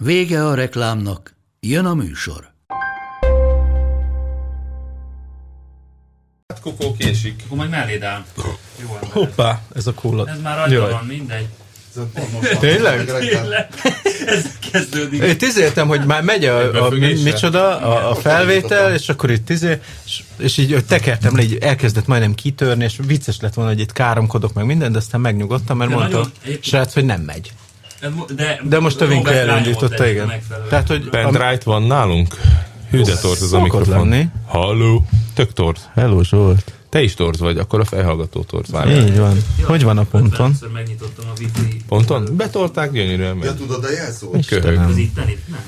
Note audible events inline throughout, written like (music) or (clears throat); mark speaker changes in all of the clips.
Speaker 1: Vége a reklámnak, jön a műsor.
Speaker 2: Hát kokó késik.
Speaker 3: Akkor majd melléd áll. Jó ember.
Speaker 2: Hoppá, ez a kóla.
Speaker 3: Ez már rajta
Speaker 2: Jaj.
Speaker 3: van, mindegy.
Speaker 2: Tényleg?
Speaker 3: (laughs) Ez kezdődik.
Speaker 2: Én tizéltem, hogy már megy a, a mi-
Speaker 4: Befüggése.
Speaker 2: micsoda, a, a felvétel, és akkor itt tizé, és, és így ö, tekertem le, így elkezdett majdnem kitörni, és vicces lett volna, hogy itt káromkodok meg mindent, de aztán megnyugodtam, mert
Speaker 3: De
Speaker 2: mondtam,
Speaker 3: nagyon- egyébként-
Speaker 2: srác, hogy nem megy.
Speaker 3: De,
Speaker 2: De most tövénkre
Speaker 3: Robert
Speaker 2: elindította,
Speaker 3: rányomott
Speaker 2: igen.
Speaker 3: egy megfelelő.
Speaker 2: Tehát, hogy... a-
Speaker 4: Pendrive van nálunk? Hű, de torz az a
Speaker 2: Szokott
Speaker 4: mikrofon.
Speaker 2: lenni.
Speaker 4: Halló? Tök torz.
Speaker 2: Hello Zsolt.
Speaker 4: Te is torz vagy, akkor a felhallgató torz várjál.
Speaker 2: Így van. Hogy van a ponton?
Speaker 3: Először megnyitottam a wifi.
Speaker 4: Ponton? Betolták gyönyörűen meg.
Speaker 5: Ja, tudod a jelszót?
Speaker 4: Köhög.
Speaker 3: Az ittenit? Nem.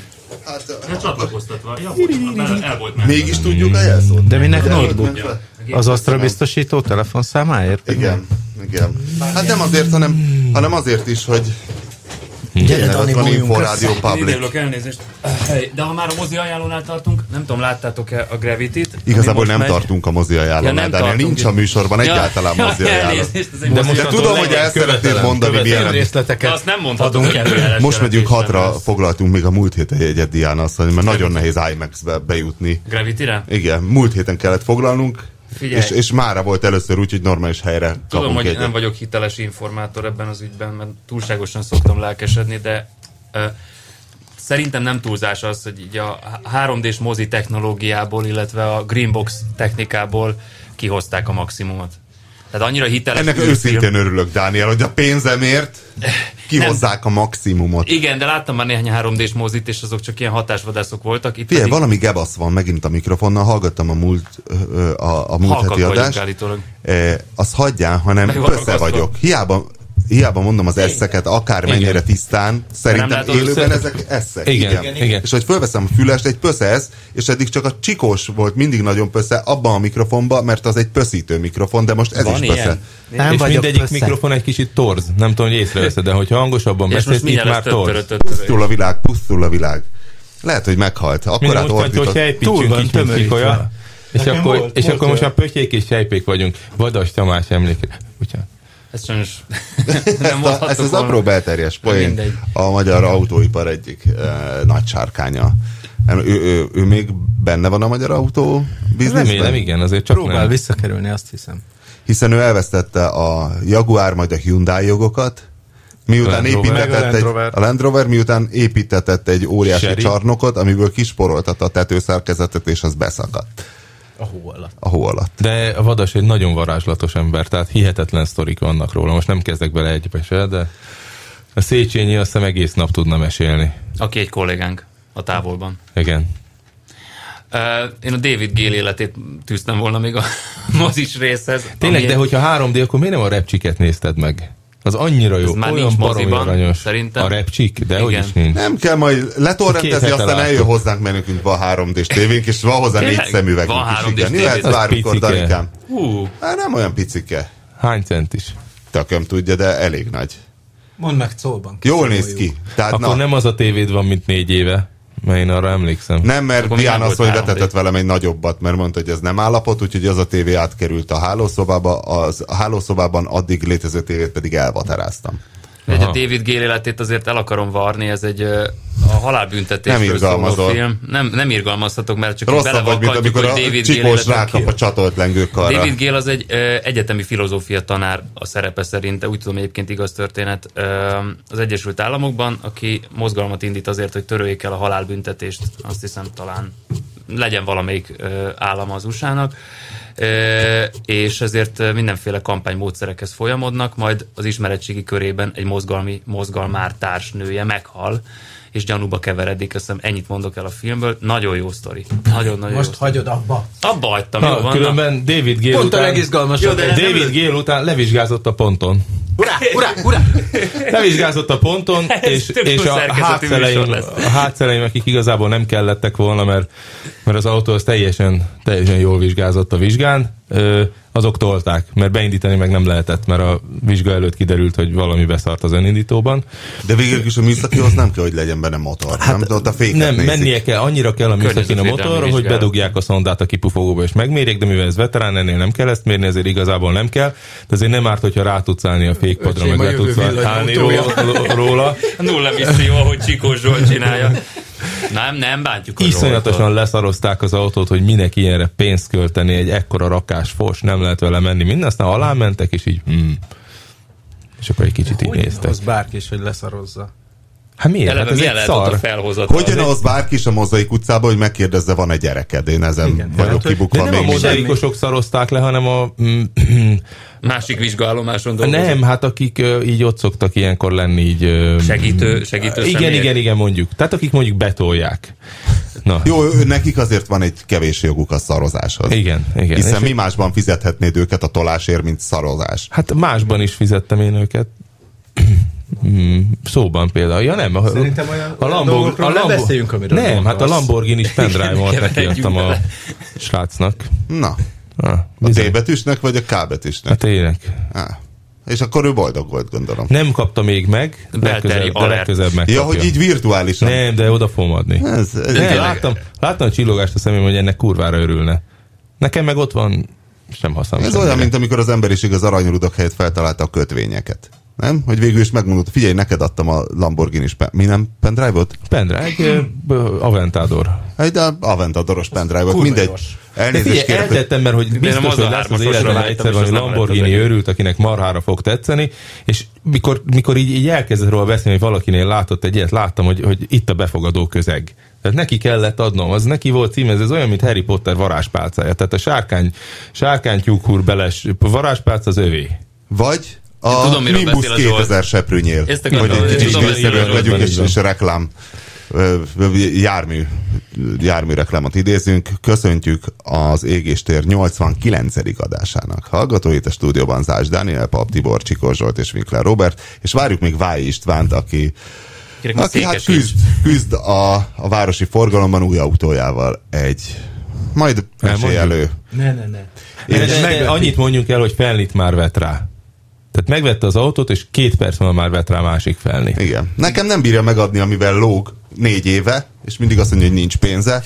Speaker 5: Hát,
Speaker 3: De csatlakoztatva. Ja, bocsánat, már el volt mentve.
Speaker 5: mégis tudjuk a jelszót?
Speaker 2: De minek
Speaker 5: Ugye,
Speaker 2: notebook?
Speaker 5: hogy ment fel?
Speaker 2: Az Astra biztosító telefonszámáért?
Speaker 5: Igen, igen. Hát nem azért, hanem, hanem azért is, hogy
Speaker 2: Gyere,
Speaker 5: tényleg ott
Speaker 2: Dani,
Speaker 5: van
Speaker 2: buljunk össze.
Speaker 5: Inforádió Public.
Speaker 3: Idévlök, elnézést. Hely, De ha már a mozi ajánlónál tartunk, nem tudom, láttátok-e a Gravity-t? ami
Speaker 5: Igazából
Speaker 3: most
Speaker 5: nem
Speaker 3: megy?
Speaker 5: tartunk a mozi
Speaker 3: Ja, nem
Speaker 5: ajánlatnál,
Speaker 3: tartunk.
Speaker 5: nincs a műsorban
Speaker 3: Ja,
Speaker 5: egyáltalán mozi ajánlat.
Speaker 3: elnézést, ez egy
Speaker 2: De
Speaker 3: mozi
Speaker 2: most
Speaker 5: De
Speaker 3: ajánló.
Speaker 5: tudom, hogy el szeretnéd
Speaker 4: követelem,
Speaker 5: mondani,
Speaker 4: követelem.
Speaker 5: milyen
Speaker 3: De
Speaker 2: részleteket.
Speaker 3: azt nem mondhatunk előre.
Speaker 5: most megyünk hatra, foglaltunk még a múlt héten egyet Diana asszony, mert nagyon nehéz IMAX-be bejutni.
Speaker 3: Gravity-re?
Speaker 5: Igen, múlt héten kellett foglalnunk,
Speaker 3: Figyelj.
Speaker 5: és, és mára volt először úgy, hogy normális helyre
Speaker 3: Tudom,
Speaker 5: kapunk
Speaker 3: hogy
Speaker 5: egyet.
Speaker 3: nem vagyok hiteles informátor ebben az ügyben, mert túlságosan szoktam lelkesedni, de ö, szerintem nem túlzás az, hogy így a 3D-s mozi technológiából, illetve a Greenbox technikából kihozták a maximumot. Tehát annyira hiteles
Speaker 5: Ennek
Speaker 3: űrfilm.
Speaker 5: őszintén örülök, Dániel, hogy a pénzemért kihozzák a maximumot.
Speaker 3: Igen, de láttam már néhány 3D-s mozit, és azok csak ilyen hatásvadászok voltak. Itt
Speaker 5: Figyelj,
Speaker 3: pedig
Speaker 5: valami gebasz van megint a mikrofonnal, hallgattam a múlt, ö, ö, a, a múlt
Speaker 3: halkak
Speaker 5: heti
Speaker 3: vagyunk
Speaker 5: adást.
Speaker 3: állítólag.
Speaker 5: Eh, azt hagyján, hanem
Speaker 3: Meg van
Speaker 5: össze
Speaker 3: akasztva.
Speaker 5: vagyok. Hiába, hiába mondom az eszeket, akármennyire
Speaker 4: Igen.
Speaker 5: tisztán,
Speaker 3: Nem
Speaker 5: szerintem
Speaker 3: látod
Speaker 5: élőben
Speaker 3: össze?
Speaker 5: ezek eszek.
Speaker 4: Igen, igen, igen.
Speaker 5: És hogy fölveszem a fülest, egy pösze ez, és eddig csak a csikós volt mindig nagyon pösze abban a mikrofonban, mert az egy pöszítő mikrofon, de most ez
Speaker 4: Van
Speaker 5: is
Speaker 4: ilyen?
Speaker 5: pösze.
Speaker 2: Nem
Speaker 4: és
Speaker 2: vagyok
Speaker 4: mindegyik
Speaker 2: össze.
Speaker 4: mikrofon egy kicsit torz. Nem tudom, hogy észreveszed, de hogyha hangosabban
Speaker 3: És most
Speaker 4: beszélsz, itt
Speaker 3: mindjárt
Speaker 4: már
Speaker 3: lesz
Speaker 4: torz.
Speaker 3: több
Speaker 5: Pusztul a világ, pusztul a világ. Lehet, hogy meghalt. Akkor
Speaker 4: Minden
Speaker 5: át
Speaker 4: úgy vagy, hogy
Speaker 5: ordított. (laughs)
Speaker 2: Túl van
Speaker 4: sejpítsünk így, mint
Speaker 2: tömörítve.
Speaker 4: Nikolya. És
Speaker 2: Nekem
Speaker 4: akkor,
Speaker 2: volt,
Speaker 4: és
Speaker 2: volt
Speaker 4: akkor most
Speaker 2: olyan.
Speaker 4: már pöttyék és sejpék vagyunk. Vadas Tamás emléke. Bocsánat.
Speaker 3: Ez
Speaker 5: (laughs)
Speaker 3: sajnos nem
Speaker 5: Ezt, a,
Speaker 3: mondhatok
Speaker 5: ezt az
Speaker 3: volna.
Speaker 5: apró belterjes poén
Speaker 3: Mindegy.
Speaker 5: a magyar autóipar egyik e, nagy sárkánya. Em, Ő, ő, ő még benne van a magyar autó
Speaker 4: Remélem,
Speaker 5: bizniszben?
Speaker 4: igen, azért csak
Speaker 2: Próbál
Speaker 4: nem.
Speaker 2: visszakerülni, azt hiszem.
Speaker 5: Hiszen ő elvesztette a Jaguar majd a Hyundai jogokat, miután
Speaker 4: Land Rover.
Speaker 5: építetett
Speaker 2: Meg a Land
Speaker 5: egy,
Speaker 2: Rover.
Speaker 5: a Land Rover miután építetett egy óriási
Speaker 4: Sherry.
Speaker 5: csarnokot, amiből kisporoltatta a tetőszerkezetet, és az beszakadt
Speaker 2: A hó alatt.
Speaker 5: a hó alatt.
Speaker 4: De a Vadas egy nagyon varázslatos ember, tehát hihetetlen sztorik vannak róla. Most nem kezdek bele egybe se, de a Széchenyi azt hiszem egész nap tudna mesélni.
Speaker 3: Aki egy kollégánk a távolban.
Speaker 4: Igen.
Speaker 3: Ö, Én a David Gél életét tűztem volna még a (laughs) mozis részhez.
Speaker 4: Tényleg,
Speaker 3: ami
Speaker 4: de
Speaker 3: egy-
Speaker 4: hogyha 3D, akkor miért nem a repcsiket nézted meg? Az annyira jó,
Speaker 3: már
Speaker 4: olyan
Speaker 3: nincs
Speaker 4: baromi
Speaker 3: moziban,
Speaker 4: aranyos.
Speaker 3: szerintem.
Speaker 4: A repcsik, de hogy
Speaker 3: Igen.
Speaker 4: is nincs.
Speaker 5: Nem kell majd
Speaker 4: Két
Speaker 5: letorrendezni,
Speaker 4: hete
Speaker 5: aztán eljön
Speaker 4: láttuk.
Speaker 5: hozzánk, mert nekünk van 3D-s tévénk, és van hozzá
Speaker 3: Tényleg?
Speaker 5: négy szemüvegünk
Speaker 3: Van
Speaker 5: is.
Speaker 3: 3D-s
Speaker 5: Igen,
Speaker 3: tévéd?
Speaker 5: jöhetsz
Speaker 3: Az
Speaker 5: bármikor,
Speaker 4: picike.
Speaker 5: Danikám.
Speaker 3: Hú,
Speaker 5: Á, nem olyan picike.
Speaker 4: Hány cent is?
Speaker 5: Tököm tudja, de elég nagy.
Speaker 2: Mondd meg szóban.
Speaker 5: Jól néz ki. Tehát
Speaker 4: Hát akkor
Speaker 5: na, nem,
Speaker 4: nem az a tévéd van, mint négy éve, mert én arra emlékszem.
Speaker 5: nem, mert
Speaker 3: Akkor még
Speaker 5: Diana
Speaker 3: nem
Speaker 5: azt,
Speaker 3: volt
Speaker 5: hogy
Speaker 3: 3D.
Speaker 5: vetetett velem egy nagyobbat, mert mondta, hogy ez nem állapot, úgyhogy az a tévé átkerült a hálószobába, az a hálószobában addig létező tévét pedig elvateráztam.
Speaker 3: egy a
Speaker 4: Aha.
Speaker 3: David Gél életét azért el akarom varni, ez egy ö, a
Speaker 5: Nem
Speaker 3: halálbüntetésről szóló
Speaker 5: irgalmazol.
Speaker 3: film. Nem, nem irgalmazhatok, mert csak így
Speaker 5: Rosszabb vagy, mint
Speaker 3: belevakadjuk,
Speaker 5: amikor
Speaker 3: hogy
Speaker 5: a
Speaker 3: David Gél
Speaker 5: csikós
Speaker 3: életem
Speaker 5: rákap a csatolt lengőkarra.
Speaker 3: David Gél az egy ö, egyetemi filozófia tanár a szerepe szerint, de úgy tudom egyébként igaz történet, ö, az Egyesült Államokban, aki mozgalmat indít azért, hogy töröljék el a halálbüntetést, azt hiszem talán legyen valamelyik ö, állam az USA-nak, ö, és ezért ö, mindenféle kampánymódszerekhez folyamodnak, majd az ismeretségi körében egy mozgalmi mozgalmár társnője meghal, és gyanúba keveredik, azt hiszem ennyit mondok el a filmből. Nagyon jó sztori. Nagyon-nagyon jó
Speaker 2: Most
Speaker 3: sztori.
Speaker 2: hagyod abba.
Speaker 3: Abba hagytam,
Speaker 4: Na,
Speaker 3: jó van. na.
Speaker 4: különben David Gél
Speaker 2: Pont a
Speaker 4: után,
Speaker 2: legizgalmasabb.
Speaker 3: Jó, de-
Speaker 4: David Gél után levizsgázott a ponton.
Speaker 2: Urá, urá, urá!
Speaker 4: Levizsgázott a ponton,
Speaker 3: Ez
Speaker 4: és,
Speaker 3: tök
Speaker 4: és a,
Speaker 3: szerkeszteti műsor
Speaker 4: hátszeleim,
Speaker 3: lesz.
Speaker 4: a hátszeleim, akik igazából nem kellettek volna, mert, mert az autó az teljesen, teljesen jól vizsgázott a vizsgán, ö, azok tolták, mert beindítani meg nem lehetett, mert a vizsga előtt kiderült, hogy valami beszart az önindítóban.
Speaker 6: Hát
Speaker 5: De végül is a műszakihoz nem kell, hogy legyen benne motor. Hát, nem, de ott a féket
Speaker 4: Nem,
Speaker 5: nézik.
Speaker 4: mennie kell, annyira kell a műszakin a
Speaker 3: Környezetvédelmi
Speaker 4: motor, hogy
Speaker 3: vizsgálat.
Speaker 4: bedugják a szondát a kipufogóba és megmérjék, de mivel ez veterán, ennél nem kell ezt mérni, ezért igazából nem kell. De azért nem árt, hogyha rá tudsz állni a fékpadra,
Speaker 6: Öcsém,
Speaker 4: meg le
Speaker 6: a jövő
Speaker 4: tudsz állni
Speaker 6: villanyautója.
Speaker 4: róla- róla.
Speaker 3: Nulla misszió, ahogy Csikós Zsolt csinálja. Nem, nem bántjuk a
Speaker 4: Iszonyatosan
Speaker 3: Zsoltot.
Speaker 4: leszarozták az autót, hogy minek ilyenre pénzt költeni, egy ekkora rakás fos, nem lehet vele menni. Minden aztán alá mentek, és így... Hmm. És akkor egy kicsit így néztek.
Speaker 2: Az bárki is, hogy leszarozza.
Speaker 4: Hát miért? Hát
Speaker 3: Eleve
Speaker 4: ez
Speaker 3: milyen
Speaker 4: egy
Speaker 3: lehet ott a
Speaker 4: szar.
Speaker 3: felhozat?
Speaker 5: Hogy jön ahhoz bárki is a mozaik utcába, hogy megkérdezze, van-e gyereked? Én ezen
Speaker 2: Igen,
Speaker 5: vagyok
Speaker 2: hát, hogy-
Speaker 5: kibukva
Speaker 4: De nem a
Speaker 5: még mindig.
Speaker 4: mozaikosok szarozták le, hanem a... hmm,
Speaker 3: Másik vizsgállomáson dolgozik.
Speaker 4: (clears throat) Nem, hát akik ö, így ott szoktak ilyenkor lenni, így... ö,
Speaker 3: Segítő, segítő
Speaker 4: Igen,
Speaker 3: személyek.
Speaker 4: igen, igen, mondjuk. Tehát akik mondjuk betolják. Na,
Speaker 5: Jó, ő- nekik azért van egy kevés joguk a szarozáshoz.
Speaker 4: igen, igen.
Speaker 5: Hiszen
Speaker 4: És-
Speaker 5: mi másban fizethetnéd őket a tolásért, mint szarozás.
Speaker 4: Hát másban is fizettem én őket. (clears throat) Mm, Szóban például. Ja nem, a,
Speaker 2: Szerintem olyan-
Speaker 4: a,
Speaker 2: olyan
Speaker 4: Lambor,
Speaker 2: dolgokról
Speaker 4: a
Speaker 2: nem
Speaker 4: Lambor,
Speaker 2: beszéljünk, amiről
Speaker 4: Nem,
Speaker 2: gondolsz.
Speaker 4: hát a Lamborghini
Speaker 2: (laughs)
Speaker 4: is pendrive-omat
Speaker 3: keverjünk
Speaker 4: nekiadtam a
Speaker 3: bele.
Speaker 4: srácnak.
Speaker 5: Na,
Speaker 4: Ah,
Speaker 5: a T betűsnek vagy a K betűsnek?
Speaker 4: Hát tényleg.
Speaker 5: Á. És akkor ő boldog volt, gondolom.
Speaker 4: Nem kapta még meg,
Speaker 3: Belteri
Speaker 4: legközebb, de
Speaker 3: alert.
Speaker 4: legközebb megkapja.
Speaker 5: Ja, hogy így Hát, virtuálisan.
Speaker 4: Nem, de oda fogom adni.
Speaker 5: Ez, ez
Speaker 4: Nem,
Speaker 5: tényleg-
Speaker 4: láttam, láttam a csillogást a szemem, hogy ennek kurvára örülne. Nekem meg ott van, sem használom.
Speaker 5: Ez
Speaker 4: semmire.
Speaker 5: olyan, mint amikor az emberiség az aranyrudak helyett feltalálta a kötvényeket. Nem? Hogy végül is megmondod, figyelj, neked adtam a Lamborghini-s pen... Mi nem? Pendrive-ot?
Speaker 4: Pendrive, egy ö, ö, Aventador.
Speaker 5: Egy de Aventadoros pendrive-ot,
Speaker 2: Kurva
Speaker 5: mindegy.
Speaker 2: gyors.
Speaker 4: De
Speaker 5: Elnézést
Speaker 4: figyelj,
Speaker 5: kérek, hogy
Speaker 4: eltettem, mert hogy biztos,
Speaker 3: az a
Speaker 4: hogy lesz az
Speaker 3: hármasosra
Speaker 4: életben
Speaker 3: vágytam,
Speaker 4: egyszer
Speaker 3: és
Speaker 4: valami
Speaker 3: az nem lett az
Speaker 4: Lamborghini
Speaker 3: enyém.
Speaker 4: őrült, akinek marhára fog tetszeni, és mikor, mikor így, így elkezdett róla beszélni, hogy valakinél látott egy ilyet, láttam, hogy, hogy itt a befogadó közeg. Tehát neki kellett adnom, az neki volt cím, ez, ez olyan, mint Harry Potter varázspálcája. Tehát a sárkány, sárkány tyúkhúr beles, varázspálca az övé.
Speaker 5: Vagy a
Speaker 3: Tudom,
Speaker 5: Tudom,
Speaker 3: miről
Speaker 5: Nimbus
Speaker 3: beszél a Zsolt.
Speaker 5: 2000 seprűnyél.
Speaker 3: Ezt
Speaker 5: Hogy
Speaker 3: akarom
Speaker 5: egy
Speaker 3: mondani,
Speaker 5: kicsit
Speaker 3: tudom, miről
Speaker 5: részéről
Speaker 3: beszél a
Speaker 5: legyünk,
Speaker 4: Zsolt.
Speaker 5: és, és reklám ö, ö, jármű jármű reklámot idézünk. Köszöntjük az Égéstér 89. adásának hallgatóit a stúdióban Zás Dániel, Pap Tibor, Csikor Zsolt és Winkler Robert, és várjuk még Váj Istvánt, aki,
Speaker 3: Kérek, hogy
Speaker 5: aki hát
Speaker 3: székesíts.
Speaker 5: küzd, küzd a, a városi forgalomban új autójával egy majd mesélj
Speaker 4: Elmondjuk?
Speaker 5: elő.
Speaker 2: Ne, ne, ne.
Speaker 4: De,
Speaker 2: Ez
Speaker 4: de, de
Speaker 2: meglepi.
Speaker 4: annyit mondjunk el, hogy felnit már vett rá. Tehát megvette az autót, és két perc múlva már vett rá másik felnit.
Speaker 5: Igen. Nekem nem bírja megadni, amivel lóg négy éve, és mindig azt mondja, hogy nincs pénze.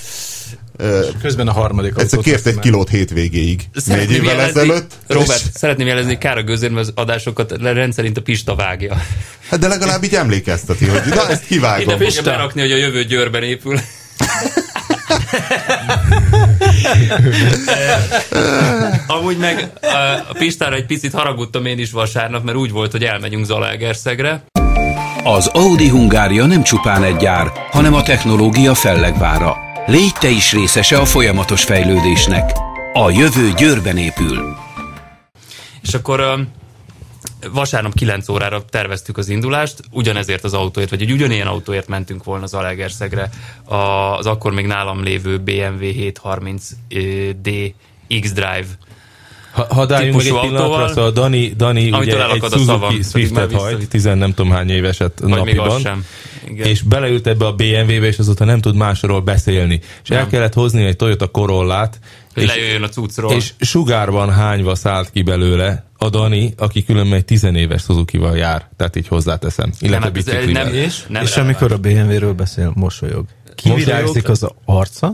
Speaker 5: Ö,
Speaker 2: Közben a harmadik
Speaker 5: Egyszer kért egy kilót hétvégéig. Négy
Speaker 3: Szeretném
Speaker 5: évvel
Speaker 3: jelezni-
Speaker 5: ezelőtt.
Speaker 3: Robert,
Speaker 5: És-
Speaker 3: szeretném jelezni, kár a gőzérm, az adásokat le- rendszerint a Pista vágja.
Speaker 5: Hát de legalább így emlékezteti, hogy
Speaker 3: Én
Speaker 5: na ezt
Speaker 4: Hát
Speaker 3: nem
Speaker 5: kivágom.
Speaker 3: fogja berakni, hogy a jövő győrben
Speaker 4: (laughs)
Speaker 3: épül. Amúgy meg a Pistára egy picit haragudtam én is vasárnap, mert úgy volt, hogy elmegyünk Zalaegerszegre,
Speaker 7: Az Audi Hungária nem csupán egy gyár, hanem a technológia fellegvára. Légy te is részese a folyamatos fejlődésnek. A jövő győrben épül.
Speaker 3: És akkor ö, vasárnap 9 órára terveztük az indulást, ugyanezért az autóért, vagy egy ugyanilyen autóért mentünk volna Zalaegerszegre a- az akkor még nálam lévő BMW 730D X-Drive.
Speaker 4: Ha, ha álljunk meg egy
Speaker 3: típusú
Speaker 4: pillanatra,
Speaker 3: autóval,
Speaker 4: szóval Dani, Dani
Speaker 3: amitől
Speaker 4: ugye egy
Speaker 3: elakad a szavam,
Speaker 4: Suzuki
Speaker 3: pedig
Speaker 4: Swiftet
Speaker 3: már
Speaker 4: hajt,
Speaker 3: visszavitt.
Speaker 4: tizen nem tudom hány éveset
Speaker 3: Vagy még az
Speaker 4: napiban,
Speaker 3: sem. Igen.
Speaker 4: és beleült ebbe a BMW-be, és azóta nem tud másról beszélni. És el kellett hozni egy Toyota Corollát,
Speaker 3: Hogy
Speaker 4: és,
Speaker 3: lejöjjön a cuccról.
Speaker 4: és sugárban hányva szállt ki belőle a Dani, aki különben egy tizenéves Suzuki-val jár, tehát így hozzáteszem, illetve
Speaker 3: hát ez- ez
Speaker 4: biciklivel.
Speaker 3: nem-
Speaker 2: És,
Speaker 3: Nem
Speaker 2: és
Speaker 3: releváns.
Speaker 2: amikor a BMW-ről beszél, mosolyog. Kivirágzik az arca,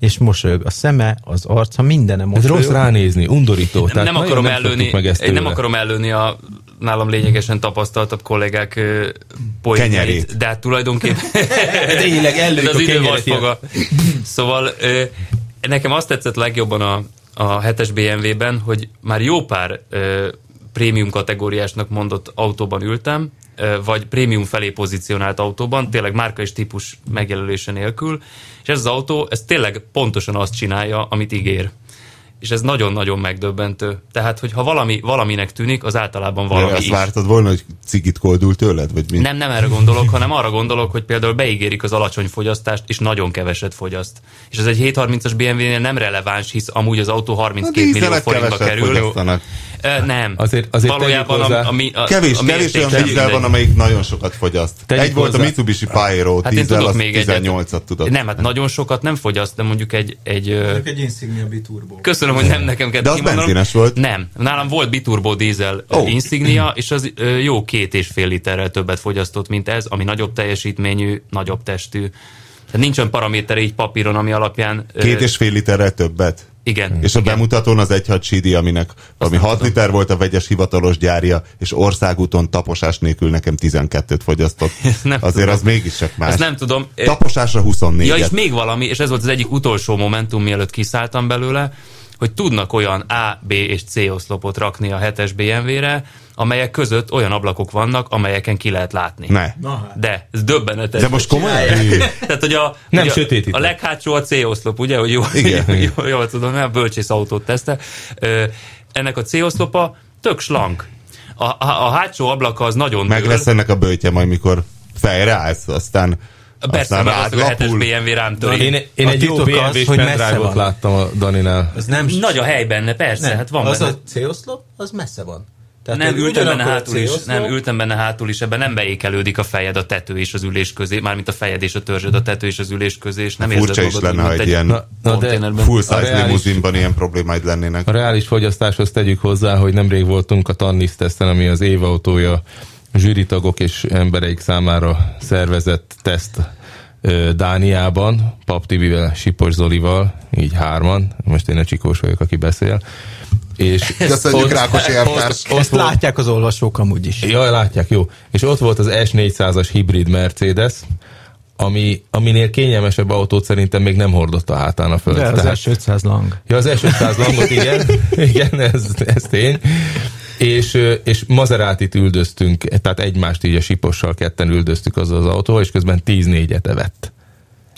Speaker 2: és mosolyog. A szeme, az arca, mindene
Speaker 4: Ez
Speaker 2: mosolyog.
Speaker 4: rossz ránézni, undorító.
Speaker 3: nem,
Speaker 4: tehát
Speaker 3: nem
Speaker 4: nagyon
Speaker 3: akarom
Speaker 4: nem szoktuk
Speaker 3: előni,
Speaker 4: meg ezt
Speaker 3: én nem
Speaker 4: tőle.
Speaker 3: akarom előni a nálam lényegesen tapasztaltabb kollégák ö,
Speaker 5: Kenyerét.
Speaker 3: poénjait, de hát tulajdonképpen
Speaker 4: Tényleg
Speaker 3: Ez
Speaker 4: előtt
Speaker 3: az idő vasfoga. Szóval ö, nekem azt tetszett legjobban a, a 7-es BMW-ben, hogy már jó pár ö, prémium kategóriásnak mondott autóban ültem, ö, vagy prémium felé pozícionált autóban, tényleg márka és típus megjelölése nélkül, és ez az autó, ez tényleg pontosan azt csinálja, amit ígér. és ez nagyon-nagyon megdöbbentő. Tehát, hogy ha valami valaminek tűnik, az általában valami
Speaker 5: Valami azt
Speaker 3: is.
Speaker 5: vártad volna, hogy cigit koldul tőled? Vagy mint?
Speaker 3: Nem, nem erre gondolok, hanem arra gondolok, hogy például beígérik az alacsony fogyasztást, és nagyon keveset fogyaszt. És ez egy 730-as BMW-nél nem releváns, hisz amúgy az autó 32 millió
Speaker 5: dízelek
Speaker 3: forintba
Speaker 5: Hát keveset
Speaker 3: kerül.
Speaker 5: fogyasztanak.
Speaker 3: Ö, nem.
Speaker 4: Azért- azért
Speaker 3: Valójában
Speaker 4: tegyük
Speaker 3: a,
Speaker 4: hozzá.
Speaker 3: a, mi- a,
Speaker 5: Kevés,
Speaker 3: a
Speaker 5: kevés
Speaker 3: mérték
Speaker 5: olyan
Speaker 3: sem
Speaker 5: dízel van,
Speaker 3: mindegy.
Speaker 5: amelyik nagyon sokat fogyaszt.
Speaker 4: Tegyük
Speaker 5: egy volt a
Speaker 4: hozzá.
Speaker 5: Mitsubishi Pajero,
Speaker 3: Hát én
Speaker 5: dízel,
Speaker 3: tudok
Speaker 5: az
Speaker 3: még egyet.
Speaker 5: 18-at tudod.
Speaker 3: Nem, hát nagyon sokat nem fogyaszt, de mondjuk egy... egy ö,
Speaker 2: Egy Insignia biturbo.
Speaker 3: Köszönöm, hogy nem nekem kellett
Speaker 5: De az
Speaker 3: kimondanom.
Speaker 5: benzines volt.
Speaker 3: Nem. Nálam volt biturbo dízel
Speaker 5: Ó.
Speaker 3: oh. insignia, és az ö, jó két és fél literrel többet fogyasztott, mint ez, ami nagyobb teljesítményű, nagyobb testű. Tehát nincs olyan paraméter így papíron, ami alapján... ö,
Speaker 5: Két és fél literrel többet.
Speaker 3: Igen.
Speaker 5: És a
Speaker 3: Mm. igen.
Speaker 5: bemutatón az egy CD, aminek ami 6 liter volt a vegyes hivatalos gyárja, és országúton taposás nélkül nekem 12-t fogyasztott.
Speaker 3: (laughs) nem
Speaker 5: Azért
Speaker 3: tudom.
Speaker 5: az mégiscsak más.
Speaker 3: Ezt nem tudom. Ö,
Speaker 5: Taposásra 24
Speaker 3: Ja, és még valami, és ez volt az egyik utolsó momentum, mielőtt kiszálltam belőle, hogy tudnak olyan A, B és C oszlopot rakni a 7-es BMW-re, amelyek között olyan ablakok vannak, amelyeken ki lehet látni.
Speaker 5: Ne.
Speaker 2: Na hát.
Speaker 3: De, ez döbbenetes.
Speaker 5: De most komolyan?
Speaker 3: (laughs) Tehát, hogy a,
Speaker 4: Nem
Speaker 3: ugye,
Speaker 4: sötétített.
Speaker 3: a leghátsó a C-oszlop, ugye, hogy jól,
Speaker 5: Igen,
Speaker 3: Igen, (laughs)
Speaker 5: igen.
Speaker 3: jól, jól tudom, mert a bölcsész autót teszte. Ö, ennek a C-oszlopa tök slank. A, a, a hátsó ablaka az nagyon
Speaker 5: Meg
Speaker 3: dől.
Speaker 5: lesz ennek a bőtje majd, mikor fejre állsz, aztán
Speaker 3: Persze,
Speaker 5: aztán
Speaker 3: mert az, hogy a 7-es
Speaker 5: átlapul.
Speaker 3: BMW rám töri.
Speaker 4: Én, én
Speaker 2: A
Speaker 4: egy jó
Speaker 2: titok az,
Speaker 4: BMW-s
Speaker 2: hogy messze
Speaker 4: pendrive-ot
Speaker 2: van.
Speaker 4: láttam a Daninál.
Speaker 2: Az nem
Speaker 3: Nagy a hely benne, persze,
Speaker 2: nem,
Speaker 3: hát van
Speaker 2: az
Speaker 3: benne.
Speaker 2: a céloszlop, az messze van. Tehát
Speaker 3: Nem
Speaker 2: egy
Speaker 3: ültem benne
Speaker 2: ugyanakkor
Speaker 3: hátul is,
Speaker 2: céloszlop,
Speaker 3: nem ültem benne hátul is, ebben nem beékelődik a fejed a tető és az ülés közé, mármint a fejed és a törzsöd a tető és az ülés közé, és nem érzed
Speaker 5: Furcsa is
Speaker 3: magad,
Speaker 5: lenne,
Speaker 3: mint
Speaker 5: ha
Speaker 3: egy
Speaker 5: egy ilyen
Speaker 4: na de
Speaker 3: konténerben.
Speaker 4: A
Speaker 5: full-size
Speaker 4: reális-
Speaker 5: limuzinban ilyen problémáid lennének.
Speaker 4: A reális fogyasztáshoz tegyük hozzá, hogy nemrég voltunk a Tannis teszten, ami az évautója zsűritagok és embereik számára szervezett teszt ö, Dániában, Pap Tibivel, Sipos Zolival, így hárman, most én a csikós vagyok, aki beszél, (laughs) és
Speaker 5: Köszönjük,
Speaker 4: ott-
Speaker 5: Rákosi Ertárs!
Speaker 2: Ezt látják az olvasók amúgy is.
Speaker 4: Jaj, látják, jó. És ott volt az S400-as hibrid Mercedes, ami, aminél kényelmesebb autót szerintem még nem hordott a hátán a föld.
Speaker 2: De az első 500 lang.
Speaker 4: Ja, az S500 langot,
Speaker 2: (laughs)
Speaker 4: igen, igen ez, ez tény. És, ö, és Mazerátit üldöztünk, tehát egymást így a sipossal ketten üldöztük azzal az autóval, és közben 10-4-et evett.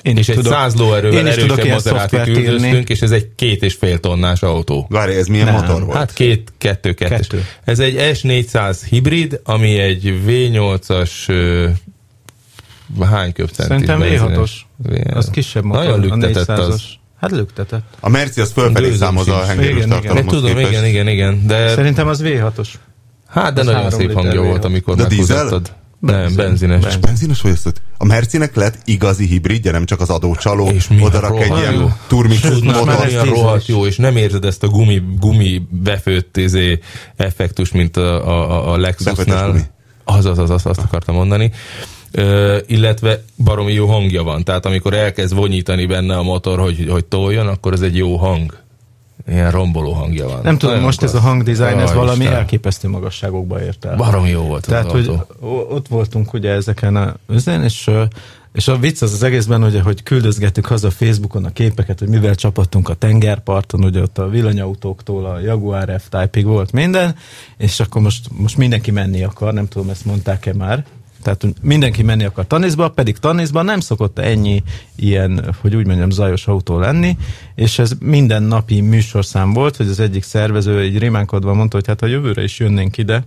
Speaker 2: Én
Speaker 4: És egy 100 lóerővel
Speaker 2: Én is tudok
Speaker 4: erősebb
Speaker 2: ilyen
Speaker 4: Mazerátit
Speaker 2: szoftvert
Speaker 4: üldöztünk,
Speaker 2: írni.
Speaker 4: és ez egy két és fél tonnás autó.
Speaker 5: Várj, ez milyen
Speaker 2: Nem.
Speaker 5: motor volt?
Speaker 4: Hát két, kettő, kettő.
Speaker 2: Kettő.
Speaker 4: Ez egy S400 hibrid, ami egy V8-as ö, hány köbcentis
Speaker 2: Szerintem V6-os.
Speaker 4: benzines?
Speaker 2: Az kisebb motor,
Speaker 4: Nagyon
Speaker 2: a
Speaker 4: lüktetett az.
Speaker 2: 400-as. Hát lüktetett.
Speaker 5: A Merci az fölfelé
Speaker 4: Gőzöm
Speaker 5: számozza a
Speaker 4: sincs.
Speaker 5: hengerős
Speaker 2: Igen,
Speaker 4: De
Speaker 5: tartalomhoz
Speaker 4: tudom,
Speaker 5: képest.
Speaker 4: igen, igen, igen, de
Speaker 2: Szerintem az V6-os.
Speaker 4: Hát, de
Speaker 2: Az
Speaker 4: nagyon
Speaker 2: három
Speaker 4: szép
Speaker 2: liter
Speaker 4: hangja
Speaker 2: V6.
Speaker 4: volt, amikor
Speaker 5: De
Speaker 4: meghúzottad. Nem, benzines.
Speaker 5: És benzines fogyasztott. A Mercinek lett igazi hibridje, nem csak az adócsaló.
Speaker 4: És mi
Speaker 5: Oda
Speaker 4: a
Speaker 5: rak egy
Speaker 4: rohadt jó.
Speaker 5: ilyen turmix
Speaker 2: már
Speaker 4: Tudnak
Speaker 5: motor.
Speaker 4: nagyon
Speaker 2: ez tízes.
Speaker 4: rohadt jó, és nem érzed ezt a gumi, gumi befőtt izé, effektus, mint a, a, a-
Speaker 5: Befőttes
Speaker 4: a
Speaker 5: gumi.
Speaker 4: Lexusnál. Az, az, az, az, azt akartam mondani. Ö, illetve baromi jó hangja van. Tehát amikor elkezd vonyítani benne a motor, hogy, hogy toljon, akkor ez egy jó hang. Ilyen romboló hangja van.
Speaker 2: Nem tudom,
Speaker 4: Nagyon
Speaker 2: most ez a
Speaker 4: klassz.
Speaker 2: hangdesign, ez
Speaker 4: Jaj,
Speaker 2: valami
Speaker 4: Isten.
Speaker 2: elképesztő magasságokba ért el.
Speaker 4: Baromi jó volt
Speaker 2: Tehát,
Speaker 4: az
Speaker 2: hogy
Speaker 4: autó.
Speaker 2: o- ott voltunk ugye ezeken a üzen, és, ö, és a vicc az az egészben, ugye, hogy küldözgettük haza Facebookon a képeket, hogy mivel csapattunk a tengerparton, ugye ott a villanyautóktól a Jaguar F-Type-ig volt minden, és akkor most, most mindenki menni akar, nem tudom, ezt mondták-e már. Tehát hogy mindenki menni akar tanézba, pedig tanézban nem szokott ennyi ilyen, hogy úgy mondjam, zajos autó lenni, és ez minden napi műsorszám volt, hogy az egyik szervező így rimánkodva mondta, hogy hát a jövőre is jönnénk ide,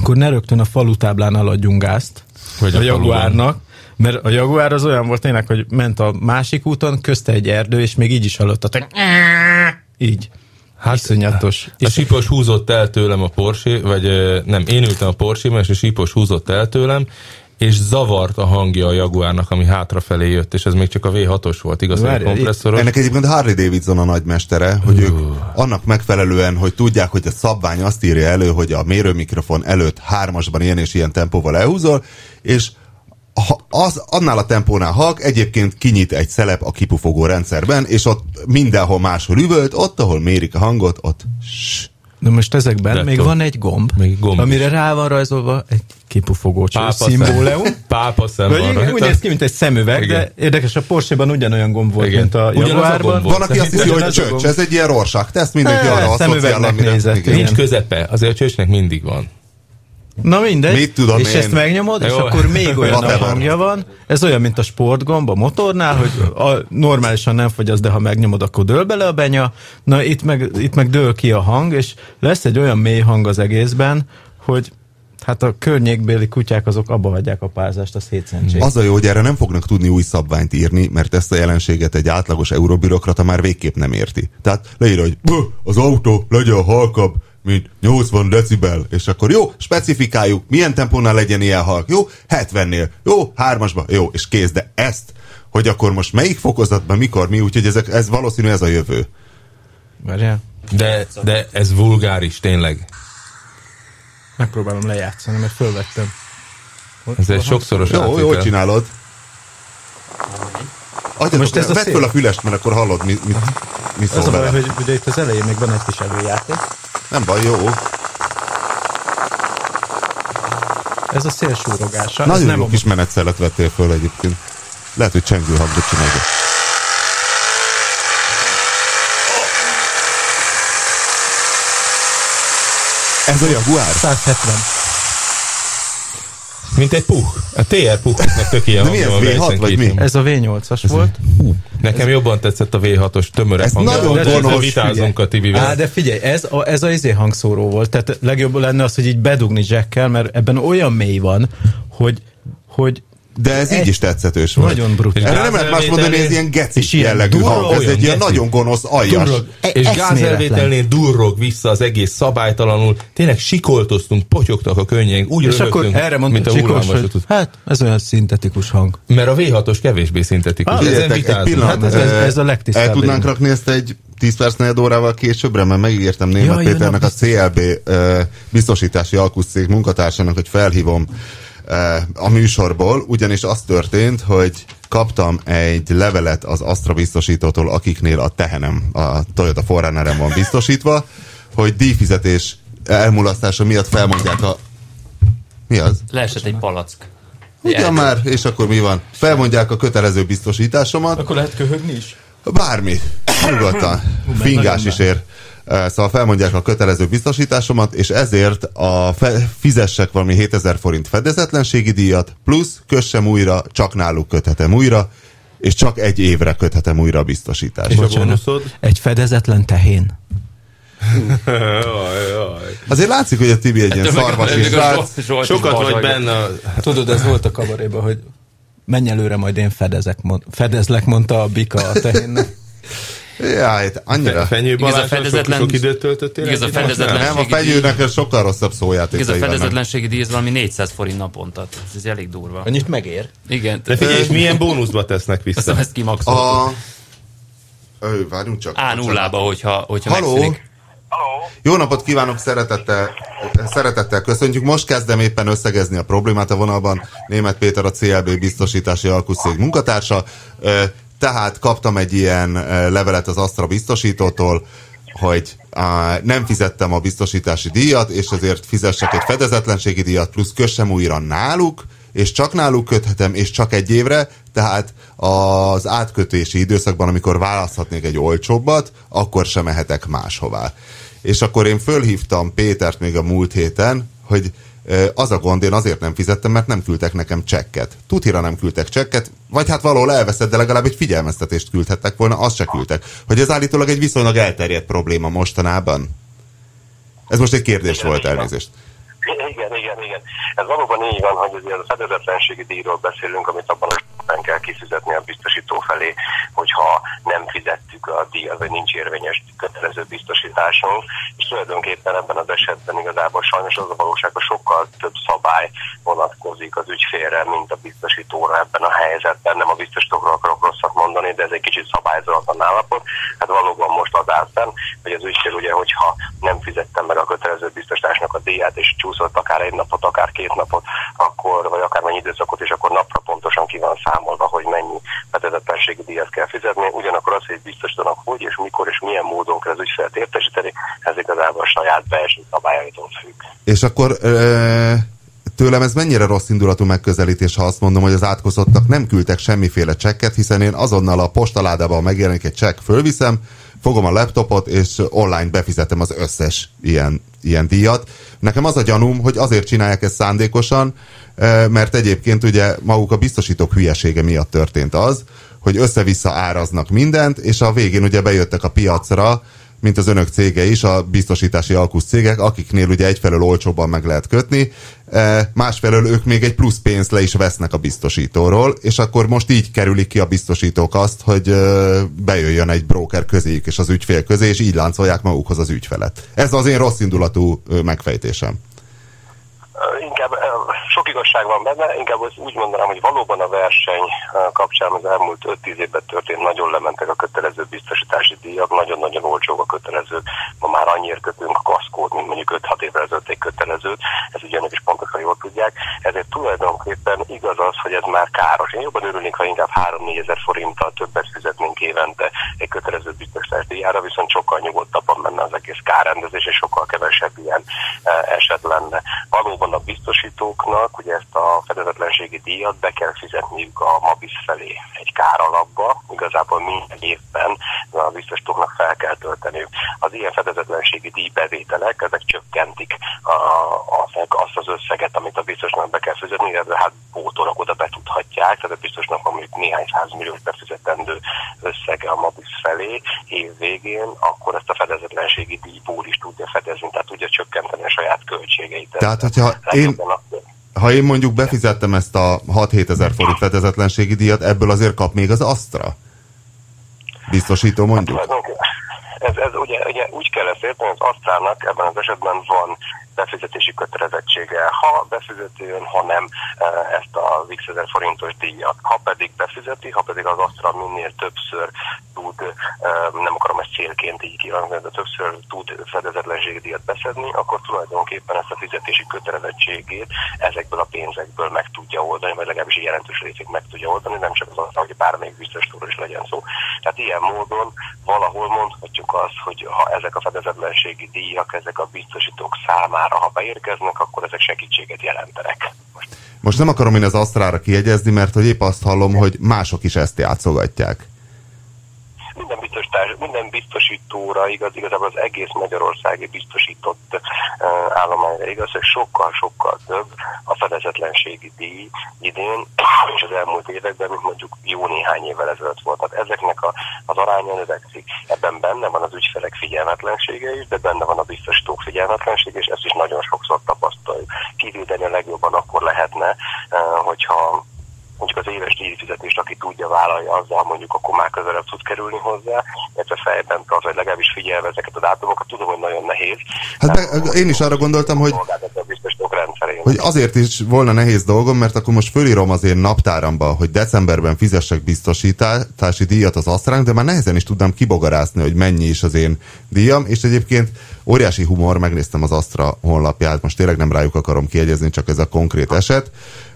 Speaker 2: akkor ne rögtön a falutáblán aladjunk gázt
Speaker 4: Vagy
Speaker 2: Vagy
Speaker 4: a
Speaker 2: a jaguárnak, mert a jaguár az olyan volt tényleg, hogy ment a másik úton, közte egy erdő, és még így is hallottad, hogy így. Hát, Iszonyatos.
Speaker 4: A
Speaker 2: És
Speaker 4: sipos húzott el tőlem a Porsche, vagy ö, nem, én ültem a porsche és a sipos húzott el tőlem, és zavart a hangja a Jaguárnak, ami hátrafelé jött, és ez még csak a V6-os volt, igaz, hogy a
Speaker 2: Várj,
Speaker 4: kompresszoros.
Speaker 5: Ennek egyébként Harley Davidson a nagymestere, hogy ők annak megfelelően, hogy tudják, hogy a szabvány azt írja elő, hogy a mérőmikrofon előtt hármasban ilyen és ilyen tempóval elhúzol, és ha- az, annál a tempónál halk, egyébként kinyit egy szelep a kipufogó rendszerben, és ott mindenhol máshol üvölt, ott, ahol mérik a hangot, ott ssss.
Speaker 2: de most ezekben
Speaker 4: De
Speaker 2: még
Speaker 4: tudom.
Speaker 2: van egy gomb,
Speaker 4: Még gomb
Speaker 2: amire rá van rajzolva egy kipufogó cső
Speaker 4: Pápa
Speaker 2: szimbóleum.
Speaker 4: szem. Pápa szem
Speaker 2: Vagy
Speaker 4: van
Speaker 2: igen,
Speaker 4: rajta.
Speaker 2: úgy néz ki, mint egy szemüveg,
Speaker 4: Igen.
Speaker 2: de érdekes, a Porsche-ban ugyanolyan gomb volt,
Speaker 4: Igen.
Speaker 2: mint a
Speaker 4: Ugyanaz a
Speaker 2: Jaguarban.
Speaker 4: gomb volt.
Speaker 5: Van, aki azt hiszi, hogy
Speaker 2: Ugyanaz a
Speaker 5: csöcs,
Speaker 2: gomb.
Speaker 5: ez egy ilyen rorsak teszt, mindenki
Speaker 2: Ne,
Speaker 5: arra asszociál,
Speaker 2: szemüvegnek
Speaker 5: amire...
Speaker 2: nézett,
Speaker 5: Igen.
Speaker 2: igen.
Speaker 4: Nincs közepe, azért a csősnek mindig van.
Speaker 2: Na mindegy.
Speaker 5: Mit tudom
Speaker 2: és
Speaker 5: én?
Speaker 2: ezt megnyomod, és
Speaker 4: Jó.
Speaker 2: akkor még olyan a
Speaker 5: Whatever.
Speaker 2: hangja van. Ez olyan, mint a sportgomb a motornál, hogy a, normálisan nem fogy az, de ha megnyomod, akkor dől bele a benya. Na itt meg, itt meg dől ki a hang, és lesz egy olyan mély hang az egészben, hogy hát a környékbéli kutyák azok abba hagyják a párzást, a szétszentség.
Speaker 5: Az a jó, hogy erre nem fognak tudni új szabványt írni, mert ezt a jelenséget egy átlagos eurobürokrata már végképp nem érti. Tehát leír, hogy "Bö, az autó legyen halkabb, mint 80 decibel, és akkor jó, specifikáljuk, milyen tempónál legyen ilyen halk, jó, 70-nél, jó, 3-asba, jó, és kész, de ezt, hogy akkor most melyik fokozatban, mikor, mi, úgyhogy ezek, ez valószínű ez a jövő.
Speaker 2: Várjál,
Speaker 4: De, de ez vulgáris, tényleg.
Speaker 2: megpróbálom lejátszani, mert fölvettem.
Speaker 4: Ez egy sokszoros
Speaker 2: Hát
Speaker 5: Jó, jól
Speaker 4: áttétel.
Speaker 5: csinálod. Adjatok,
Speaker 2: Most
Speaker 5: Most
Speaker 2: ez
Speaker 5: ez
Speaker 2: a
Speaker 5: vedd
Speaker 2: szél.
Speaker 5: föl a fülest, mert akkor hallod, mi, mit, mit szól
Speaker 2: Az a
Speaker 5: vele.
Speaker 2: baj, hogy ugye itt az elején még van egy kis előjáték.
Speaker 5: Nem baj, jó.
Speaker 2: Ez a szélsúrogása. ez
Speaker 5: Nagyon
Speaker 2: nem
Speaker 5: jó
Speaker 2: a
Speaker 5: kis menetszelet vettél föl egyébként. Lehet, hogy csengő hangot csinálja. Ez a Jaguar?
Speaker 2: 170.
Speaker 4: Mint egy puh. A TR puhoknak tök ilyen
Speaker 5: De mi ez,
Speaker 4: hangja van,
Speaker 5: V6
Speaker 4: versenyképen.
Speaker 5: vagy mi?
Speaker 2: Ez a V8-as volt.
Speaker 4: Nekem jobban tetszett a V6-os tömörebb
Speaker 5: Ez
Speaker 4: hangja.
Speaker 5: nagyon
Speaker 4: De ezzel
Speaker 5: gonosz,
Speaker 4: Vitázunk a Tibivel.
Speaker 2: Á, de figyelj, ez a, ez a izé hangszóró volt, tehát legjobb lenne az, hogy így bedugni jackkel, mert ebben olyan mély van, hogy, hogy
Speaker 5: De ez így is tetszetős volt.
Speaker 2: nagyon brutális.
Speaker 5: Erre nem lehet más mondani, ez ilyen
Speaker 2: És
Speaker 5: geci
Speaker 2: ilyen
Speaker 5: jellegű
Speaker 2: durva,
Speaker 5: hang. Ez
Speaker 4: olyan
Speaker 5: egy ilyen
Speaker 4: geci.
Speaker 5: nagyon gonosz aljas.
Speaker 4: Durrog. És
Speaker 2: eszméletlen.
Speaker 4: gázelvételnél durrog vissza az egész szabálytalanul. Tényleg sikoltoztunk, potyogtak a könnyeink, úgy
Speaker 2: És akkor
Speaker 4: röhögtünk,
Speaker 2: erre mondta
Speaker 4: mint a
Speaker 2: Csikós,
Speaker 4: hullámvasút.
Speaker 2: hogy hát ez olyan szintetikus hang.
Speaker 4: Mert a V6-os kevésbé szintetikus.
Speaker 5: Ah,
Speaker 4: Ezen
Speaker 5: Figyeljetek, egy
Speaker 4: vitázunk.
Speaker 5: pillanat, eh,
Speaker 2: Hát ez- ez- ez a legtisztább
Speaker 5: El tudnánk
Speaker 2: én.
Speaker 5: rakni ezt egy 10 perc negyed órával későbbre, mert megígértem német
Speaker 2: Jaj,
Speaker 5: Jaj,
Speaker 2: jön a
Speaker 5: Péternek a CLB ö, eh, biztosítási alkuszcég munkatársának, hogy felhívom ö, a műsorból, ugyanis az történt, hogy kaptam egy levelet az Astra biztosítótól, akiknél a tehenem, a Toyota forerunner
Speaker 2: (laughs)
Speaker 5: van biztosítva, hogy díjfizetés elmulasztása miatt felmondják a... Mi az?
Speaker 3: Leesett egy palack.
Speaker 5: Ugyan már, és akkor mi van? Felmondják a kötelező biztosításomat,
Speaker 2: Akkor lehet köhögni is?
Speaker 5: Bármi. Nyugodtan. Fingás is ér. Eh, Szóval felmondják a kötelező biztosításomat, és ezért a fe- fizessek valami 7000 forint fedezetlenségi díjat, plusz kössem újra, csak náluk köthetem újra, és csak egy évre köthetem újra a biztosítást.
Speaker 4: És a
Speaker 2: Bocsánat.
Speaker 4: bónuszod?
Speaker 2: Egy fedezetlen tehén.
Speaker 4: Jaj, jaj.
Speaker 5: Azért látszik, hogy a Tibi egy ilyen szarvas és srác.
Speaker 4: Sokat vagy benne. a-
Speaker 2: Tudod, ez volt a kavaréban, hogy menj előre, majd én fedezek, mond, fedezlek, mondta a bika a tehénnek.
Speaker 5: Jaj, te annyira.
Speaker 4: Fenyő
Speaker 3: Igaz, a
Speaker 4: Balázsra sok,
Speaker 3: fedezetlen-
Speaker 4: sok időt töltöttél?
Speaker 3: Igaz, a
Speaker 4: neki?
Speaker 3: fedezetlen-
Speaker 5: Nem, a fenyőnek sokkal rosszabb
Speaker 3: Ez a
Speaker 5: szójátékai vannak.
Speaker 3: fedezetlenségi díj, ez valami 400 forint naponta. Ez, ez elég durva.
Speaker 2: Annyit megér.
Speaker 3: Igen.
Speaker 4: De figyelj, és milyen bónuszba tesznek vissza?
Speaker 3: Szóval ezt kimaxoltuk.
Speaker 5: A... Ő, várjunk csak.
Speaker 3: A... nullába, hogyha, hogyha
Speaker 5: Haló!
Speaker 3: megszűnik.
Speaker 5: Jó napot kívánok, szeretettel, szeretettel köszöntjük. Most kezdem éppen összegezni a problémát a vonalban. Német Péter a CLB biztosítási alkuszcég munkatársa. Ö, Tehát kaptam egy ilyen ö, levelet az Astra biztosítótól, hogy á, nem fizettem a biztosítási díjat, és ezért fizessek egy fedezetlenségi díjat, plusz kössem újra náluk, és csak náluk köthetem, és csak egy évre, tehát az átkötési időszakban, amikor választhatnék egy olcsóbbat, akkor sem mehetek máshová. És akkor én fölhívtam Pétert még a múlt héten, hogy ö, az a gond, én azért nem fizettem, mert nem küldtek nekem csekket. Tutira nem küldtek csekket, vagy hát valahol elveszett, de legalább egy figyelmeztetést küldhettek volna, azt se küldtek. Hogy ez állítólag egy viszonylag elterjedt probléma mostanában. Ez most egy kérdés volt, elnézést.
Speaker 6: (laughs) Igen, igen, igen. Ez valóban így van, hogy ugye a fedezetlenségi díjról beszélünk, amit abban az esetben kell kifizetni a biztosító felé, hogyha nem fizettük a díjat, vagy nincs érvényes kötelező biztosításunk. És tulajdonképpen ebben az esetben igazából sajnos az a valóság, hogy sokkal több szabály vonatkozik az ügyfélre, mint a biztosítóra ebben a helyzetben. Nem a biztosítókról akarok rosszat mondani, de ez egy kicsit szabályozatlan állapot. Hát valóban most az áll fenn, hogy az ügyfél ugye, hogyha nem fizettem meg a kötelező biztosításnak a díját, és csúszott akár egy napot, akár két napot, akkor, vagy akár mennyi időszakot, és akkor napra pontosan ki van számolva, hogy mennyi fedezetlenségi díjat kell fizetni. Ugyanakkor az, hogy biztosítanak, hogy és mikor és milyen módon kell az ügyfelet értesíteni, ez igazából a saját belső szabályaitól függ.
Speaker 5: És akkor ö, tőlem ez mennyire rossz indulatú megközelítés, ha azt mondom, hogy az átkozottnak nem küldtek semmiféle csekket, hiszen én azonnal a postaládába ha megjelenik egy csekk, fölviszem, fogom a laptopot, és online befizetem az összes ilyen, ilyen díjat. Nekem az a gyanúm, hogy azért csinálják ezt szándékosan, ö, mert egyébként ugye maguk a biztosítók hülyesége miatt történt az, hogy össze-vissza áraznak mindent, és a végén ugye bejöttek a piacra, mint az önök cége is, a biztosítási alkusz cégek, akiknél ugye egyfelől olcsóbban meg lehet kötni, e, másfelől ők még egy plusz pénzt le is vesznek a biztosítóról, és akkor most így kerülik ki a biztosítók azt, hogy ö, bejöjjön egy broker közéjük és az ügyfél közé, és így láncolják magukhoz az ügyfelet. Ez az én rossz indulatú ö, megfejtésem.
Speaker 6: Ö, Inkább ö, sok igazság van benne, inkább azt úgy mondanám, hogy valóban a verseny ö, kapcsán az elmúlt 5-10 évben történt, nagyon lementek a kötelező biztosítási díjak, nagyon-nagyon olcsók a kötelezők. Ma már annyiért kötünk a kaszkót, mint mondjuk 5-6 évvel ezelőtt egy kötelezőt, ez ugye önök is pontosan jól tudják, ezért tulajdonképpen igaz az, hogy ez már káros. Én jobban örülnék, ha inkább 3-4 ezer forinttal többet fizetnénk évente egy kötelező biztosítási díjára, viszont sokkal nyugodtabban menne az egész kárrendezés, és sokkal kevesebb ilyen eh, eset lenne. Valóban a biztosítóknak ugye ezt a fedezetlenségi díjat be kell fizetniük a MABIS felé egy káralapba, igazából minden évben a biztosítóknak fel kell tölteniük. Az ilyen fedezetlenségi díjbevételek, ezek csökkentik a, a, azt az összeget, amit a biztosnak be kell fizetni, illetve hát pótolok oda be tudhatják, tehát a biztosnak van mondjuk néhány százmilliós befizetendő összege a MABIS felé év végén, akkor ezt a fedezetlenségi díjból is tudja fedezni, tehát tudja csökkenteni a saját költségeit.
Speaker 5: Tehát, hogyha
Speaker 6: hát
Speaker 5: én- Ha én mondjuk befizettem ezt a 6-7 ezer forint fedezetlenségi díjat, ebből azért kap még az Astra? Biztosító mondjuk?
Speaker 6: Tulajdonképpen Ez, ez ugye, ugye úgy kell ezt érteni, hogy az asztrának ebben az esetben van befizetési kötelezettsége, ha befizeti ön, ha nem eh, ezt a x ezer forintos díjat. Ha pedig befizeti, ha pedig az asztra minél többször tud, eh, nem akarom ezt célként így kihangsúlyozni, de többször tud fedezetlenségi díjat beszedni, akkor tulajdonképpen ezt a fizetési kötelezettségét ezekből a pénzekből meg tudja oldani, vagy legalábbis egy jelentős részét meg tudja oldani, nem csak az asztra, hogy bármelyik biztos túl is legyen szó. Tehát ilyen módon valahol mondhatjuk azt, hogy ha ezek a fedezetlenségi díjak, ezek a biztosítók számára, ha beérkeznek, akkor ezek segítséget jelentenek. Most
Speaker 5: Most nem akarom én az Asztrára kiegyezni, mert hogy épp azt hallom, hogy mások is ezt játszogatják.
Speaker 6: minden, biztos, minden biztosítóra igaz, igazából az egész magyarországi biztosított ö, állományra igaz, hogy sokkal-sokkal több a fedezetlenségi díj idén, (coughs) és az elmúlt években, mint mondjuk jó néhány évvel ezelőtt volt. Tehát ezeknek a, az aránya növekszik. Ebben benne van az ügyfelek figyelmetlensége is, de benne van a biztosítók figyelmetlensége, és ezt is nagyon sokszor tapasztaljuk. Kivédeni a legjobban akkor lehetne, ö, hogyha mondjuk az éves díjfizetést, aki tudja vállalja, azzal mondjuk akkor már közelebb tud kerülni hozzá, illetve fejben tart, vagy legalábbis figyelve ezeket a dátumokat, tudom, hogy nagyon nehéz.
Speaker 5: Hát
Speaker 6: Tehát,
Speaker 5: be, én is arra gondoltam, hogy,
Speaker 6: szolgáltatja a biztosítók rendszerén.
Speaker 5: hogy azért is volna nehéz dolgom, mert akkor most fölírom az én naptáramba, hogy decemberben fizessek biztosítási díjat az Asztrán, de már nehezen is tudnám kibogarászni, hogy mennyi is az én díjam, és egyébként óriási humor, megnéztem az Astra honlapját, most tényleg nem rájuk akarom kiegyezni, csak ez a konkrét eset.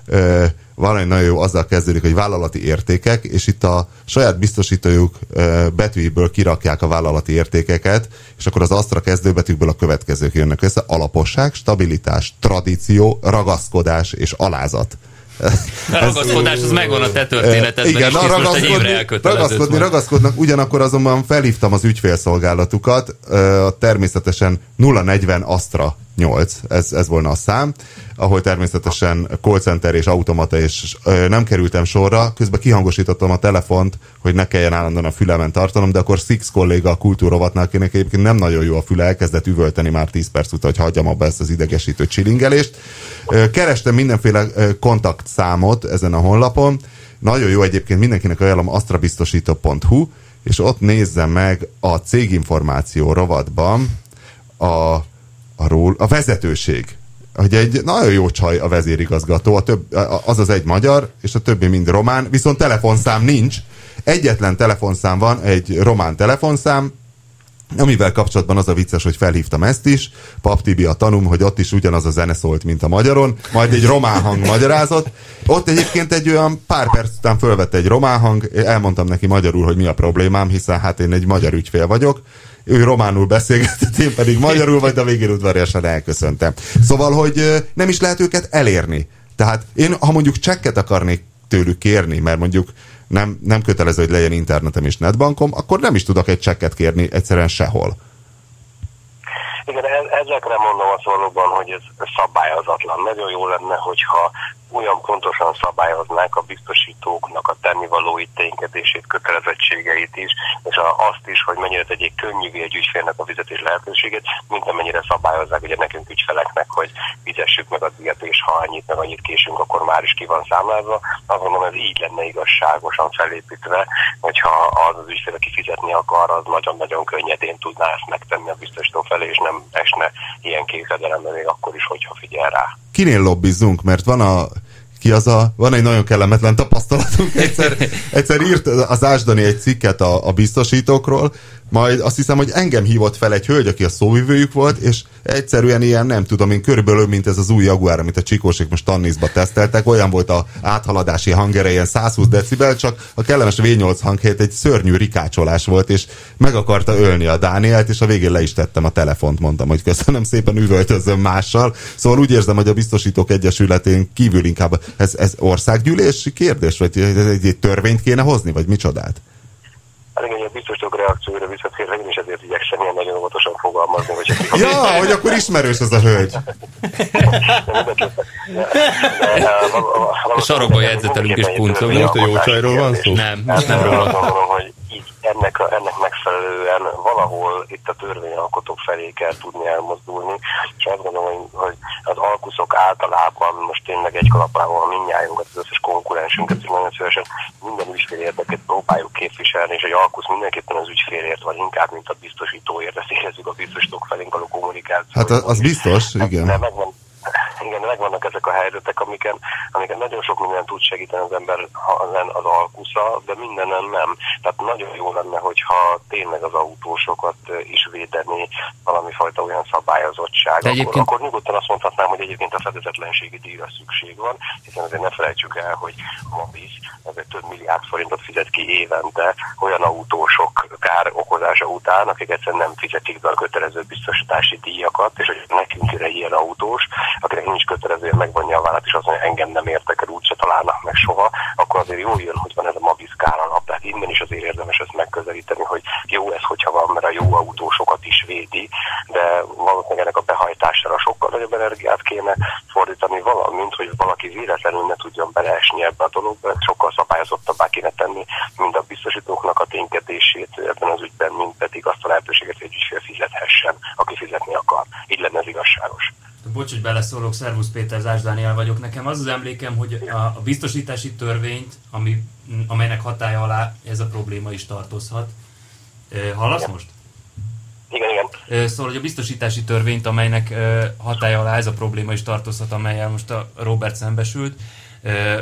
Speaker 5: Ö, valami nagyon jó, azzal kezdődik, hogy vállalati értékek, és itt a saját biztosítójuk ö, betűiből kirakják a vállalati értékeket, és akkor az Astra kezdőbetűkből a következők jönnek össze. Alaposság, stabilitás, tradíció, ragaszkodás és alázat. (laughs)
Speaker 3: A ragaszkodás az megvan a te történetedben,
Speaker 5: Igen,
Speaker 3: és
Speaker 5: na,
Speaker 3: most egy évre
Speaker 5: ragaszkodni,
Speaker 3: elköteleződsz
Speaker 5: ragaszkodni
Speaker 3: majd.
Speaker 5: ragaszkodnak, ugyanakkor azonban felhívtam az ügyfélszolgálatukat, ö, természetesen 040 Astra 8, ez, ez volna a szám, ahol természetesen call center és automata, és ö, nem kerültem sorra, közben kihangosítottam a telefont, hogy ne kelljen állandóan a fülemen tartanom, de akkor Six kolléga a kultúrovatnál, akinek egyébként nem nagyon jó a füle, elkezdett üvölteni már 10 perc után, hogy hagyjam abba ezt az idegesítő csilingelést. Ö, Kerestem mindenféle ö, kontaktszámot ezen a honlapon, nagyon jó egyébként, mindenkinek ajánlom astrabiztosító.hu, és ott nézze meg a céginformáció rovatban a, a, ról, a vezetőség. Hogy egy nagyon jó csaj a vezérigazgató, a több, a- az az egy magyar, és a többi mind román, viszont telefonszám nincs. Egyetlen telefonszám van, egy román telefonszám, Amivel kapcsolatban az a vicces, hogy felhívtam ezt is, Pap Tibi a tanum, hogy ott is ugyanaz a zene szólt, mint a magyaron, majd egy román hang magyarázott. Ott egyébként egy olyan pár perc után fölvett egy román hang, elmondtam neki magyarul, hogy mi a problémám, hiszen hát én egy magyar ügyfél vagyok, ő románul beszélgetett, én pedig magyarul, vagy a végén udvariasan elköszöntem. Szóval, hogy ö, nem is lehet őket elérni. Tehát én, ha mondjuk csekket akarnék tőlük kérni, mert mondjuk nem, nem kötelező, hogy legyen internetem és netbankom, akkor nem is tudok egy csekket kérni egyszerűen sehol.
Speaker 6: Igen, ez- ezekre mondom azt valóban, hogy ez szabályozatlan. Nagyon jó lenne, hogyha olyan pontosan szabályoznák a biztosítóknak a tennivalóit, ténykedését, kötelezettségeit is, és a, azt is, hogy mennyire tegyék könnyűvé egy ügyfélnek a fizetés lehetőségét, mint amennyire szabályozzák ugye nekünk ügyfeleknek, hogy fizessük meg a díjat, és ha annyit meg annyit késünk, akkor már is ki van számlázva. Azt gondolom, ez így lenne igazságosan felépítve, hogyha az az ügyfél, aki fizetni akar, az nagyon-nagyon könnyedén tudná ezt megtenni a biztosító felé, és nem esne ilyen késedelembe még akkor is, hogyha figyel rá.
Speaker 5: Kinél lobbizzunk, mert van a ki az a, van egy nagyon kellemetlen tapasztalatunk. Egyszer, egyszer írt az Ásdani egy cikket a, a biztosítókról, majd azt hiszem, hogy engem hívott fel egy hölgy, aki a szóvivőjük volt, és egyszerűen ilyen, nem tudom, én körülbelül, mint ez az új Jaguar, amit a csikósik most tannízba teszteltek, olyan volt a áthaladási hangere, ilyen 120 decibel, csak a kellemes V8 hang helyett egy szörnyű rikácsolás volt, és meg akarta ölni a Dánielt, és a végén le is tettem a telefont, mondtam, hogy köszönöm szépen, üvöltözöm mással. Szóval úgy érzem, hogy a Biztosítók Egyesületén kívül inkább ez, ez országgyűlési kérdés, vagy ez egy, egy törvényt kéne hozni, vagy micsodát?
Speaker 6: Hát igen, a biztosítók reakcióra visszatérve, én is ezért igyekszem ilyen nagyon óvatosan fogalmazni, hogy csak
Speaker 5: Ja, hogy akkor ismerős ez a hölgy.
Speaker 3: A sarokba jegyzetelünk és puncogunk.
Speaker 4: Most a jó csajról van szó?
Speaker 3: Nem, most nem
Speaker 6: Én
Speaker 3: róla.
Speaker 6: azt gondolom, hogy így ennek, a, ennek megfelelően valahol itt a törvényalkotók felé kell tudni elmozdulni, és azt gondolom, hogy- hogy az alkuszok általában most tényleg egy kalapával mindnyájunkat, az összes konkurensünket, és nagyon szívesen minden ügyfél érdeket próbáljuk képviselni, és egy alkusz mindenképpen az ügyfélért van inkább, mint a biztosítóért, ezt érezzük a biztosítók felénk való kommunikáció.
Speaker 5: Hát az az biztos, igen.
Speaker 6: Hát, De megvan, igen, de megvannak ezek a helyzetek, amiken, amiken nagyon sok minden tud segíteni az ember ha len az alkusza, de mindenen nem. Tehát nagyon jó lenne, hogyha tényleg az autósokat ö, is védeni valami fajta olyan szabályozottság.
Speaker 3: De
Speaker 6: Akkor,
Speaker 3: egyébként-
Speaker 6: akkor nyugodtan azt mondhatnám, hogy egyébként a fedezetlenségi díjra szükség van, hiszen azért ne felejtsük el, hogy Mobis azért több milliárd forintot fizet ki évente olyan autósok kár okozása után, akik egyszerűen nem fizetik be a kötelező biztosítási díjakat, és hogy nekünk jön egy ilyen autós, akinek nincs kötelezője, megvonja a vállát, és azt mondja, engem nem értek el, úgyse találnak meg soha, akkor azért jól jön, hogy van ez a Mobis kár alap, tehát innen is azért érdemes ezt megközelíteni, hogy jó ez, hogyha van, mert a jó autósokat is védi, de valószínűleg ennek a behajtására sokkal nagyobb energiát kéne fordítani, valamint, hogy valaki véletlenül ne tudjon beleesni ebbe a dologba, ezt sokkal szabályozottabbá kéne tenni, mind a biztosítóknak a ténykedését ebben az ügyben, mind pedig azt a lehetőséget, hogy egy ügyfél fizethessen, aki fizetni akar. Így lenne ez igazságos.
Speaker 8: Bocs, hogy beleszólok, szervusz Péter, Zás Dániel vagyok. Nekem az az emlékem, hogy a, a biztosítási törvényt, ami, amelynek hatája alá ez a probléma is tartozhat. Ö, Hallasz most?
Speaker 6: Igen, igen.
Speaker 8: Ö, Szóval, hogy a biztosítási törvényt, amelynek ö, hatája alá ez a probléma is tartozhat, amelyel most a Robert szembesült, ö,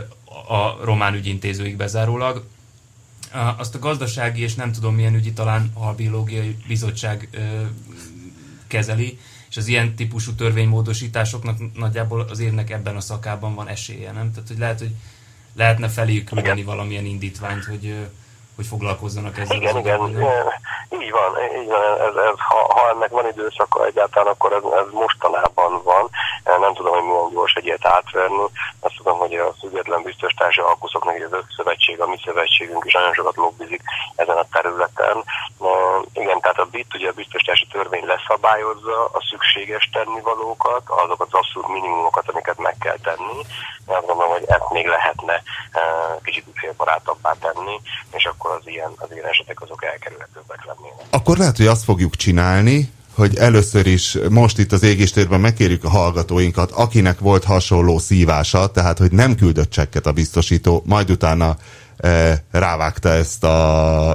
Speaker 8: a román ügyintézőig bezárólag, a- azt a gazdasági és nem tudom milyen ügyi, talán halbiológiai bizottság ö, kezeli, és az ilyen típusú törvénymódosításoknak nagyjából az évnek ebben a szakában van esélye, nem? Tehát, hogy lehet, hogy lehetne feléjük küldeni valamilyen indítványt, hogy, ö, hogy foglalkozzanak ezzel.
Speaker 6: Igen,
Speaker 8: az
Speaker 6: igen,
Speaker 8: ügyel, nem?
Speaker 6: igen. Így van, így van. Ez, ez, ha, ha ennek van időszaka egyáltalán, akkor ez, ez mostanában van. Eh, Nem tudom, hogy milyen gyors egy ilyet átverni. Azt tudom, hogy a független biztos társadalmi alkuszoknak egy szövetség, a mi szövetségünk is nagyon sokat lobbizik ezen a területen. Eh, Ö, Igen, tehát a BIT, ugye a biztosítási törvény leszabályozza a szükséges tennivalókat, azokat az abszolút minimumokat, amiket meg kell tenni. Én Azt gondolom, hogy ezt még lehetne ö, kicsit ügyfélbarátabbá tenni, és akkor az ilyen, az ilyen esetek azok elkerülhetőbbek lennének.
Speaker 5: Akkor lehet, hogy azt fogjuk csinálni, hogy először is most itt az égéstérben megkérjük a hallgatóinkat, akinek volt hasonló szívása, tehát hogy nem küldött csekket a biztosító, majd utána e, rávágta ezt a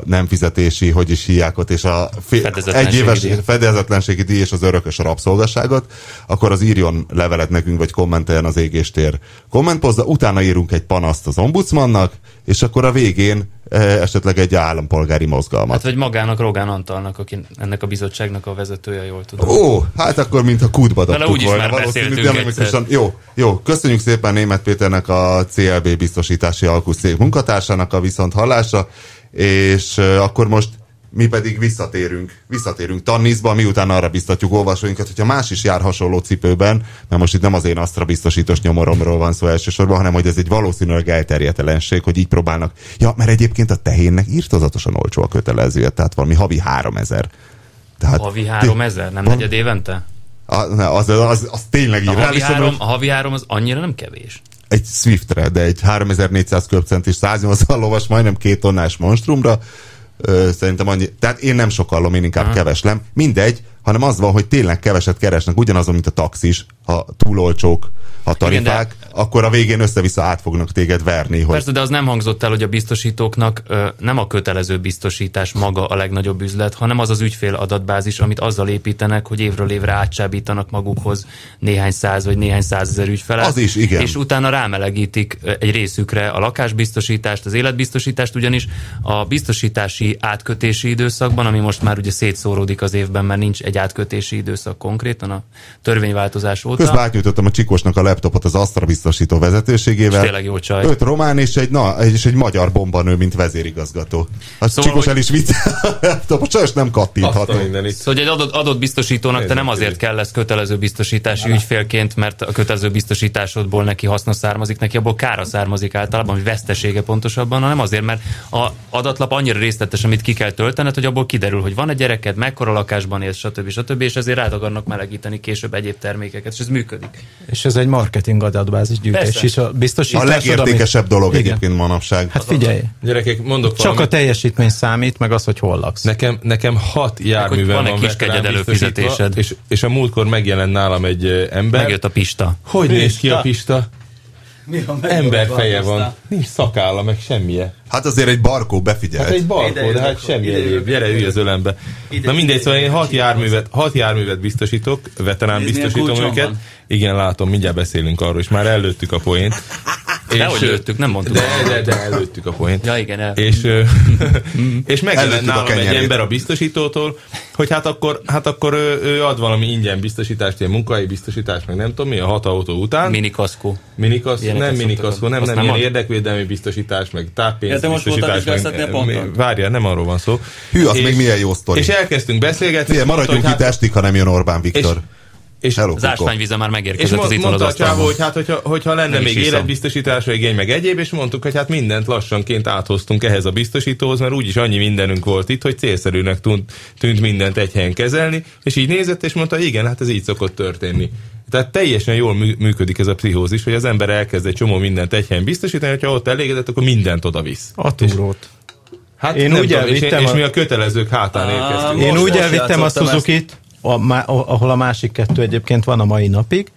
Speaker 5: nem fizetési, hogy is hiákot, és a fi-
Speaker 3: Fedezetlenségi
Speaker 5: egy éves
Speaker 3: díj.
Speaker 5: fedezetlenségi díj és az örökös rabszolgasságot, akkor az írjon levelet nekünk, vagy kommenteljen az égéstér kommentpozza, utána írunk egy panaszt az ombudsmannak, és akkor a végén e, esetleg egy állampolgári mozgalmat.
Speaker 3: Hát vagy magának Rogán Antalnak, aki ennek a bizottságnak a vezetője, jól tudom.
Speaker 5: Ó, hát akkor mintha kútba
Speaker 3: Vele
Speaker 5: dobtuk
Speaker 3: úgyis
Speaker 5: volna.
Speaker 3: már
Speaker 5: valószínű,
Speaker 3: beszéltünk
Speaker 5: dinamikusan.
Speaker 3: egyszer.
Speaker 5: Jó, jó. Köszönjük szépen Német Péternek a CLB biztosítási alkuszék munkatársának a viszont hallása, és ö, akkor most mi pedig visszatérünk, visszatérünk Tannisba, miután arra biztatjuk olvasóinkat, hogyha más is jár hasonló cipőben, mert most itt nem az én Astra biztosítos nyomoromról van szó elsősorban, hanem hogy ez egy valószínűleg elterjedt ellenség, hogy így próbálnak. Ja, mert egyébként a tehénnek írtozatosan olcsó a kötelezője, tehát valami havi 3000. Tehát,
Speaker 3: Havi 3000, nem
Speaker 5: Van-
Speaker 3: negyed évente?
Speaker 5: A- ne, az, az, az tényleg
Speaker 3: A havi,
Speaker 5: irreális,
Speaker 3: három,
Speaker 5: hanem
Speaker 3: a havi három az annyira nem kevés.
Speaker 5: egy Swiftre, de egy 3400 köbcentis 180 lovas, majdnem két tonnás monstrumra, ö, szerintem annyi, tehát én nem sokallom, én inkább keveslem, mindegy, hanem az van, hogy tényleg keveset keresnek, ugyanazon, mint a taxis, ha túl olcsók a tarifák, Igen, de... akkor a végén össze-vissza át fognak téged verni, hogy
Speaker 3: Persze, de az nem hangzott el, hogy a biztosítóknak ö, nem a kötelező biztosítás maga a legnagyobb üzlet, hanem az az ügyfél adatbázis, amit azzal építenek, hogy évről évre átcsábítanak magukhoz néhány száz vagy néhány százezer ügyfelet.
Speaker 5: Az is, igen.
Speaker 3: És utána rámelegítik ö, egy részükre a lakásbiztosítást, az életbiztosítást, ugyanis a biztosítási átkötési időszakban, ami most már ugye szétszóródik az évben, mert nincs egy átkötési időszak konkrétan a törvényváltozás óta.
Speaker 5: Közben átnyújtottam a Csikosnak a laptopot az Astra biztosító vezetőségével.
Speaker 3: És tényleg jó csaj.
Speaker 5: Öt román és egy, na, és egy magyar bombanő, mint vezérigazgató. A
Speaker 3: Szóval,
Speaker 5: szóval, Csikos
Speaker 3: hogy-
Speaker 5: el is vitte (laughs) a laptopot, sajnos nem kattintható.
Speaker 4: Azt a mindenit.
Speaker 3: Szóval egy adott, adott biztosítónak te
Speaker 4: Nézzük
Speaker 3: nem azért kell lesz kötelező biztosítási ügyfélként, mert a kötelező biztosításodból neki haszna származik, neki abból kára származik általában, vagy vesztesége pontosabban, hanem azért, mert a adatlap annyira részletes, amit ki kell töltened, hogy abból kiderül, hogy van egy gyereked, mekkora lakásban élsz, stb. stb. és ezért rád akarnak melegíteni később egyéb termékeket, és ez működik.
Speaker 2: És ez egy marketing adatbázis gyűjtés
Speaker 3: Persze.
Speaker 2: is. A
Speaker 5: A
Speaker 2: biztosítás
Speaker 5: legértékesebb dolog
Speaker 2: Igen.
Speaker 5: egyébként manapság.
Speaker 2: Hát figyelj,
Speaker 4: Gyerekek, mondok
Speaker 2: csak a
Speaker 4: valamit.
Speaker 2: teljesítmény számít, meg az, hogy hol laksz.
Speaker 4: Nekem, nekem hat járművem
Speaker 3: van-e
Speaker 4: van
Speaker 3: kis
Speaker 4: veterán
Speaker 3: kegyed
Speaker 4: biztosítva,
Speaker 3: előfizetésed?
Speaker 4: És, és a múltkor megjelent nálam egy ö, ember.
Speaker 3: Megjött a Pista.
Speaker 4: Hogy néz ki a Pista?
Speaker 9: Mi van,
Speaker 4: Ember feje van. Nincs szakálla, meg semmije.
Speaker 5: Hát azért egy barkó befigyelt.
Speaker 4: Hát egy barkó,
Speaker 9: Ide
Speaker 4: de hát
Speaker 9: jövök,
Speaker 4: semmi
Speaker 9: ide
Speaker 4: egyéb.
Speaker 9: jövök.
Speaker 4: Gyere, ülj az ölembe.
Speaker 9: Ide-
Speaker 4: Na mindegy,
Speaker 9: ide
Speaker 4: szóval én
Speaker 9: jövök,
Speaker 4: hat
Speaker 9: csinálsz.
Speaker 4: járművet, hat járművet biztosítok, veterán
Speaker 9: Nézd, milyen
Speaker 4: biztosítom
Speaker 9: kulcsom
Speaker 4: őket.
Speaker 9: van.
Speaker 4: Igen, látom, mindjárt beszélünk arról, és már előttük a poént.
Speaker 3: De hogy
Speaker 4: ö,
Speaker 3: lőttük, nem mondtuk.
Speaker 4: De, de, de előttük a poént.
Speaker 3: Ja, igen, el.
Speaker 5: (laughs)
Speaker 4: És, ö, és megjelent
Speaker 5: Mhm. Előttük a
Speaker 4: nálam egy
Speaker 5: kenyerét.
Speaker 4: ember a biztosítótól, hogy hát akkor, hát akkor ő, ő ad valami ingyen biztosítást, ilyen munkahelyi biztosítást, meg nem tudom mi, a hat autó után.
Speaker 3: Mini kaszkó.
Speaker 4: Minikasz,
Speaker 3: Ilyeneket
Speaker 4: nem
Speaker 3: szoktak
Speaker 4: minikaszkó,
Speaker 3: adni.
Speaker 4: nem,
Speaker 3: Azt
Speaker 4: nem,
Speaker 3: nem
Speaker 4: ilyen
Speaker 3: ad.
Speaker 4: érdekvédelmi biztosítás, meg táppénz
Speaker 9: Ja, te most hát
Speaker 4: biztosítás.
Speaker 9: voltál vizsgáztatni a
Speaker 4: mi-
Speaker 9: pontot?
Speaker 4: Várjál, nem arról van szó.
Speaker 5: Hű, az még milyen jó sztori.
Speaker 4: És elkezdtünk beszélgetni.
Speaker 5: Figyelj,
Speaker 4: és mondta,
Speaker 5: maradjunk
Speaker 4: Hát, hogy
Speaker 5: itt estig, ha nem jön Orbán Viktor.
Speaker 4: És, és
Speaker 5: Hello,
Speaker 3: Az
Speaker 5: Kukó.
Speaker 3: ásványvíze már
Speaker 4: és
Speaker 3: megérkezett az
Speaker 4: mond,
Speaker 3: itt az
Speaker 4: mondta a csávó,
Speaker 3: asztalon.
Speaker 4: hogy hát, hogyha, hogyha lenne
Speaker 3: Nem is
Speaker 4: még
Speaker 3: hiszem.
Speaker 4: életbiztosításra igény, meg egyéb, és mondtuk, hogy hát mindent lassanként áthoztunk ehhez a biztosítóhoz, mert úgyis annyi mindenünk volt itt, hogy célszerűnek tűnt, tűnt mindent egy helyen kezelni, és így nézett, és mondta, igen, hát ez így szokott történni. Tehát teljesen jól mű- működik ez a pszichózis, hogy az ember elkezd egy csomó mindent egy helyen biztosítani, hogyha ott elégedett, akkor mindent oda visz.
Speaker 2: A túrót.
Speaker 4: Hát
Speaker 2: Én
Speaker 4: nem
Speaker 2: úgy
Speaker 4: tudom, és, én,
Speaker 2: elvittem
Speaker 4: és
Speaker 2: a-
Speaker 4: mi a kötelezők hátán érkeztünk.
Speaker 2: Én
Speaker 9: Most-
Speaker 2: úgy
Speaker 9: most
Speaker 2: elvittem a
Speaker 9: játszottam ezt.
Speaker 2: Suzuki-t, a, má- a- ahol a másik kettő egyébként van a mai napig,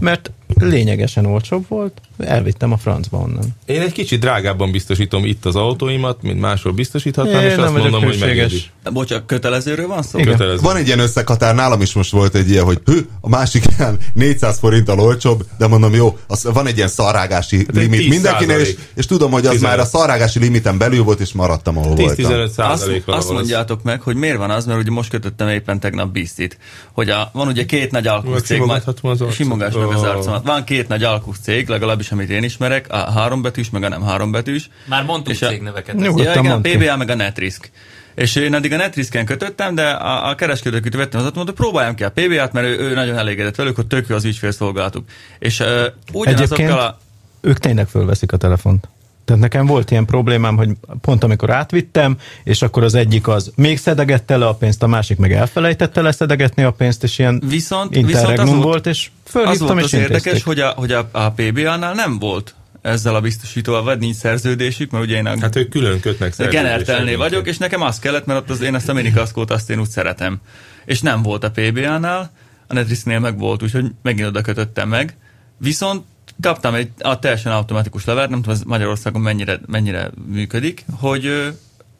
Speaker 2: mert lényegesen olcsóbb volt, elvittem a francba onnan.
Speaker 9: Hát
Speaker 4: Én egy kicsit drágábban biztosítom itt az autóimat, mint máshol biztosíthatnám,
Speaker 2: Én
Speaker 4: és
Speaker 2: nem
Speaker 4: azt
Speaker 2: vagyok
Speaker 4: mondom, hogy
Speaker 2: hűséges.
Speaker 4: megéri.
Speaker 9: Bocsánat, kötelezőről van szó?
Speaker 2: Igen.
Speaker 4: Kötelező.
Speaker 5: Van egy ilyen összekatár, nálam is most volt egy ilyen, hogy hű, a másik ilyen (laughs) 400 forinttal olcsóbb, de mondom, jó, az, van egy ilyen szarrágási hát
Speaker 4: egy
Speaker 5: limit
Speaker 4: 10
Speaker 5: mindenkinél, és,
Speaker 4: százalék.
Speaker 5: és tudom, hogy az
Speaker 4: 15.
Speaker 5: már a szarrágási limiten belül volt, és maradtam, ahol voltam.
Speaker 4: 10-15
Speaker 9: Azt,
Speaker 4: százalékra
Speaker 9: azt mondjátok meg, hogy miért van az, mert ugye most kötöttem éppen tegnap bíztit, hogy a, van ugye két nagy alkusz
Speaker 4: Meg
Speaker 9: cég,
Speaker 4: simogathatom az arcot. Oh.
Speaker 9: simogass meg az
Speaker 4: Ó.
Speaker 9: arcomat. Van két nagy alkusz cég, legalábbis amit én ismerek, a hárombetűs, meg a nem hárombetűs.
Speaker 3: Már mondtunk
Speaker 9: És a-
Speaker 3: cégneveket.
Speaker 9: Ja,
Speaker 2: Nyugodtan
Speaker 9: igen, a
Speaker 2: mondtam.
Speaker 9: PBA meg a Netrisk. És én addig a Netrisken kötöttem, de a, a kereskedőkütő vettem az mondta, próbáljam ki a PBA-t, mert ő, ő, nagyon elégedett velük, hogy tök jó az ügyfélszolgálatuk. És uh,
Speaker 2: Egyébként
Speaker 9: ugyanazokkal a...
Speaker 2: ők tényleg fölveszik a telefont. Tehát nekem volt ilyen problémám, hogy pont amikor átvittem, és akkor az egyik az még szedegette le a pénzt, a másik meg elfelejtette leszedegetni a pénzt, és ilyen
Speaker 9: Viszont-
Speaker 2: interregnum
Speaker 9: viszont az volt-
Speaker 2: volt, és
Speaker 9: Az
Speaker 2: fölhívtam,
Speaker 9: volt
Speaker 2: és
Speaker 9: az érdekes,
Speaker 2: intézték.
Speaker 9: hogy a, hogy a, a PBA-nál nem volt ezzel a biztosítóval, vagy nincs szerződésük, mert ugye én a
Speaker 4: Hát ők külön kötnek
Speaker 9: De
Speaker 4: szerződést
Speaker 9: genertelné
Speaker 4: egyébként.
Speaker 9: vagyok, és nekem az kellett, mert ott az, én ezt a minikaszkót azt én úgy szeretem. És nem volt a PBA-nál, a Netrisnél meg volt, úgyhogy megint oda kötöttem meg. Viszont kaptam egy a teljesen automatikus levelet, nem tudom, ez Magyarországon mennyire, mennyire működik, hogy ö,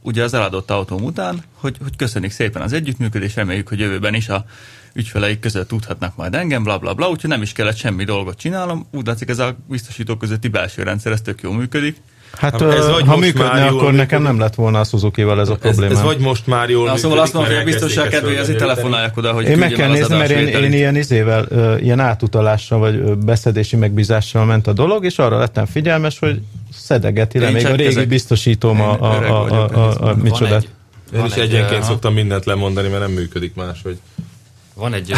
Speaker 9: ugye az eladott autóm után, hogy, hogy köszönjük szépen az együttműködést, reméljük, hogy jövőben is a ügyfeleik között tudhatnak majd engem, bla bla bla, úgyhogy nem is kellett semmi dolgot csinálnom, úgy látszik ez a biztosítók közötti belső rendszer, ez tök jól működik.
Speaker 2: Hát
Speaker 4: Hát ez
Speaker 2: ö,
Speaker 4: vagy
Speaker 2: ha
Speaker 4: most már
Speaker 2: működne,
Speaker 4: jól
Speaker 2: akkor
Speaker 4: működik.
Speaker 2: nekem nem lett volna a Suzuki-val ez a
Speaker 4: Ez,
Speaker 2: probléma.
Speaker 4: ez vagy most már jól
Speaker 9: Na, szóval
Speaker 4: működik,
Speaker 9: azt mondom, hogy
Speaker 4: mert
Speaker 9: a biztonság
Speaker 4: elkezdték
Speaker 9: kedvéért
Speaker 4: ezt
Speaker 9: itt telefonálják oda, hogy
Speaker 2: Én meg
Speaker 9: küldjem
Speaker 2: kell
Speaker 9: el az
Speaker 2: nézni, mert én, én
Speaker 9: adásvételét.
Speaker 2: ilyen izével, ö, ilyen átutalással, vagy ö, beszedési megbízással ment a dolog, és arra lettem figyelmes, hogy szedegeti le
Speaker 9: Én
Speaker 2: még a régi
Speaker 9: csekkezek.
Speaker 2: biztosítóm a,
Speaker 9: Én
Speaker 2: a,
Speaker 9: öreg
Speaker 2: a,
Speaker 9: vagyok,
Speaker 2: a, a, a
Speaker 9: van
Speaker 3: Van
Speaker 2: micsodát.
Speaker 3: egy,
Speaker 4: Én
Speaker 3: Van
Speaker 4: is
Speaker 3: egy,
Speaker 4: egyenként
Speaker 3: aha.
Speaker 4: szoktam mindent lemondani, mert nem működik máshogy.
Speaker 3: Van egy... ö,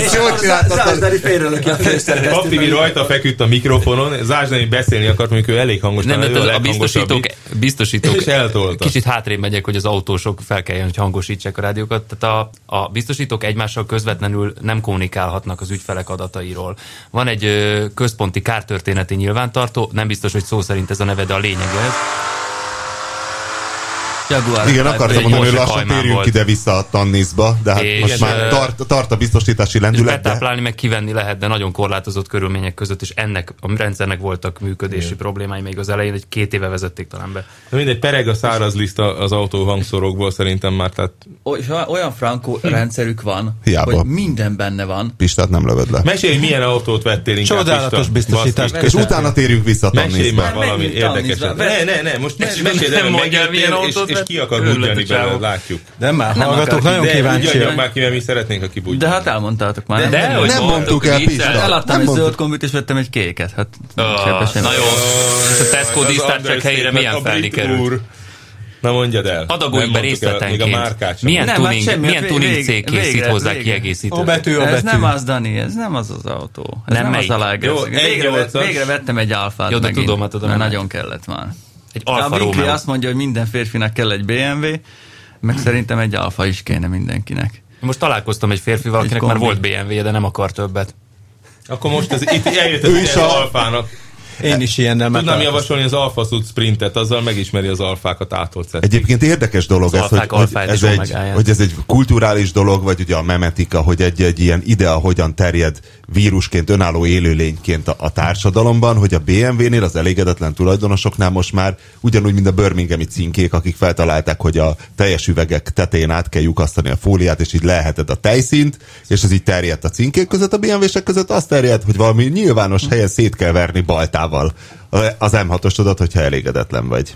Speaker 5: És jól csináltad,
Speaker 2: Zásdári félrelöki a főszerkesztő.
Speaker 4: Papi mi rajta feküdt a mikrofonon, Zásdani beszélni akart, mondjuk ő elég hangos.
Speaker 3: Nem,
Speaker 4: talán
Speaker 3: nem,
Speaker 4: ő
Speaker 3: tehát a
Speaker 4: leghangosabb
Speaker 3: biztosítók,
Speaker 4: itt.
Speaker 3: biztosítók
Speaker 4: És eltolta.
Speaker 3: kicsit hátrébb megyek, hogy az autósok fel kelljen, hogy hangosítsák a rádiókat. Tehát a, a biztosítók egymással közvetlenül nem kommunikálhatnak az ügyfelek adatairól. Van egy ö, központi kártörténeti nyilvántartó, nem biztos, hogy szó szerint ez a neve, de a lényeg ez.
Speaker 9: Jaguar.
Speaker 5: Igen, akartam
Speaker 3: Hát, egy
Speaker 5: mondani, hogy
Speaker 3: Porsche
Speaker 5: lassan
Speaker 3: kajmán
Speaker 5: térjünk
Speaker 3: volt.
Speaker 5: ide vissza a Tanniszba, de hát
Speaker 3: És,
Speaker 5: most már
Speaker 3: ö,
Speaker 5: tart, tart a biztosítási
Speaker 3: És
Speaker 5: lendület, de
Speaker 3: betáplálni, meg kivenni lehet, de nagyon korlátozott körülmények között, és ennek a rendszernek voltak működési Igen. problémái még az elején, egy két éve vezették talán be.
Speaker 4: De mindegy, pereg a száraz lista az autó hangszorokból szerintem már, tehát
Speaker 9: Oly- és Olyan frankó rendszerük van,
Speaker 5: Hiába.
Speaker 9: hogy minden benne van.
Speaker 5: Pistát nem lövöd le.
Speaker 4: mesélj, hogy milyen autót vettél inkább.
Speaker 2: Csodálatos
Speaker 4: Pista.
Speaker 2: biztosítást
Speaker 4: Baszki.
Speaker 5: És utána térjünk vissza a
Speaker 4: Mesélj
Speaker 5: Tanniszba.
Speaker 4: már valami
Speaker 9: Menjünk tanizba.
Speaker 4: érdekeset. Ne, ne, ne, most ne, mesélj
Speaker 3: nem
Speaker 4: el, hogy
Speaker 3: mondja, milyen
Speaker 4: megjöttél, és,
Speaker 3: autót
Speaker 4: és
Speaker 3: vett.
Speaker 4: ki akar
Speaker 3: Őrület a
Speaker 4: budjani
Speaker 3: csávó.
Speaker 4: belőle, látjuk.
Speaker 2: Nem már
Speaker 9: Nem
Speaker 2: hallgatók,
Speaker 9: akarok,
Speaker 2: nagyon
Speaker 4: De
Speaker 2: kíváncsiak.
Speaker 4: ugyanjön már ki, mert mi szeretnénk, aki budjani.
Speaker 9: De hát elmondtátok már.
Speaker 3: De, hogy
Speaker 5: Nem mondtuk el, Pista.
Speaker 9: Eladtam
Speaker 5: Nem
Speaker 9: egy
Speaker 5: mondtuk.
Speaker 9: zöld kombit, és vettem egy kéket. Hát,
Speaker 3: Ah,
Speaker 9: képesen-
Speaker 3: na jó, ez a Tesco
Speaker 4: Hát Az
Speaker 3: dísztárcsák helyére
Speaker 4: understatement,
Speaker 3: milyen
Speaker 4: a
Speaker 3: felni
Speaker 4: brit
Speaker 3: került?
Speaker 4: úr. Na mondjad el.
Speaker 3: Adagoljunk be
Speaker 4: Nem mondtuk el, Még a márkát
Speaker 3: részletenként.
Speaker 4: sem.
Speaker 3: Milyen
Speaker 9: Nem, hát
Speaker 3: tuning,
Speaker 9: semmi,
Speaker 3: milyen
Speaker 9: hát
Speaker 3: tuning
Speaker 9: vég-
Speaker 3: cég készít
Speaker 9: végre,
Speaker 3: hozzá
Speaker 9: végre.
Speaker 3: kiegészítő?
Speaker 2: A betű, a
Speaker 9: Ez
Speaker 2: betű.
Speaker 9: nem az, Dani, ez nem az az autó. Ez
Speaker 3: Nem
Speaker 9: nem, nem az
Speaker 3: melyik?
Speaker 9: a
Speaker 4: Jó,
Speaker 9: legjobb.
Speaker 4: egy
Speaker 9: Végre, vett-
Speaker 4: nyolcas.
Speaker 9: végre vettem egy alfát
Speaker 3: Jó, de
Speaker 9: megint,
Speaker 3: tudom, hát tudom,
Speaker 9: mert
Speaker 3: hogy-
Speaker 9: nagyon kellett már.
Speaker 3: Egy
Speaker 9: A
Speaker 3: Alfa
Speaker 9: Winkli
Speaker 3: Romeo.
Speaker 9: azt mondja, hogy minden férfinak kell egy BMW, meg szerintem egy alfa is kéne mindenkinek.
Speaker 3: Most találkoztam egy férfival, akinek
Speaker 9: kombi.
Speaker 3: már volt BMW, de nem akar többet.
Speaker 4: Akkor most ez, itt eljött
Speaker 5: Ő
Speaker 4: az
Speaker 5: is
Speaker 4: ilyen
Speaker 5: a-
Speaker 4: alfának.
Speaker 2: Én is ilyennel már
Speaker 4: Tudnám
Speaker 2: találkoztam.
Speaker 4: javasolni az Alfa Sud Sprintet, azzal megismeri az alfákat átolt
Speaker 5: Egyébként érdekes dolog ez, hogy,
Speaker 3: alfák
Speaker 5: hogy,
Speaker 3: alfáját
Speaker 5: ez
Speaker 3: és
Speaker 5: egy,
Speaker 3: omegáját.
Speaker 5: hogy ez egy kulturális dolog, vagy ugye a memetika, hogy egy, egy ilyen ide, hogyan terjed vírusként, önálló élőlényként a, a társadalomban, hogy a BMW-nél, az elégedetlen tulajdonosoknál most már ugyanúgy, mint a Birminghami cinkék, akik feltalálták, hogy a teljes üvegek tetején át kell lyukasztani a fóliát, és így leheted a tejszint, és ez így terjedt a cinkék között, a BMW-sek között azt terjedt, hogy valami nyilvános helyen szét kell verni baltával az M6-osodat, hogyha elégedetlen vagy.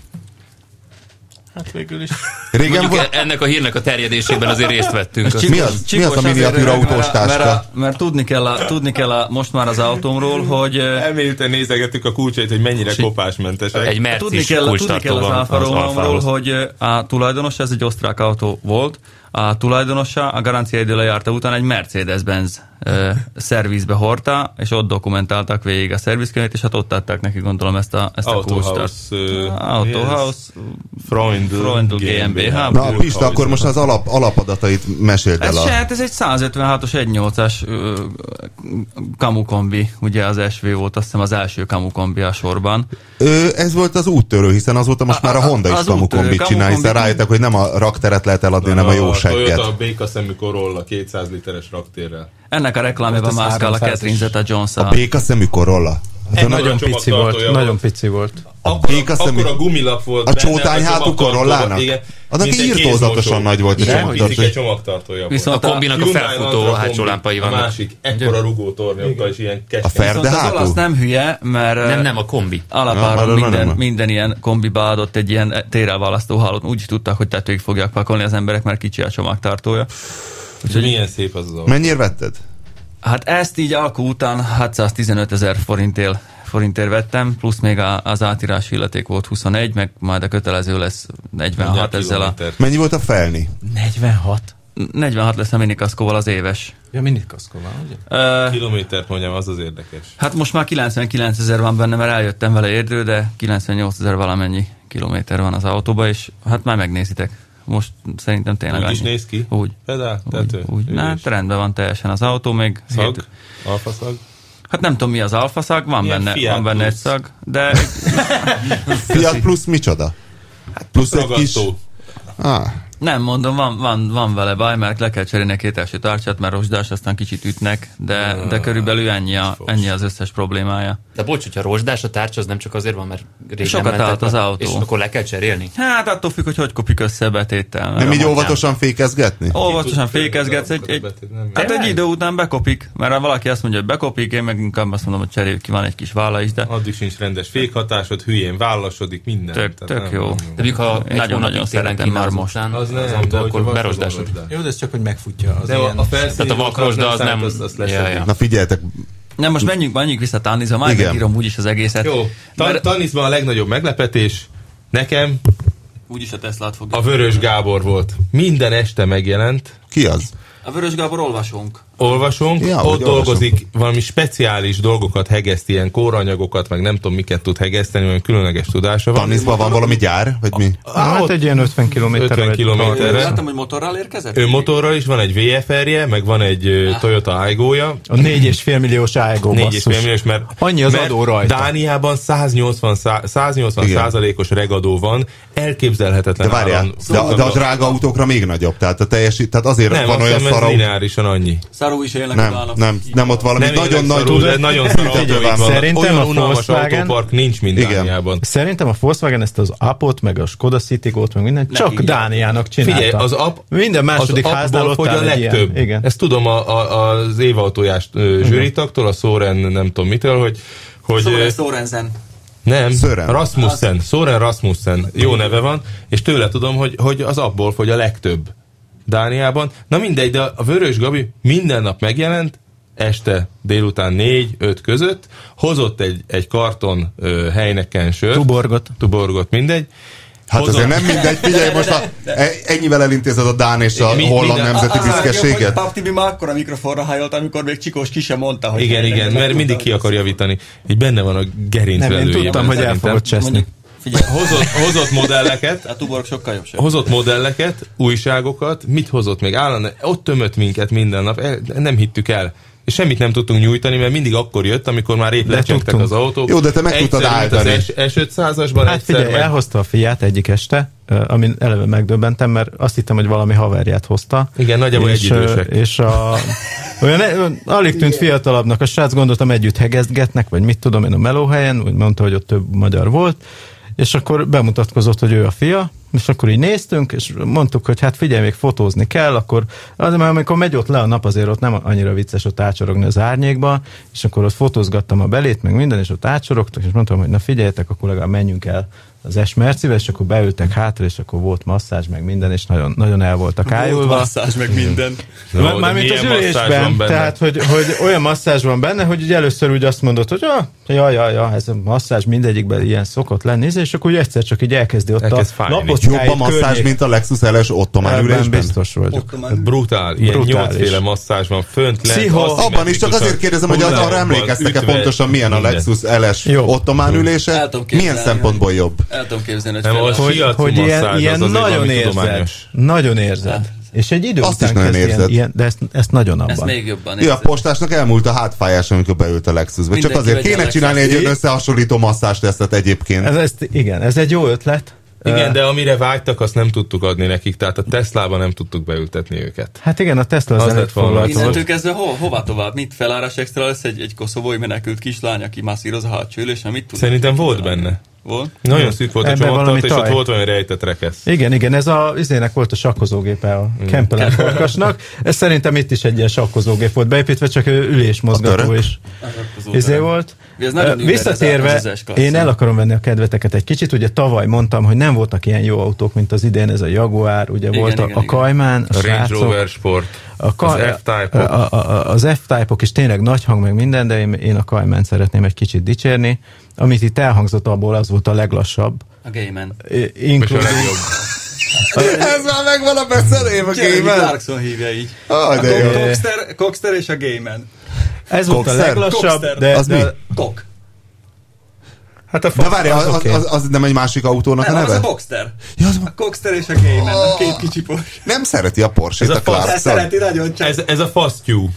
Speaker 4: Hát végül is.
Speaker 5: Régen
Speaker 3: Mondjuk
Speaker 5: volt,
Speaker 3: ennek a hírnek a terjedésében azért részt vettünk.
Speaker 9: Csikós-
Speaker 5: mi az- mi
Speaker 9: Csikós
Speaker 5: az a
Speaker 9: azért
Speaker 5: miniatűr
Speaker 9: örülök,
Speaker 5: autós
Speaker 9: mert a- mert a-
Speaker 5: táska?
Speaker 9: Mert tudni kell, a, tudni kell a, most már az autómról, hogy ö,
Speaker 4: Elmélyülten nézegettük a kulcsait, hogy mennyire kopásmentesek.
Speaker 3: Egy
Speaker 9: tudni
Speaker 3: mercis
Speaker 9: kell, tudni kell az
Speaker 3: kulcstartóban
Speaker 9: Alfa
Speaker 3: az
Speaker 9: Romeo-ról,
Speaker 3: Alfához.
Speaker 9: hogy ö, a tulajdonos, ez egy osztrák autó volt, a tulajdonosa a garanciaidő lejárta után egy Mercedes-Benz ö, szervizbe hordta, és ott dokumentáltak végig a szervizkönyvét, és hát ott adták neki gondolom ezt a, ezt a kulcstart.
Speaker 4: Autohaus. ö,
Speaker 9: Autohaus,
Speaker 4: Freundl
Speaker 9: Freundl GmbH.
Speaker 5: Na, Pista, akkor most az alap, alapadatait meséld el.
Speaker 9: Ez,
Speaker 5: A...
Speaker 9: se, hát ez egy 156-os 1.8-as ö, kamukombi, ugye az SV volt, azt hiszem az első kamukombi a sorban.
Speaker 5: Ö, ez volt az úttörő, hiszen azóta most
Speaker 9: A-
Speaker 5: már a
Speaker 9: a-
Speaker 5: Honda is
Speaker 9: az úttörő,
Speaker 5: kamukombit
Speaker 9: kamu
Speaker 5: csinál, hiszen
Speaker 9: kombi-
Speaker 5: rájöttek, hogy nem a rakteret lehet eladni, hanem a jó segget.
Speaker 4: Toyota béka szemű Corolla 200 literes raktérrel.
Speaker 9: Ennek a reklámjában
Speaker 2: Ez az
Speaker 9: mászkál a
Speaker 2: 300-as.
Speaker 9: Catherine Zeta-Jones.
Speaker 5: A béka szemű Corolla. Hát a,
Speaker 4: Nagyon
Speaker 2: Nagyon pici
Speaker 4: csomagtartója
Speaker 2: volt, nagyon
Speaker 4: volt.
Speaker 2: pici volt.
Speaker 4: Akkor
Speaker 5: béka
Speaker 4: a,
Speaker 5: szemű-
Speaker 4: akkor a gumilap volt
Speaker 5: a
Speaker 4: benne,
Speaker 5: csótány hátuk
Speaker 4: csomagtartó-
Speaker 5: Corollának?
Speaker 4: igen.
Speaker 5: Annak
Speaker 4: Mint egy
Speaker 5: írtózatosan
Speaker 4: kézmocsó.
Speaker 5: nagy volt a
Speaker 4: Igen,
Speaker 5: csomagtartója.
Speaker 4: picike csomagtartója volt.
Speaker 9: Viszont
Speaker 3: A kombinak a
Speaker 4: Hyundai
Speaker 3: felfutó
Speaker 4: Elantra
Speaker 3: hátsó
Speaker 4: kombi,
Speaker 3: lámpai
Speaker 4: A
Speaker 3: vannak.
Speaker 4: másik, ekkora rugó tornyokkal is ilyen
Speaker 5: a
Speaker 4: keskeny.
Speaker 5: ferde
Speaker 9: Viszont Szóval az olasz
Speaker 5: hátú.
Speaker 9: nem hülye, mert
Speaker 3: Nem, nem, a kombi.
Speaker 5: Ja,
Speaker 9: Alapáron
Speaker 5: már
Speaker 9: minden,
Speaker 5: nem.
Speaker 9: minden ilyen kombiba adott egy ilyen térelválasztó hálót. Úgy tudták, hogy tetőig fogják pakolni az emberek, mert kicsi a csomagtartója.
Speaker 4: Úgyhogy milyen szép az az autó.
Speaker 5: Mennyire vetted?
Speaker 9: Hát ezt így alkú után 615 ezer forintért, forintért vettem, plusz még a, az átírás illeték volt 21, meg majd a kötelező lesz 46 ezzel a...
Speaker 4: Kilométer.
Speaker 5: Mennyi volt a felni?
Speaker 2: 46.
Speaker 9: 46 lesz a minikaszkóval az éves.
Speaker 2: Ja, mindig kaszkován, ugye?
Speaker 9: Ö,
Speaker 4: Kilométert mondjam, az az érdekes.
Speaker 9: hát most már 99 ezer van benne, mert eljöttem vele érdő, de 98 ezer valamennyi kilométer van az autóba, és hát már megnézitek. Most szerintem tényleg
Speaker 4: Úgy is
Speaker 9: annyi.
Speaker 4: néz ki?
Speaker 9: Úgy.
Speaker 4: Pedál, tető,
Speaker 9: Úgy, úgy. Na,
Speaker 4: ülés.
Speaker 9: hát rendben van teljesen az autó, még
Speaker 4: Szag?
Speaker 9: hét-
Speaker 4: Alfaszag?
Speaker 9: Hát nem tudom mi az alfaszag, van
Speaker 4: Ilyen
Speaker 9: benne,
Speaker 4: Fiat
Speaker 9: van benne egy
Speaker 4: Plus.
Speaker 9: szag, de
Speaker 5: Fiat plusz micsoda? Plusz egy kis...
Speaker 4: Ragasztó.
Speaker 5: Ah,
Speaker 9: Nem mondom, van, van, van vele baj, mert le kell cserélni a két első tárcsát, mert rozsdás, aztán kicsit ütnek, de, de körülbelül ennyi, a, ennyi az összes problémája.
Speaker 3: De bocs, hogyha rozsdás a tárcs, az nem csak azért van, mert régen
Speaker 9: Sokat
Speaker 3: mentek
Speaker 9: állt az
Speaker 3: le,
Speaker 9: autó.
Speaker 3: És akkor le kell cserélni.
Speaker 9: Hát attól függ, hogy hogy kopik össze a betéttel.
Speaker 5: nem
Speaker 9: mert
Speaker 5: így
Speaker 9: amúgy
Speaker 5: óvatosan fékezgetni?
Speaker 9: Óvatosan fékezgetsz, egy, egy, hát egy idő után bekopik, mert ha valaki azt mondja, hogy bekopik, én meg inkább azt mondom, hogy cseréljük ki, van egy kis válla is, de
Speaker 4: Addig sincs rendes fékhatásod, hülyén vállasodik, minden.
Speaker 9: tök,
Speaker 4: Tehát
Speaker 9: tök
Speaker 4: nem-
Speaker 9: jó.
Speaker 3: De mondjuk, ha egy
Speaker 9: Nagyon-nagyon
Speaker 3: hónapig télen
Speaker 9: szeretem
Speaker 3: kínál
Speaker 9: már
Speaker 3: az
Speaker 9: most.
Speaker 3: utcán,
Speaker 4: Az nem,
Speaker 3: de
Speaker 4: hogy
Speaker 3: akkor
Speaker 4: vakros
Speaker 3: berozsdásodik.
Speaker 4: rozsdás.
Speaker 2: Jó, de ez csak, hogy megfutja. Az
Speaker 4: De
Speaker 2: ilyen.
Speaker 4: a felszíni
Speaker 3: Tehát a vakrosda az nem...
Speaker 4: Azt, azt lesz
Speaker 3: Ja, ja.
Speaker 5: Na figyeljetek,
Speaker 9: Nem, most menjünk, menjünk vissza Tánizba, már
Speaker 5: Igen.
Speaker 9: megírom úgyis az egészet.
Speaker 4: Jó, Tan-
Speaker 9: Mert-
Speaker 4: Tanizban a legnagyobb meglepetés nekem
Speaker 9: úgyis a Teslát fogja.
Speaker 4: A Vörös Gábor volt. Minden este megjelent.
Speaker 5: Ki az?
Speaker 9: a Vörös Gábor olvasónk.
Speaker 4: Olvasunk,
Speaker 5: Ja,
Speaker 4: ja,
Speaker 5: hogy
Speaker 4: ott
Speaker 5: olvasunk.
Speaker 4: dolgozik, valami speciális dolgokat hegeszt, ilyen kóranyagokat, meg nem tudom miket tud hegeszteni, olyan különleges tudása van.
Speaker 5: Tanizban van valami gyár, vagy mi?
Speaker 4: Á,
Speaker 2: Hát
Speaker 4: ott
Speaker 2: egy ilyen 50 km
Speaker 4: 50 kilométerre.
Speaker 9: Láttam, hogy motorral érkezett?
Speaker 4: Hát Ő motorral is van egy VFR-je, meg van egy ö, Toyota Aygo-ja.
Speaker 2: A 4,5 milliós ágó
Speaker 4: 4,5
Speaker 2: basszus.
Speaker 4: milliós, mert
Speaker 2: Annyi az
Speaker 4: mert
Speaker 2: adó rajta.
Speaker 4: Dániában 180, szá- 180
Speaker 5: Igen.
Speaker 4: százalékos regadó van, elképzelhetetlen.
Speaker 5: De várjál,
Speaker 4: áron.
Speaker 5: de, a- de a drága autókra még nagyobb. Tehát, a teljesít, tehát azért
Speaker 4: nem,
Speaker 5: van
Speaker 4: van
Speaker 5: olyan
Speaker 4: ez
Speaker 5: szarau.
Speaker 4: lineárisan annyi.
Speaker 9: Szarú is élnek
Speaker 5: Nem,
Speaker 9: utána.
Speaker 5: nem, nem ott valami
Speaker 4: nem
Speaker 5: nagyon
Speaker 4: élek
Speaker 5: nagy
Speaker 4: szarul, de
Speaker 5: (laughs)
Speaker 4: nagyon szarul.
Speaker 5: Figyelj,
Speaker 4: autóik vannak.
Speaker 2: szerintem
Speaker 4: Olyan
Speaker 2: a
Speaker 4: unalmas
Speaker 2: Volkswagen-
Speaker 4: autópark nincs mind
Speaker 5: Igen.
Speaker 4: Dániában.
Speaker 2: Szerintem a Volkswagen ezt az apot, meg a Skoda city t meg mindent csak
Speaker 9: igen.
Speaker 2: Dániának csinálta.
Speaker 4: Figyelj, az app,
Speaker 2: Minden második
Speaker 4: az
Speaker 2: háznál
Speaker 4: appból
Speaker 2: ott
Speaker 4: fogy
Speaker 2: áll
Speaker 4: a
Speaker 2: egy ilyen.
Speaker 4: legtöbb.
Speaker 2: Igen.
Speaker 4: Ezt tudom a, a, az évautójás ö, zsűritaktól, a Szóren nem tudom mitől, hogy hogy
Speaker 9: Szóval
Speaker 4: ö,
Speaker 9: ez Sorensen.
Speaker 4: nem,
Speaker 5: Sören.
Speaker 4: Rasmussen, Szóren Rasmussen, jó neve van, és tőle tudom, hogy, hogy az abból fogy a legtöbb Dániában. Na mindegy, de a Vörös Gabi minden nap megjelent, este délután 4-5 között, hozott egy, egy karton ö, helyneken sört.
Speaker 2: Tuborgot.
Speaker 4: Tuborgot, mindegy.
Speaker 5: Hát
Speaker 4: Hozott-
Speaker 5: azért nem mindegy, figyelj, most a, e- ennyivel elintézed a Dán és a
Speaker 4: Mi-
Speaker 5: holland
Speaker 4: minden-
Speaker 5: nemzeti büszkeséget.
Speaker 9: Pap Tibi már akkor a mikrofonra hajolt, amikor még Csikós ki sem mondta, hogy...
Speaker 4: Igen, igen, mert mindig ki akar javítani. Így benne van a gerinc
Speaker 2: Nem, én
Speaker 4: velőjében,
Speaker 2: tudtam, hogy el
Speaker 4: szerintem.
Speaker 2: fogod cseszni.
Speaker 9: Mondjuk, figyelj,
Speaker 4: Hozott, hozott modelleket,
Speaker 9: a tuborok sokkal jobb sem.
Speaker 4: hozott modelleket, újságokat, mit hozott még? Állandóan ott tömött minket minden nap, el, nem hittük el. És semmit nem tudtunk nyújtani, mert mindig akkor jött, amikor már épp lecsengtek
Speaker 2: tudtunk.
Speaker 4: az autók.
Speaker 5: Jó, de te meg
Speaker 4: Egyszer,
Speaker 5: tudtad
Speaker 4: mint
Speaker 5: álltani.
Speaker 4: Az S- S500-asban
Speaker 2: Hát
Speaker 4: egyszer,
Speaker 2: figyelj,
Speaker 4: meg-
Speaker 2: elhozta a fiát egyik este, ö, amin eleve megdöbbentem, mert azt hittem, hogy valami haverját hozta.
Speaker 4: Igen, nagyjából
Speaker 2: és,
Speaker 4: egyidősek.
Speaker 2: ö, És
Speaker 9: (laughs)
Speaker 2: a, olyan, olyan alig tűnt fiatalabbnak, a srác gondoltam együtt hegezgetnek, vagy mit tudom én a melóhelyen, úgy mondta, hogy ott több magyar volt, és akkor bemutatkozott, hogy ő a fia, és akkor így néztünk, és mondtuk, hogy hát figyelj, még fotózni kell, akkor az, mert amikor megy ott le a nap, azért ott nem annyira vicces ott ácsorogni az árnyékba, és akkor ott fotózgattam a belét, meg minden, és ott ácsorogtak, és mondtam, hogy na figyeljetek, akkor legalább menjünk el az esmercivel, és akkor beültek hátra, és akkor volt masszázs, meg minden, és nagyon, nagyon el voltak
Speaker 9: Volt
Speaker 2: ájulva.
Speaker 9: masszázs, meg minden.
Speaker 4: Jó, de
Speaker 2: Már, mármint az
Speaker 4: milyen masszázs van
Speaker 2: ülésben,
Speaker 4: benne?
Speaker 2: tehát hogy, hogy olyan masszázs van benne, hogy így először úgy azt mondod, hogy ah, ja, ja, ja, ez a masszázs mindegyikben ilyen szokott lenni, és akkor úgy egyszer csak így elkezdi ott
Speaker 4: Elkezd
Speaker 2: a
Speaker 4: fájni.
Speaker 5: Jobb
Speaker 2: lapocskáit
Speaker 5: a masszázs, mint a Lexus LS ottomán
Speaker 2: Ebben
Speaker 5: ülésben.
Speaker 2: biztos vagyok.
Speaker 4: Brutál, ilyen
Speaker 2: Brutális.
Speaker 4: nyolcféle masszázs van fönt, lent,
Speaker 2: Pszicho-
Speaker 4: aszimmetrikusan,
Speaker 5: Abban is csak azért kérdezem, hogy az arra
Speaker 4: hullámokban,
Speaker 5: emlékeztek-e
Speaker 4: ütve,
Speaker 5: pontosan milyen a
Speaker 4: minden.
Speaker 5: Lexus LS
Speaker 2: Jó.
Speaker 5: ottomán ülése,
Speaker 9: El tudom képzelni,
Speaker 5: milyen szempontból jobb.
Speaker 9: El tudom képzelni, hogy
Speaker 4: Nem,
Speaker 9: fél-
Speaker 4: az
Speaker 2: Hogy,
Speaker 4: Siatú
Speaker 2: hogy ilyen,
Speaker 4: masszázs,
Speaker 2: ilyen
Speaker 4: az azért
Speaker 2: nagyon
Speaker 4: valami
Speaker 2: érzed.
Speaker 4: tudományos.
Speaker 2: Nagyon érzed. És egy idő
Speaker 5: Hát, Azt is
Speaker 2: után
Speaker 5: nagyon
Speaker 2: kezd ilyen,
Speaker 5: érzed.
Speaker 2: ilyen, de ezt, ezt nagyon abban.
Speaker 9: Ez még jobban
Speaker 5: Ja, a
Speaker 9: érzed.
Speaker 5: postásnak elmúlt a hátfájás, amikor beült a Lexusbe. Csak
Speaker 9: Mindenki
Speaker 5: azért
Speaker 9: vegye
Speaker 5: kéne
Speaker 9: a
Speaker 5: csinálni egy
Speaker 9: Lexus-t.
Speaker 5: ilyen összehasonlító masszás tesztet egyébként. (laughs)
Speaker 2: Ez, ez, igen, ez egy jó ötlet.
Speaker 4: Igen, de amire vágytak, azt nem tudtuk adni nekik, tehát a Teslába nem tudtuk beültetni őket.
Speaker 2: Hát igen, a Tesla az,
Speaker 4: Az
Speaker 2: az
Speaker 4: lett volna.
Speaker 9: Innentől kezdve ho, hova tovább? Mit felárás extra lesz egy, egy koszovói menekült kislány, aki masszíroz a hátsó ülésen? Mit tud?
Speaker 4: Szerintem volt benne.
Speaker 9: Volt?
Speaker 4: Nagyon szűk volt a
Speaker 2: Ebben valami
Speaker 4: csomagtart, és ott
Speaker 2: taj.
Speaker 4: volt valami rejtett rekesz.
Speaker 2: Igen, igen, ez a izének volt a sakkozógépe a Kempelen farkasnak. Ez szerintem itt is egy ilyen sakkozógép volt beépítve, csak ő
Speaker 5: A
Speaker 2: ülésmozgató
Speaker 5: török?
Speaker 2: is.
Speaker 9: Rakkozó
Speaker 2: Izé
Speaker 9: terem.
Speaker 2: volt.
Speaker 9: Ez nagyon
Speaker 2: Ö,
Speaker 9: über,
Speaker 2: Visszatérve,
Speaker 9: ez az S-klassz.
Speaker 2: én el akarom venni a kedveteket egy kicsit. Ugye tavaly mondtam, hogy nem voltak ilyen jó autók, mint az idén, ez a Jaguar, ugye
Speaker 9: Igen,
Speaker 2: volt a,
Speaker 9: igen,
Speaker 2: a
Speaker 9: igen.
Speaker 2: Cayman, a
Speaker 4: A Range
Speaker 2: srácok.
Speaker 4: Rover Sport,
Speaker 2: A
Speaker 4: az
Speaker 2: Ka-
Speaker 4: F-Type,
Speaker 2: a, a, a, az F-Type-ok is tényleg nagy hang, meg minden, de én, én a Cayman szeretném egy kicsit dicsérni. Amit itt elhangzott, abból az volt a leglassabb.
Speaker 9: A Gayman.
Speaker 2: I-
Speaker 4: és a
Speaker 2: Including,
Speaker 4: legjobb.
Speaker 5: Ez már megvan a beszélém a
Speaker 9: Jeremy
Speaker 5: gémben.
Speaker 9: Clarkson hívja így.
Speaker 5: Aj, de jó.
Speaker 9: Coxter, Coxter és a Gayman.
Speaker 2: ez volt a
Speaker 5: Coxer?
Speaker 2: leglassabb,
Speaker 9: Coxer.
Speaker 2: de,
Speaker 5: Az mi?
Speaker 2: de
Speaker 9: Kok.
Speaker 4: Hát a
Speaker 5: De várj, az, az,
Speaker 2: oké.
Speaker 5: az, az nem egy másik autónak a
Speaker 9: Nem, az a
Speaker 5: neve?
Speaker 9: Coxter.
Speaker 5: Ja, az-
Speaker 9: A Coxter és a Gayman. A két kicsi Porsche.
Speaker 5: Nem szereti a Porsét
Speaker 4: Ez a
Speaker 5: a
Speaker 9: Ezt
Speaker 5: Clarkson.
Speaker 9: szereti nagyon csak.
Speaker 4: ez, ez a fasztyú.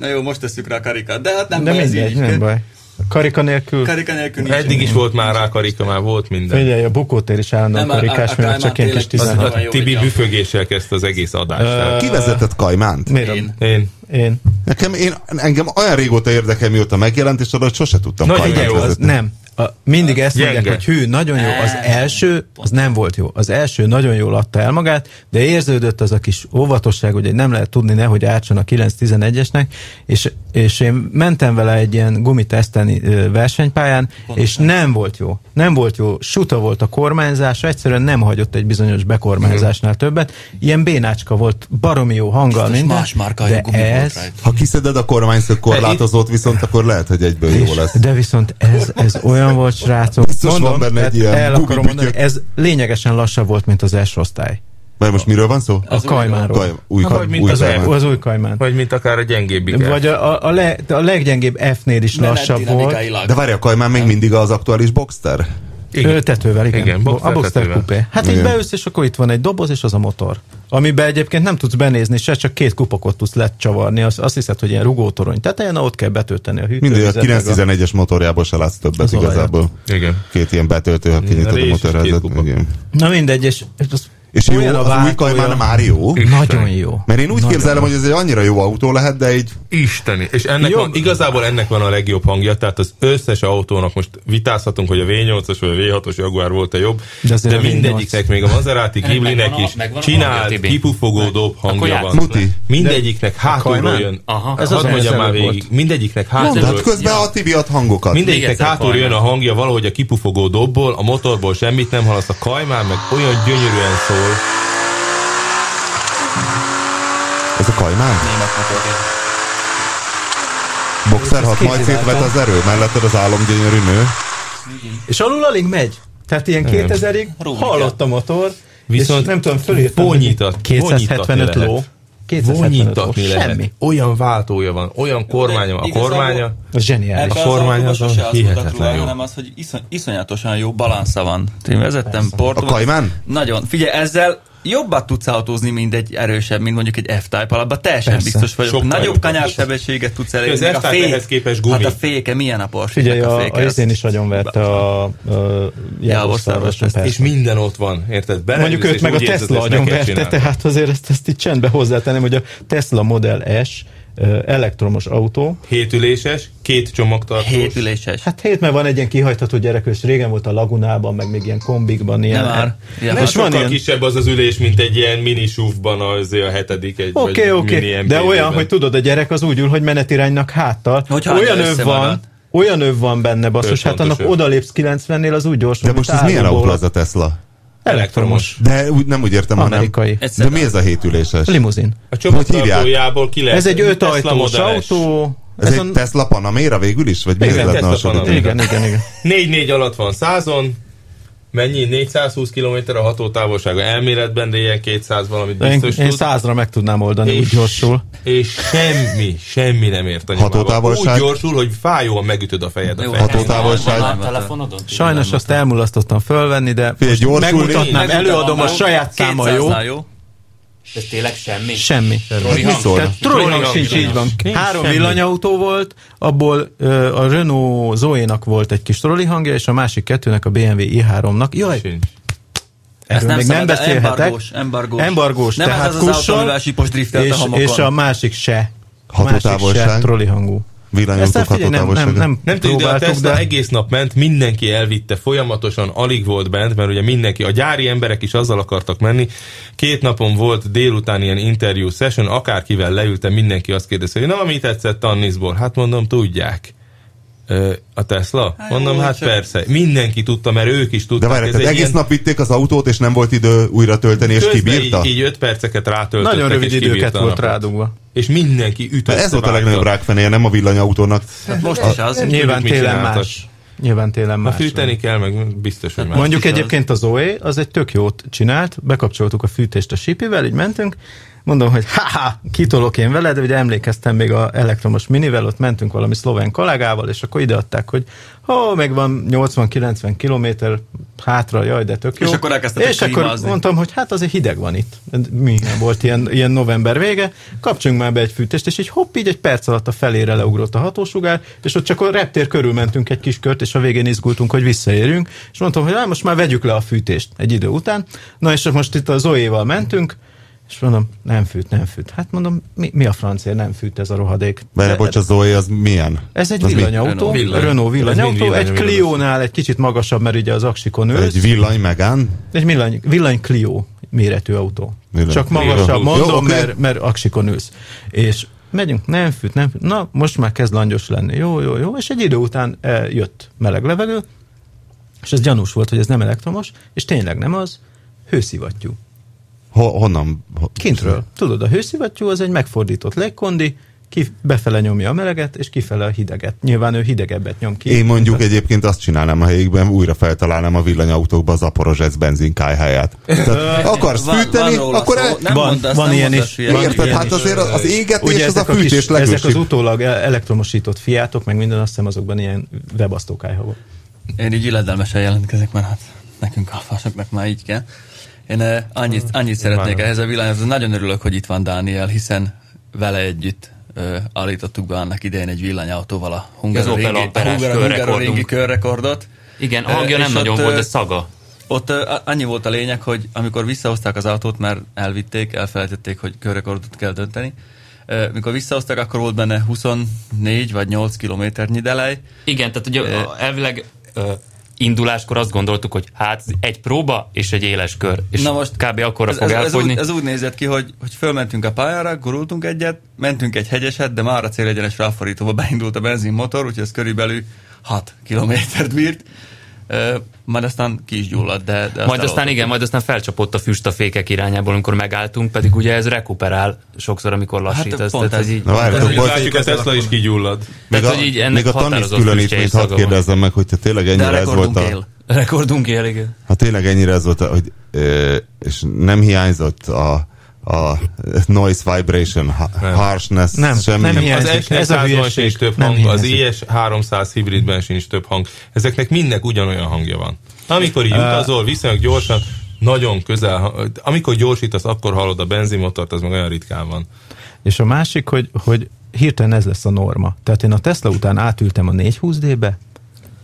Speaker 9: Na jó, most tesszük rá a karikát. De hát nem
Speaker 2: De
Speaker 9: baj, ez
Speaker 2: mindegy,
Speaker 9: így.
Speaker 2: nem baj. Karika nélkül.
Speaker 9: Karika nélkül nincs.
Speaker 4: Eddig is volt már rákarika, már volt minden.
Speaker 2: Figyelj, a bukótér is állandóan
Speaker 9: Nem, a-
Speaker 2: karikás,
Speaker 9: a- a
Speaker 2: mert csak én
Speaker 9: Kálmán
Speaker 2: kis
Speaker 9: tényleg-
Speaker 2: 16.
Speaker 9: Nagyon jó,
Speaker 4: Tibi
Speaker 9: igen.
Speaker 4: büfögéssel kezdte az egész adást.
Speaker 5: Ki vezetett Kajmánt?
Speaker 2: Miért?
Speaker 9: Én.
Speaker 4: Én.
Speaker 2: Én.
Speaker 5: Nekem, én, engem olyan régóta érdekel, mióta megjelent, és arra sose tudtam
Speaker 4: Nagyon
Speaker 5: Kajmánt
Speaker 4: jó, az
Speaker 5: vezetni.
Speaker 2: Nem. A, mindig ezt
Speaker 4: Gyenge.
Speaker 2: mondják, hogy hű, nagyon jó. Az első, az nem volt jó. Az első nagyon jól adta el magát, de érződött az a kis óvatosság, hogy nem lehet tudni nehogy ártson a 9-11-esnek, és, és én mentem vele egy ilyen gumiteszteni ö, versenypályán, és nem volt jó. Nem volt jó. Suta volt a kormányzása, egyszerűen nem hagyott egy bizonyos bekormányzásnál többet. Ilyen bénácska volt, baromi jó hanggal
Speaker 9: Mhm. Biztos
Speaker 2: minden.
Speaker 9: más márkájú
Speaker 2: de
Speaker 9: gumi volt
Speaker 2: ez,
Speaker 9: rajta.
Speaker 5: Ha kiszeded a kormányzat korlátozót, viszont akkor lehet, hogy egyből jó
Speaker 2: És-
Speaker 5: lesz.
Speaker 2: De viszont ez, ez olyan olyan volt, srácok.
Speaker 5: Biztos van benne egy
Speaker 2: tehát
Speaker 5: ilyen
Speaker 2: el akarom
Speaker 5: gumibütyök.
Speaker 2: mondani, ez lényegesen lassabb volt, mint az első osztály.
Speaker 5: Mert most miről van szó?
Speaker 2: A kajmáról.
Speaker 5: Kaj- új
Speaker 2: Na,
Speaker 5: kaj-
Speaker 2: Hát, vagy mint
Speaker 5: új
Speaker 2: az,
Speaker 5: kajmán.
Speaker 2: az új kajmán.
Speaker 4: Vagy mint akár a gyengébbik.
Speaker 2: Vagy a, a, a, le, a leggyengébb F-nél is lassabb volt.
Speaker 5: De várj, a kajmán még mindig az aktuális boxster?
Speaker 2: Igen. Tetővel, igen.
Speaker 4: Igen,
Speaker 2: igen
Speaker 4: boxer
Speaker 2: a boxer
Speaker 4: tetővel.
Speaker 2: kupé. Hát igen.
Speaker 5: Igen.
Speaker 2: így beülsz, és akkor itt van egy doboz, és az a motor. Amiben egyébként nem tudsz benézni, se csak két kupakot tudsz lecsavarni. Azt, azt hiszed, hogy ilyen rugótorony tetején, ott kell betölteni a hűtővizet.
Speaker 5: Mindig a
Speaker 2: meg
Speaker 5: 911-es motorjából se látsz többet
Speaker 2: Az olajat.
Speaker 5: igazából.
Speaker 4: Igen.
Speaker 5: Két ilyen betöltővel kinyitod a
Speaker 4: rés és két
Speaker 5: motorházat.
Speaker 4: kupa.
Speaker 5: Igen.
Speaker 2: Na mindegy, és, és az
Speaker 5: És jó, az új kajmán már jó?
Speaker 2: Nagyon jó.
Speaker 5: Mert én úgy képzelem, hogy ez egy annyira jó autó lehet, de így
Speaker 4: Isteni. És ennek
Speaker 2: Jobb.
Speaker 4: van, igazából ennek van a legjobb hangja, tehát az összes autónak most vitázhatunk, hogy a V8-as vagy a V6-os Jaguar volt a jobb,
Speaker 2: De
Speaker 4: de,
Speaker 2: azért
Speaker 4: de
Speaker 2: a V8.
Speaker 4: mindegyiknek, még a Maserati Ghibli-nek
Speaker 3: megvan a-
Speaker 4: is
Speaker 3: megvan a hangja,
Speaker 4: csinált,
Speaker 3: Tibi?
Speaker 4: kipufogó dob hangja
Speaker 3: játsz
Speaker 4: van.
Speaker 5: Muti.
Speaker 4: Mindegyiknek hátulról
Speaker 2: Kajmán?
Speaker 4: jön.
Speaker 3: Aha.
Speaker 4: Ez
Speaker 2: Ez
Speaker 4: az
Speaker 2: azon
Speaker 4: mondjam már
Speaker 2: ezelőtt
Speaker 4: végig.
Speaker 2: volt.
Speaker 4: Mindegyiknek
Speaker 5: De hát
Speaker 4: hátulról
Speaker 5: közben a Tibi ad hangokat.
Speaker 3: Még
Speaker 4: Mindegyiknek
Speaker 3: egyszer
Speaker 4: hátul
Speaker 3: Kajmán.
Speaker 4: jön a hangja, valahogy a kipufogó dobból, a motorból semmit nem hallasz, a kajmán meg olyan gyönyörűen szól.
Speaker 5: Ez a kajmán? Boxer hat majd szétvet az erő, melletted az álomgyönyörű nő.
Speaker 2: És alul alig megy. Tehát ilyen 2000-ig hallott a motor, Viszont
Speaker 4: Viszont
Speaker 2: és nem tudom, fölírtam. hogy
Speaker 4: Vonyítat,
Speaker 2: 275 ló. 275 ló.
Speaker 4: Vonyítatni lehet.
Speaker 2: Semmi.
Speaker 4: Olyan váltója van, olyan kormánya, a
Speaker 9: igazából-
Speaker 4: kormánya.
Speaker 2: Az zseniális.
Speaker 9: Ebben
Speaker 4: A kormány
Speaker 9: Hát az
Speaker 4: azon
Speaker 9: autóban sose az volt a
Speaker 4: hihetetlen
Speaker 9: próbál,
Speaker 4: jó.
Speaker 9: hanem az, hogy iszony, iszonyatosan jó balansza van. Én vezettem
Speaker 5: A
Speaker 9: Porto.
Speaker 5: kajmán?
Speaker 9: Nagyon. Figyelj, ezzel jobbat tudsz autózni, mint egy erősebb, mint mondjuk egy F-Type alapban. Teljesen
Speaker 2: Persze.
Speaker 9: Persze. biztos vagyok.
Speaker 4: Sokkal
Speaker 9: Sokkal Nagyobb
Speaker 4: jobban.
Speaker 9: kanyarsebességet tudsz elérni.
Speaker 4: Az
Speaker 9: még
Speaker 4: F-Type ehhez képest gumi.
Speaker 9: Hát a féke, milyen a Porsche?
Speaker 2: Figyelj,
Speaker 9: a,
Speaker 2: a,
Speaker 9: féke.
Speaker 2: a
Speaker 9: Ez-
Speaker 2: izén is nagyon verte a, a, a Jábor Szarvason,
Speaker 9: Szarvason,
Speaker 4: És
Speaker 2: persze.
Speaker 4: minden ott van, érted? Beleülsz,
Speaker 2: Mondjuk őt
Speaker 4: és
Speaker 2: meg a
Speaker 4: úgy érzed,
Speaker 2: Tesla
Speaker 4: ezt
Speaker 2: agyon
Speaker 4: neked
Speaker 2: verte,
Speaker 4: csinálta.
Speaker 2: tehát azért ezt, ezt így csendbe hozzátenném, hogy a Tesla Model S ö, elektromos autó.
Speaker 4: Hétüléses, két csomagtartós.
Speaker 9: Hétüléses.
Speaker 2: Hát hét, mert van egy ilyen kihajtató gyerekős, régen volt a Lagunában, meg még ilyen kombikban ilyen.
Speaker 9: Nem már.
Speaker 2: Nem,
Speaker 9: Nem,
Speaker 2: és van
Speaker 4: Sokkal
Speaker 2: ilyen,
Speaker 4: kisebb az az ülés, mint egy ilyen mini súvban az a hetedik. Egy,
Speaker 2: Oké,
Speaker 4: vagy
Speaker 2: oké,
Speaker 4: mini
Speaker 2: okay. de
Speaker 4: MPV-ben.
Speaker 2: olyan, hogy tudod, a gyerek az úgy ül, hogy menetiránynak háttal.
Speaker 9: Hogy háttal
Speaker 2: olyan öv van,
Speaker 9: összemarad.
Speaker 2: olyan öv van benne, basszus, hát
Speaker 4: Központos
Speaker 2: annak
Speaker 4: öv.
Speaker 2: odalépsz 90-nél, az úgy gyors,
Speaker 5: De most ez milyen autó az a Tesla?
Speaker 2: Elektromos.
Speaker 5: De úgy, nem úgy értem,
Speaker 2: Amerikai.
Speaker 5: hanem... De mi ez a hétüléses?
Speaker 2: Limuzin.
Speaker 4: A
Speaker 5: Hogy
Speaker 4: csomagtartójából ki lehet.
Speaker 2: Ez egy
Speaker 4: Tesla
Speaker 2: ötajtós
Speaker 4: Model S.
Speaker 2: autó.
Speaker 5: Ez egy Tesla Panamera végül is? Vagy mi
Speaker 4: Igen,
Speaker 5: ez lett
Speaker 4: Tesla
Speaker 5: hasonlítani?
Speaker 4: Panamera.
Speaker 2: Igen, igen, igen.
Speaker 4: 4-4 alatt van 100-on, mennyi? 420 km a hatótávolsága elméletben, de ilyen 200 valamit
Speaker 2: De Én,
Speaker 4: (laughs) biztos
Speaker 2: én
Speaker 4: tud.
Speaker 2: százra meg tudnám oldani, úgy
Speaker 4: És-
Speaker 2: gyorsul.
Speaker 4: És semmi, semmi nem ért a nyomába.
Speaker 5: Hatótávolság?
Speaker 4: Úgy gyorsul, hogy fájóan megütöd a fejed. A fejed.
Speaker 5: Hatótávolság.
Speaker 3: A telefonodon?
Speaker 2: Sajnos azt elmulasztottam fölvenni, de
Speaker 5: Figyelj, gyorsulni.
Speaker 2: megmutatnám, előadom a saját száma, jó?
Speaker 9: jó?
Speaker 3: Ez tényleg semmi?
Speaker 2: Semmi.
Speaker 3: Troli
Speaker 5: Mi
Speaker 3: hang?
Speaker 5: szólna?
Speaker 2: Tehát trolling sincs, így van. Három villanyautó volt, abból ö, a Renault Zoe-nak volt egy kis trolli hangja, és a másik kettőnek a BMW i3-nak. Jaj,
Speaker 4: Sincs.
Speaker 9: Ezt
Speaker 2: erről
Speaker 9: nem,
Speaker 2: még nem
Speaker 9: szabad,
Speaker 2: beszélhetek.
Speaker 9: Embargós, embargós.
Speaker 2: Embargós,
Speaker 9: nem
Speaker 2: tehát
Speaker 9: ez az az autó,
Speaker 2: cushion,
Speaker 9: amivel sipos driftelt a
Speaker 2: és,
Speaker 9: homokon.
Speaker 2: és a másik se. A másik se
Speaker 5: Hatótávolság.
Speaker 2: trolli hangú.
Speaker 5: Villanyautók
Speaker 2: Ezt figyelj, nem, nem,
Speaker 5: hatótávolsága.
Speaker 2: nem,
Speaker 4: Nem tudjuk, de a
Speaker 2: próbáltuk,
Speaker 4: Tesla
Speaker 2: de...
Speaker 4: egész nap ment, mindenki elvitte folyamatosan, alig volt bent, mert ugye mindenki, a gyári emberek is azzal akartak menni. Két napon volt délután ilyen interjú session, akárkivel leültem, mindenki azt kérdezte, hogy na, mi tetszett Tannisból? Hát mondom, tudják. Ö, A Tesla? Mondom,
Speaker 9: jó,
Speaker 4: hát
Speaker 9: csak-
Speaker 4: persze. Mindenki tudta, mert ők is
Speaker 5: De
Speaker 4: tudták.
Speaker 5: várj,
Speaker 4: Ez
Speaker 5: tehát
Speaker 4: egy
Speaker 5: egész
Speaker 4: ilyen-
Speaker 5: nap vitték az autót, és nem volt idő újra tölteni, és
Speaker 4: közben
Speaker 5: kibírta?
Speaker 4: Így, így öt perceket rátöltöttek.
Speaker 2: Nagyon rövid
Speaker 4: és kibírta
Speaker 2: időket
Speaker 4: a
Speaker 2: volt
Speaker 4: napot.
Speaker 2: rádugva.
Speaker 4: És mindenki ütötte.
Speaker 5: Mert ez volt a
Speaker 4: vágta.
Speaker 5: legnagyobb rákfenéje, nem a villanyautónak.
Speaker 9: Hát most is az.
Speaker 2: Nyilván
Speaker 4: tudjuk, mit
Speaker 2: télen
Speaker 4: csináltak.
Speaker 2: más. Nyilván télen
Speaker 4: Ha
Speaker 2: más.
Speaker 4: fűteni kell, meg biztos, hogy már.
Speaker 2: Mondjuk
Speaker 9: is az.
Speaker 2: egyébként a Zoe, az egy tök jót csinált, bekapcsoltuk a fűtést a sipivel, így mentünk, mondom, hogy ha kitolok én veled, ugye emlékeztem még a elektromos minivel, ott mentünk valami szlovén kollégával, és akkor ideadták, hogy ha meg van 80-90 kilométer hátra, jaj, de tök jó.
Speaker 9: És akkor elkezdtetek
Speaker 2: És akkor
Speaker 9: klímázni.
Speaker 2: mondtam, hogy hát azért hideg van itt. Mi volt ilyen, ilyen november vége, kapcsoljunk már be egy fűtést, és így hopp, így egy perc alatt a felére leugrott a hatósugár, és ott csak a reptér körül mentünk egy kis kört, és a végén izgultunk, hogy visszaérünk, és mondtam, hogy "Á, most már vegyük le a fűtést egy idő után. Na és most itt a Zoéval mentünk, és mondom, nem fűt, nem fűt. Hát mondom, mi, mi a francért nem fűt ez a rohadék?
Speaker 5: Várj, bocs, a Zoe az milyen?
Speaker 2: Ez egy
Speaker 5: Az mi?
Speaker 2: villanyautó,
Speaker 4: Renault. Villany.
Speaker 2: Renault, Renault
Speaker 4: Ez mind
Speaker 2: villanyautó,
Speaker 4: villany,
Speaker 2: egy
Speaker 4: villany.
Speaker 2: Clio-nál egy kicsit magasabb, mert ugye az aksikon ülsz.
Speaker 5: Egy villany megán?
Speaker 2: Egy villany, villany Clio méretű autó.
Speaker 5: Villany
Speaker 2: Villany Csak
Speaker 5: Clio.
Speaker 2: magasabb, mondom,
Speaker 5: Jó, oké.
Speaker 2: mert, mert aksikon ülsz. És megyünk, nem fűt, nem fűt. Na, most már kezd langyos lenni. Jó, jó, jó. És egy idő után eh, jött meleg levegő, és ez gyanús volt, hogy ez nem elektromos, és tényleg nem az, hőszivattyú.
Speaker 5: Ho- honnan? Ho-
Speaker 2: Kintről. Tudod, a hőszivattyú az egy megfordított légkondi, ki befele nyomja a meleget, és kifele a hideget. Nyilván ő hidegebbet nyom ki.
Speaker 5: Én mondjuk egyébként azt csinálnám a helyikben, újra feltalálnám a villanyautókba a Zaporozsec benzinkáj helyát.
Speaker 9: (laughs)
Speaker 5: Tehát akarsz
Speaker 9: Van-
Speaker 5: fűteni,
Speaker 9: van róla
Speaker 5: akkor
Speaker 9: szó.
Speaker 5: el...
Speaker 9: Nem
Speaker 2: Van-
Speaker 9: mondd azt,
Speaker 2: van
Speaker 9: nem
Speaker 2: ilyen
Speaker 9: mondd
Speaker 2: is.
Speaker 9: azt, ilyen.
Speaker 2: Van-
Speaker 5: Érted?
Speaker 2: ilyen
Speaker 5: Hát
Speaker 2: is.
Speaker 5: azért az égetés
Speaker 2: Ugye
Speaker 5: az a
Speaker 2: ezek kis-
Speaker 5: fűtés
Speaker 2: Ezek az
Speaker 5: legősibb.
Speaker 2: utólag el- elektromosított fiátok, meg minden, azt hiszem azokban ilyen webasztókájhavok.
Speaker 9: Én így illedelmesen jelentkezek, mert hát nekünk alfásoknak már így kell. Én eh, annyit,
Speaker 8: Hm.
Speaker 9: annyit szeretnék ehhez a világhoz, nagyon örülök, hogy itt van Dániel, hiszen vele együtt ö, állítottuk be annak idején egy villanyautóval a
Speaker 8: Opel
Speaker 9: hungaroringi
Speaker 8: Amperás körrekordunk.
Speaker 9: körrekordot.
Speaker 8: Igen,
Speaker 9: Ö,
Speaker 8: hangja
Speaker 9: és
Speaker 8: nem
Speaker 9: ott,
Speaker 8: nagyon
Speaker 9: ö,
Speaker 8: volt, de szaga.
Speaker 9: Ott ö, a- annyi volt a lényeg, hogy amikor visszahozták az autót, mert elvitték, elfelejtették, hogy körrekordot kell dönteni. Ö, Mikor visszahozták, akkor volt benne 24 vagy 8 kilométernyi delej,
Speaker 8: Igen, tehát ugye ö, elvileg ö, induláskor azt gondoltuk, hogy hát egy próba és egy éles kör, és Na most kb. akkorra
Speaker 9: ez,
Speaker 8: fog
Speaker 9: ez, ez,
Speaker 8: elfogyni.
Speaker 9: úgy, ez úgy nézett ki, hogy, hogy fölmentünk a pályára, gurultunk egyet, mentünk egy hegyeset, de már a célegyenes ráfordítóba (laughs) beindult a benzinmotor, úgyhogy ez körülbelül 6 kilométert bírt. Ö, majd aztán ki is gyulladt, de, de azt
Speaker 8: Majd aztán
Speaker 9: eloldottuk.
Speaker 8: igen, majd aztán felcsapott a füst a fékek irányából, amikor megálltunk, pedig ugye ez rekuperál sokszor, amikor lassít.
Speaker 9: Hát
Speaker 8: ez,
Speaker 9: pont
Speaker 8: tehát, ez
Speaker 9: ez.
Speaker 8: így,
Speaker 5: Na várjátok,
Speaker 4: Látjuk,
Speaker 5: bocs,
Speaker 4: látjuk, a Tesla is kigyullad.
Speaker 8: tehát,
Speaker 5: még
Speaker 8: hogy így
Speaker 5: a,
Speaker 8: ennek
Speaker 5: még a tanis
Speaker 8: határozott füstjei
Speaker 5: különítményt hadd
Speaker 8: szaga van.
Speaker 5: kérdezzem meg, hogyha tényleg
Speaker 9: De a
Speaker 5: ennyire ez volt
Speaker 9: rekordunk
Speaker 5: a...
Speaker 9: él.
Speaker 8: Rekordunk él, igen.
Speaker 5: Ha tényleg ennyire ez volt, hogy ö, és nem hiányzott a, a noise vibration, ha, harshness,
Speaker 2: Nem,
Speaker 5: semmi.
Speaker 2: nem hiányzik.
Speaker 4: Az
Speaker 2: hiányzik. Ez a
Speaker 4: S400-ban
Speaker 2: hülyeség.
Speaker 4: sincs több
Speaker 2: Nem
Speaker 4: hang, az
Speaker 2: hiányzik.
Speaker 4: IS300 hibridben sincs több hang. Ezeknek mindnek ugyanolyan hangja van. Amikor így utazol, viszonylag gyorsan, nagyon közel, ha- amikor gyorsítasz, akkor hallod a benzinmotort, az meg olyan ritkán van.
Speaker 2: És a másik, hogy, hogy hirtelen ez lesz a norma. Tehát én a Tesla után átültem a 420D-be,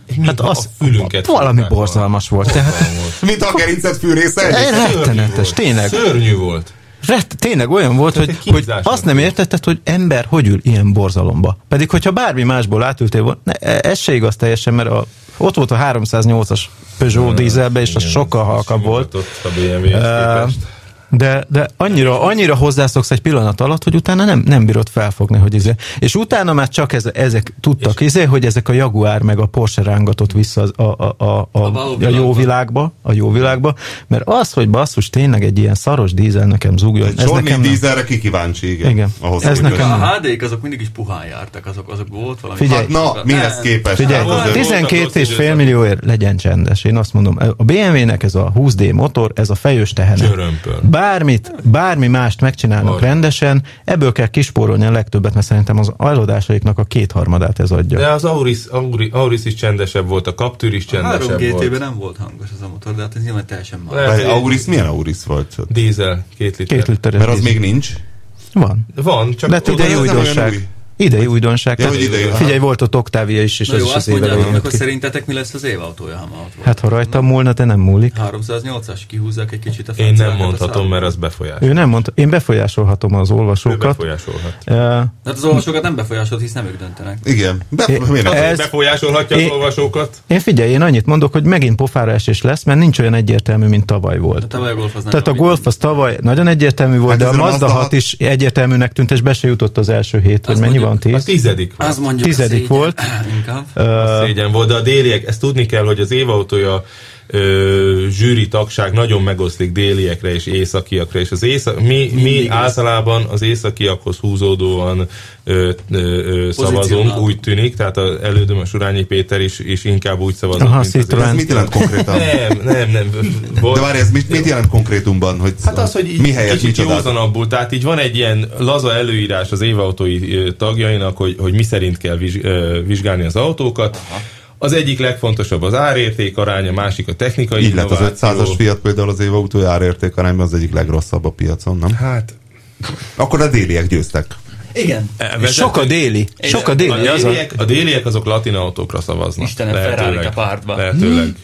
Speaker 2: hát
Speaker 4: Mintha
Speaker 2: az
Speaker 4: a fülünket
Speaker 2: valami
Speaker 4: fogták volna.
Speaker 2: borzalmas volt. Tehát
Speaker 5: Mint a gerincet fűrésze?
Speaker 2: Én
Speaker 5: egyébként.
Speaker 2: rettenetes, tényleg.
Speaker 4: Szörnyű volt.
Speaker 2: Rett, tényleg olyan volt, hogy,
Speaker 4: egy
Speaker 2: hogy
Speaker 4: kínzásnak
Speaker 2: azt nem
Speaker 4: volt.
Speaker 2: értetted, hogy ember hogy ül ilyen borzalomba. Pedig, hogyha bármi másból átültél volna, ne, e, ez se igaz teljesen, mert a, ott volt a 308-as Peugeot dízelbe, és az
Speaker 4: Igen,
Speaker 2: sokkal
Speaker 4: ez
Speaker 2: halkabb volt.
Speaker 4: simogatott A BMW-hez képest.
Speaker 2: De, de annyira, annyira hozzászoksz egy pillanat alatt, hogy utána nem, nem bírod felfogni, hogy izé. És utána már csak ez, ezek tudtak izé, hogy ezek a Jaguar meg a Porsche rángatott vissza az, a, a, a, a, a, a, jó világba, a jó világba, mert az, hogy basszus, tényleg egy ilyen szaros dízel nekem zúgjon, ez
Speaker 5: Johnny
Speaker 2: nekem nem.
Speaker 5: Deezerre ki kíváncsi, igen.
Speaker 2: Igen.
Speaker 5: Ahhoz
Speaker 2: Ez
Speaker 5: képest.
Speaker 2: nekem nem.
Speaker 9: A HD-k azok mindig is puhán jártak, azok, azok volt valami.
Speaker 2: Figyelj.
Speaker 5: Hát na, mihez képest?
Speaker 2: Figyelj,
Speaker 5: Hát azért-
Speaker 4: tizen- voltak
Speaker 2: 12 és
Speaker 4: rossz
Speaker 2: fél
Speaker 4: időszak.
Speaker 2: millióért legyen csendes. Én azt mondom, a BMW-nek ez a 20D motor, ez a fejős tehene.
Speaker 4: Csörömpöl.
Speaker 2: Bármit, bármi mást megcsinálnak
Speaker 4: Arra.
Speaker 2: rendesen, ebből kell kispórolni a legtöbbet, mert szerintem az eladásaiknak a kétharmadát ez adja.
Speaker 4: De az Auris, Auri, Auris is csendesebb volt, a Captur is
Speaker 9: Három
Speaker 4: csendesebb
Speaker 9: GT-ben
Speaker 4: volt.
Speaker 9: nem volt hangos az a motor, de hát ez nyilván teljesen más.
Speaker 4: Lehet,
Speaker 5: Várj,
Speaker 4: hogy
Speaker 5: Auris, milyen Auris volt?
Speaker 4: Dízel, két liter.
Speaker 2: Két literes
Speaker 5: Mert az
Speaker 2: dízel.
Speaker 5: még nincs.
Speaker 2: Van.
Speaker 4: Van, csak...
Speaker 2: De hát
Speaker 4: oda-
Speaker 2: idei
Speaker 5: az nem olyan
Speaker 2: újdonság.
Speaker 5: új.
Speaker 2: Idei újdonság.
Speaker 5: Ja,
Speaker 2: Tehát
Speaker 5: hogy idei.
Speaker 2: Figyelj, volt ott Octavia is, és
Speaker 9: Na
Speaker 2: ez
Speaker 9: jó,
Speaker 2: is az
Speaker 9: azt
Speaker 2: éve
Speaker 9: mondjátok,
Speaker 2: végén
Speaker 9: akkor
Speaker 2: ki.
Speaker 9: szerintetek mi lesz az év autója, ha ma ott volt?
Speaker 2: Hát ha rajtam múlna, de nem múlik.
Speaker 9: 308-as, kihúzzák egy kicsit a
Speaker 4: Én nem
Speaker 9: franciákat a
Speaker 4: mondhatom,
Speaker 9: szárnyal.
Speaker 4: mert az befolyás.
Speaker 2: Ő nem mondta, én befolyásolhatom az
Speaker 4: Ő
Speaker 2: olvasókat.
Speaker 4: befolyásolhat.
Speaker 2: Eh,
Speaker 9: Hát az olvasókat nem befolyásolt, hisz nem ők döntenek.
Speaker 5: Igen. De
Speaker 2: É,
Speaker 5: miért nem?
Speaker 2: ez-
Speaker 4: Befolyásolhatja az
Speaker 2: Én-
Speaker 4: olvasókat?
Speaker 2: Én figyelj, én annyit mondok, hogy megint pofára esés lesz, mert nincs olyan egyértelmű, mint tavaly
Speaker 9: A
Speaker 2: volt.
Speaker 9: tavaly a golf az nem
Speaker 2: Tehát a
Speaker 9: javít.
Speaker 2: Golf az tavaly nagyon egyértelmű volt,
Speaker 5: Hát
Speaker 2: de a
Speaker 5: azért a
Speaker 2: Mazda
Speaker 5: Mazda
Speaker 2: 6
Speaker 5: hat-
Speaker 2: is egyértelműnek tűnt, és be se jutott az első hét, hogy mennyi van,
Speaker 9: mondjuk-
Speaker 2: 10?
Speaker 4: A tizedik volt.
Speaker 9: Az mondjuk
Speaker 2: tizedik
Speaker 9: szégyen.
Speaker 2: volt.
Speaker 9: (laughs) Inkább.
Speaker 4: Az szégyen volt, de a déliek, ezt tudni kell, hogy az évautója ö, zsűri tagság nagyon megoszlik déliekre és északiakra, és az észak, mi, mi
Speaker 9: Mindig
Speaker 4: általában az északiakhoz húzódóan ö, ö, ö, szavazunk,
Speaker 9: Pozícionálunk.
Speaker 4: úgy tűnik, tehát az elődömes Urányi Péter is, is inkább úgy szavazott,
Speaker 2: Aha,
Speaker 4: mint az
Speaker 2: Citroen.
Speaker 5: Ez mit jelent konkrétan?
Speaker 4: Nem, nem, nem. Volt,
Speaker 5: De várj, ez mit, mit jelent konkrétumban? Hogy
Speaker 4: Hát az, hogy így
Speaker 5: mi helyett
Speaker 4: kicsit
Speaker 5: micsodát?
Speaker 4: józanabbul, tehát így van egy ilyen laza előírás az évautói ö, tagjainak, hogy, hogy mi szerint kell vizs, ö, vizsgálni az autókat. Az egyik legfontosabb az árérték arány, a másik a technikai
Speaker 5: Így lett az
Speaker 4: innováció.
Speaker 5: 500-as Fiat például az év utó árérték arányban az egyik legrosszabb a piacon, nem?
Speaker 4: Hát,
Speaker 5: Akkor a déliek győztek.
Speaker 9: Igen.
Speaker 2: És Sok a déli. Sok a déli.
Speaker 4: a
Speaker 2: Az a...
Speaker 4: déliek, a déliek azok latin autókra szavaznak.
Speaker 9: Istenem, ferrari a pártba.
Speaker 5: Hmm.
Speaker 4: Lehetőleg.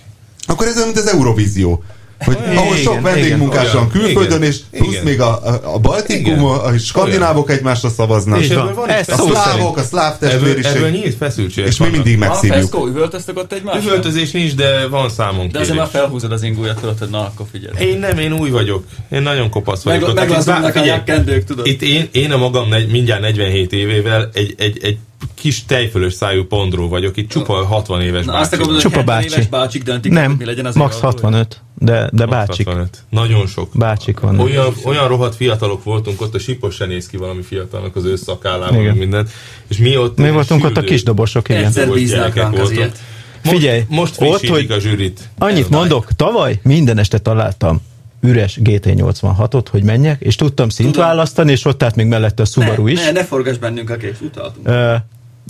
Speaker 5: Akkor ez olyan, mint az Eurovízió. Hogy ahol sok
Speaker 2: igen,
Speaker 5: vendégmunkás
Speaker 4: igen.
Speaker 5: van külföldön,
Speaker 4: Igen,
Speaker 5: és plusz
Speaker 4: igen.
Speaker 5: még a, a- a Baltikum,
Speaker 4: Igen.
Speaker 5: a skandinávok egymásra szavaznak.
Speaker 2: Így
Speaker 5: A
Speaker 4: ebből
Speaker 2: van.
Speaker 4: van egy
Speaker 2: Ez
Speaker 4: fel-
Speaker 2: szó szerint.
Speaker 5: szlávok, a szláv
Speaker 4: Ebből, ebből
Speaker 5: testvériség.
Speaker 4: nyílt feszültségek
Speaker 5: És mi
Speaker 4: vannak.
Speaker 5: mindig
Speaker 9: Ma a
Speaker 5: megszívjuk.
Speaker 9: Feszkó üvöltöztek ott egymásra?
Speaker 4: Üvöltözés nincs, de van számunk
Speaker 9: De azért már felhúzod az ingújat, tudod, hogy na, akkor figyelj.
Speaker 4: Én nem, én új vagyok. Én nagyon kopasz vagyok.
Speaker 9: Meg,
Speaker 4: Tehát itt bár-
Speaker 9: meglazulnak a
Speaker 4: figyelj,
Speaker 9: nyakkendők, tudod?
Speaker 4: Itt én, én a magam negy, mindjárt 47 évével egy, egy, egy kis tejfölös szájú pondró vagyok, itt csupa 60 éves
Speaker 9: Na,
Speaker 4: bácsi.
Speaker 9: azt akarom,
Speaker 4: vagyok.
Speaker 9: hogy
Speaker 2: Csupa
Speaker 9: 70
Speaker 2: bácsi.
Speaker 9: éves bácsik döntik, el,
Speaker 2: Nem,
Speaker 9: hogy mi legyen az
Speaker 2: max
Speaker 9: igazoló.
Speaker 2: 65, de, de bácsik,
Speaker 4: 65. Nagyon sok.
Speaker 2: bácsik van.
Speaker 4: Olyan, olyan rohadt fiatalok voltunk ott, a sipos se néz ki valami fiatalnak az összakálában,
Speaker 2: Igen.
Speaker 4: meg minden. És mi ott...
Speaker 2: Mi voltunk ott a
Speaker 4: sűrű,
Speaker 2: kisdobosok, igen.
Speaker 9: Egyszer
Speaker 4: volt
Speaker 9: bíznak
Speaker 4: gyerekek
Speaker 9: ránk az
Speaker 4: voltunk.
Speaker 9: ilyet.
Speaker 4: Most,
Speaker 2: Figyelj,
Speaker 4: most
Speaker 2: ott,
Speaker 4: frissítik
Speaker 2: hogy-
Speaker 4: a zsűrit.
Speaker 2: Annyit mondok, tavaly minden este találtam üres GT86-ot, hogy menjek, és tudtam szint
Speaker 9: Tudom.
Speaker 2: választani, és ott állt még mellette a Subaru
Speaker 9: ne,
Speaker 2: is.
Speaker 9: Ne, ne forgass bennünk a kép, utaltunk.
Speaker 2: Ö,
Speaker 4: De, ilyen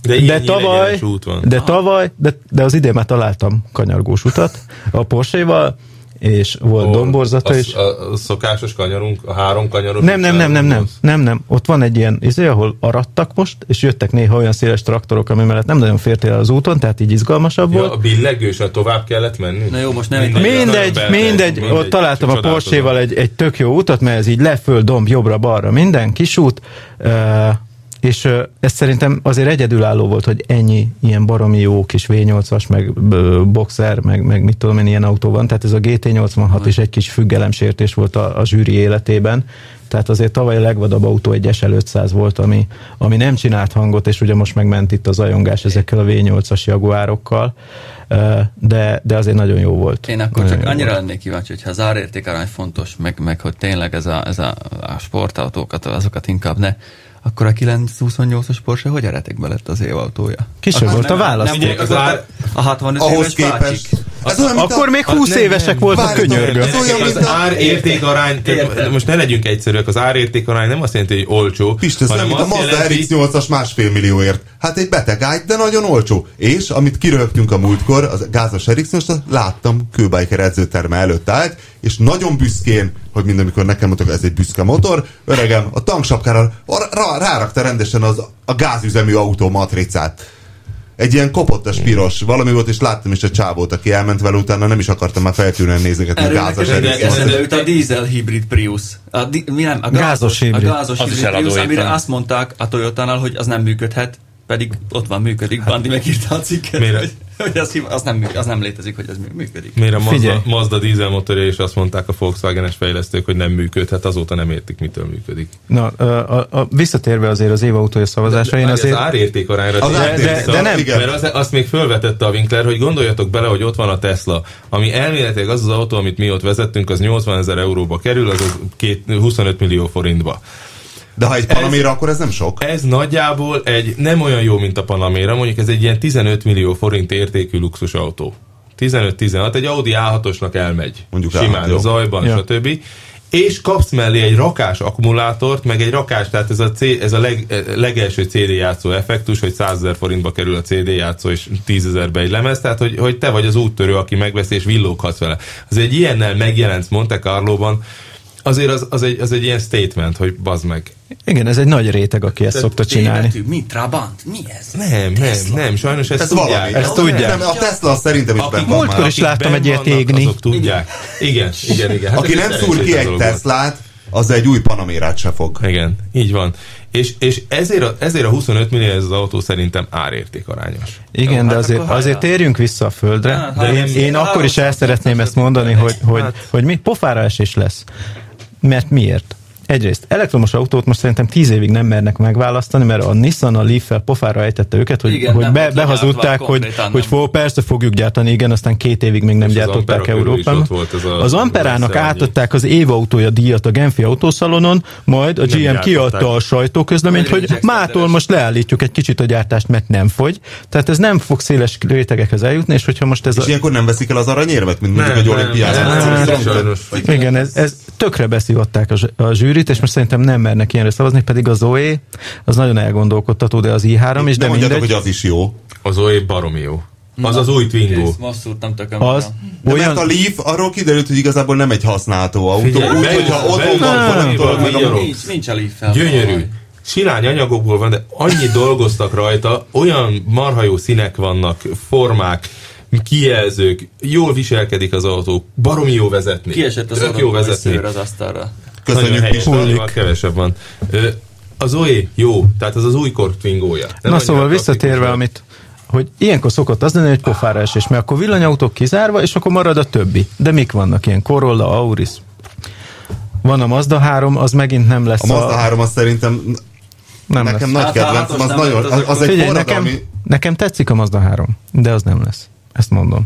Speaker 2: de
Speaker 4: nyíregyenes
Speaker 2: tavaly,
Speaker 4: út van.
Speaker 2: de tavaly, de, de az idén már találtam kanyargós utat a Porsche-val, és volt
Speaker 4: Ahol
Speaker 2: domborzata
Speaker 4: a,
Speaker 2: is.
Speaker 4: A, a szokásos kanyarunk, a három kanyaros.
Speaker 2: Nem, nem, nem, nem, nem, nem, nem. Ott van egy ilyen izé, ahol arattak most, és jöttek néha olyan széles traktorok, ami mellett nem nagyon fértél el az úton, tehát így izgalmasabb
Speaker 4: Ja,
Speaker 2: volt.
Speaker 4: a billegősen tovább kellett menni?
Speaker 9: Na jó, most nem egy
Speaker 4: nagyon
Speaker 2: Mindegy,
Speaker 4: belgó,
Speaker 2: mindegy, ott találtam a
Speaker 4: csodálkozom.
Speaker 2: Porséval Szóval egy, egy tök jó utat, mert ez így leföl, domb, jobbra-balra, minden, kis út, ö, és ö, ez szerintem azért egyedülálló volt, hogy ennyi ilyen baromi jó kis V8-as, meg ö, boxer, meg, meg mit tudom én, ilyen autó van, tehát ez a GT86 is egy kis függelemsértés volt a, a zsűri életében, tehát azért tavaly a legvadabb autó egy SL500 volt, ami, ami nem csinált hangot, és ugye most megment itt az ajongás ezekkel a V8-as jaguárokkal, ö, de, de azért nagyon jó volt.
Speaker 9: Én akkor
Speaker 2: Nagyon
Speaker 9: csak
Speaker 2: jó
Speaker 9: annyira
Speaker 2: volt.
Speaker 9: lennék kíváncsi, hogyha az árértékarány fontos, meg, meg hogy tényleg ez a, ez a, a sportautókat, azokat inkább ne, akkor a 928-as Porsche hogy eretekbe lett az évautója?
Speaker 2: Kisebb volt a válasz.
Speaker 9: Nem volt az
Speaker 4: ár-
Speaker 9: a, a 65
Speaker 5: Ahhoz
Speaker 9: éves bácsik.
Speaker 5: képest... Az olyan, mint a-
Speaker 2: Akkor még 20 évesek voltak,
Speaker 5: Várjatok,
Speaker 9: Szóval
Speaker 2: könyörgöm.
Speaker 5: Ez olyan, mint
Speaker 4: az
Speaker 5: a-
Speaker 4: árérték arány, tehát most ne legyünk egyszerűek, az árérték arány nem azt jelenti, hogy olcsó,
Speaker 5: Pist, ez olyan, mint a
Speaker 4: azt
Speaker 5: Mazda
Speaker 4: jelenti-
Speaker 5: RX-8-as másfél millióért. Hát egy beteg ágy, de nagyon olcsó. És, amit kiröhögtünk a múltkor, az gázas rx láttam kőbiker edzőterme előtt állt, és nagyon büszkén, hogy mindamikor nekem mondtak, ez egy büszke motor, öregem, a tanksapkára rá, rá, rárakta rendesen az, a gázüzemű autó matricát. Egy ilyen kopottas piros valami volt, és láttam is a csávót, aki elment vele utána, nem is akartam már feltűnően nézegetni a
Speaker 9: Erről
Speaker 5: gázas
Speaker 9: nekem még
Speaker 5: rx
Speaker 9: eszembe jut a dízel hibrid Prius. A, di, mi nem, a
Speaker 2: Gázos hibrid.
Speaker 9: A gázos
Speaker 8: Az
Speaker 9: hibrid
Speaker 8: is eladó
Speaker 9: Prius, amire
Speaker 8: éppen.
Speaker 9: azt mondták a Toyota-nál, hogy az nem működhet, pedig ott van, működik. Bandi megírta a cikket,
Speaker 4: Miért?
Speaker 9: hogy, hogy az, hib- az, nem, működik, az nem létezik, hogy ez mű- működik.
Speaker 4: Miért a
Speaker 2: Figyelj.
Speaker 4: Mazda, Mazda dízelmotorja és azt mondták a Volkswagen-es fejlesztők, hogy nem működhet, azóta nem értik, mitől működik.
Speaker 2: Na, a, a, a, visszatérve azért az éva autója szavazásra, én
Speaker 4: Várj,
Speaker 2: azért...
Speaker 4: Az árérték arányra
Speaker 5: Az
Speaker 4: térjünk
Speaker 5: árérték
Speaker 4: vissza,
Speaker 5: arányra, de- de nem. igen.
Speaker 4: Mert az, azt még fölvetette a Winkler, hogy gondoljatok bele, hogy ott van a Tesla, ami elméletileg az az autó, amit mi ott vezettünk, az 80 ezer euróba kerül, az az két, 25 millió forintba.
Speaker 5: De ha egy panaméra, akkor ez nem sok.
Speaker 4: Ez nagyjából egy, nem olyan jó, mint a Panamera, mondjuk ez egy ilyen 15 millió forint értékű luxusautó. 15-16, egy Audi A6-osnak elmegy.
Speaker 5: Mondjuk
Speaker 4: Simán,
Speaker 5: A6, jó.
Speaker 4: zajban,
Speaker 2: Ja.
Speaker 4: ja. stb. És kapsz mellé egy rakás akkumulátort, meg egy rakás, tehát ez a, C, ez a leg, eh, legelső CD játszó effektus, hogy 100 ezer forintba kerül a CD játszó, és 10 ezerbe egy lemez, tehát hogy, hogy te vagy az úttörő, aki megveszi, és villoghatsz vele. Az egy ilyennel megjelent Monte Carlo-ban, azért az, az, egy, az egy ilyen statement, hogy bazd meg,
Speaker 2: Igen, ez egy nagy réteg, aki ezt
Speaker 4: Tehát
Speaker 2: szokta csinálni.
Speaker 9: Életű, mi? Trabant? Mi ez?
Speaker 4: Nem, nem, nem, sajnos ezt
Speaker 5: Ez
Speaker 4: tudják.
Speaker 5: valami.
Speaker 4: Ezt
Speaker 2: tudják.
Speaker 5: Nem, a Tesla szerintem is benne van
Speaker 2: múltkor
Speaker 5: már.
Speaker 2: is láttam egy ilyet égni.
Speaker 4: Azok tudják. Igen, igen, igen. Hát
Speaker 5: Aki
Speaker 4: ez
Speaker 5: nem szúr ki
Speaker 4: szerencsétlen
Speaker 5: egy
Speaker 4: dolog volt.
Speaker 5: Teslát, az egy új panamérát se fog.
Speaker 4: Igen, így van. És, és ezért, a, ezért a 25 millió ez az autó szerintem árérték arányos.
Speaker 2: Igen, de
Speaker 9: hát
Speaker 2: azért,
Speaker 9: akkor
Speaker 2: azért
Speaker 9: hajrá.
Speaker 2: térjünk vissza a földre.
Speaker 9: Hát,
Speaker 2: De
Speaker 9: hát,
Speaker 2: én,
Speaker 9: hát,
Speaker 2: én
Speaker 9: hát,
Speaker 2: akkor is
Speaker 9: hát,
Speaker 2: el
Speaker 9: hát,
Speaker 2: szeretném
Speaker 9: hát,
Speaker 2: ezt mondani,
Speaker 9: hát,
Speaker 2: hogy, hogy, hogy mi pofára esés lesz. Mert miért? Egyrészt elektromos autót most szerintem tíz évig nem mernek megválasztani, mert a Nissan a Leaf-fel pofára ejtette őket, hogy,
Speaker 9: Igen,
Speaker 2: hogy
Speaker 9: nem
Speaker 2: be,
Speaker 9: volt
Speaker 2: behazudták,
Speaker 9: legyártva,
Speaker 2: hogy,
Speaker 9: konkrétan
Speaker 2: hogy
Speaker 9: nem.
Speaker 2: fó, persze fogjuk gyártani, igen, aztán két évig még nem
Speaker 4: És az
Speaker 2: gyártották
Speaker 4: Ampera körül is
Speaker 2: Európában.
Speaker 4: ott volt ez a-
Speaker 2: Az Amperának
Speaker 4: ez a-
Speaker 2: átadták az évautója díjat a Genfi autószalonon, majd a GM
Speaker 4: gyártották.
Speaker 2: kiadta a sajtóközleményt,
Speaker 9: Nagyon
Speaker 2: hogy
Speaker 9: Jackson
Speaker 2: mától
Speaker 9: Davis.
Speaker 2: most leállítjuk egy kicsit a gyártást, mert nem fogy. Tehát ez nem fog széles rétegekhez eljutni, és hogyha most ez a...
Speaker 5: És ilyenkor nem veszik el az aranyérmet, mint mondjuk egy
Speaker 4: nem,
Speaker 5: olimpiázon.
Speaker 4: nem, sajnos.
Speaker 2: Igen, ez, ez tökre beszívották a, zs- a zsűrit, és most szerintem nem mernek ilyenre szavazni, pedig a Zoe, az nagyon elgondolkodtató, de az i3 is,
Speaker 5: De
Speaker 2: de
Speaker 5: mondjátok,
Speaker 2: mindegy.
Speaker 5: hogy az is jó.
Speaker 4: Az oly baromi jó. Az az új Twingo.
Speaker 9: Kész, most szúrtam tököm.
Speaker 2: Az
Speaker 5: De Olyan... mert a
Speaker 2: olyan...
Speaker 5: Leaf, arról kiderült, hogy igazából nem egy használható autó.
Speaker 4: Figyelj,
Speaker 5: Úgy,
Speaker 4: bejön-
Speaker 5: hogyha otthon
Speaker 4: bejön-
Speaker 5: van,
Speaker 4: bejön-
Speaker 5: forinttól
Speaker 4: bejön-
Speaker 5: meg a
Speaker 4: bejön-
Speaker 9: Nincs, nincs a leaf
Speaker 4: Gyönyörű. Silány anyagokból van, de annyi dolgoztak rajta, olyan marha jó színek vannak, formák, kijelzők, jól viselkedik az autó, baromi jó vezetni.
Speaker 9: Kiesett az
Speaker 4: Tök jó
Speaker 9: adatból
Speaker 4: vezetni.
Speaker 9: szőr az asztalra.
Speaker 4: Nagyon
Speaker 5: Köszönjük,
Speaker 4: helyes,
Speaker 5: Pista.
Speaker 4: annyival kevesebb van. Ö, Az oé jó, tehát az az újkor twingója. Nem
Speaker 2: Na
Speaker 4: annyira
Speaker 2: szóval
Speaker 4: klasszikus,
Speaker 2: visszatérve,
Speaker 4: de-
Speaker 2: amit hogy ilyenkor szokott az lenni, hogy pofára esés, mert akkor villanyautók kizárva, és akkor marad a többi. De mik vannak ilyen? Corolla, Auris? Van a Mazda 3, az megint nem lesz
Speaker 5: A Mazda 3 az szerintem
Speaker 2: Nem
Speaker 5: Nekem
Speaker 2: lesz.
Speaker 5: nagy
Speaker 9: Hát,
Speaker 5: kedvencem,
Speaker 9: hátos
Speaker 5: az
Speaker 9: nem
Speaker 5: nagyon,
Speaker 9: lett az
Speaker 5: az, az egy
Speaker 2: Figyelj, nekem,
Speaker 5: forradalmi...
Speaker 2: nekem tetszik a Mazda 3, de az nem lesz. Ezt mondom.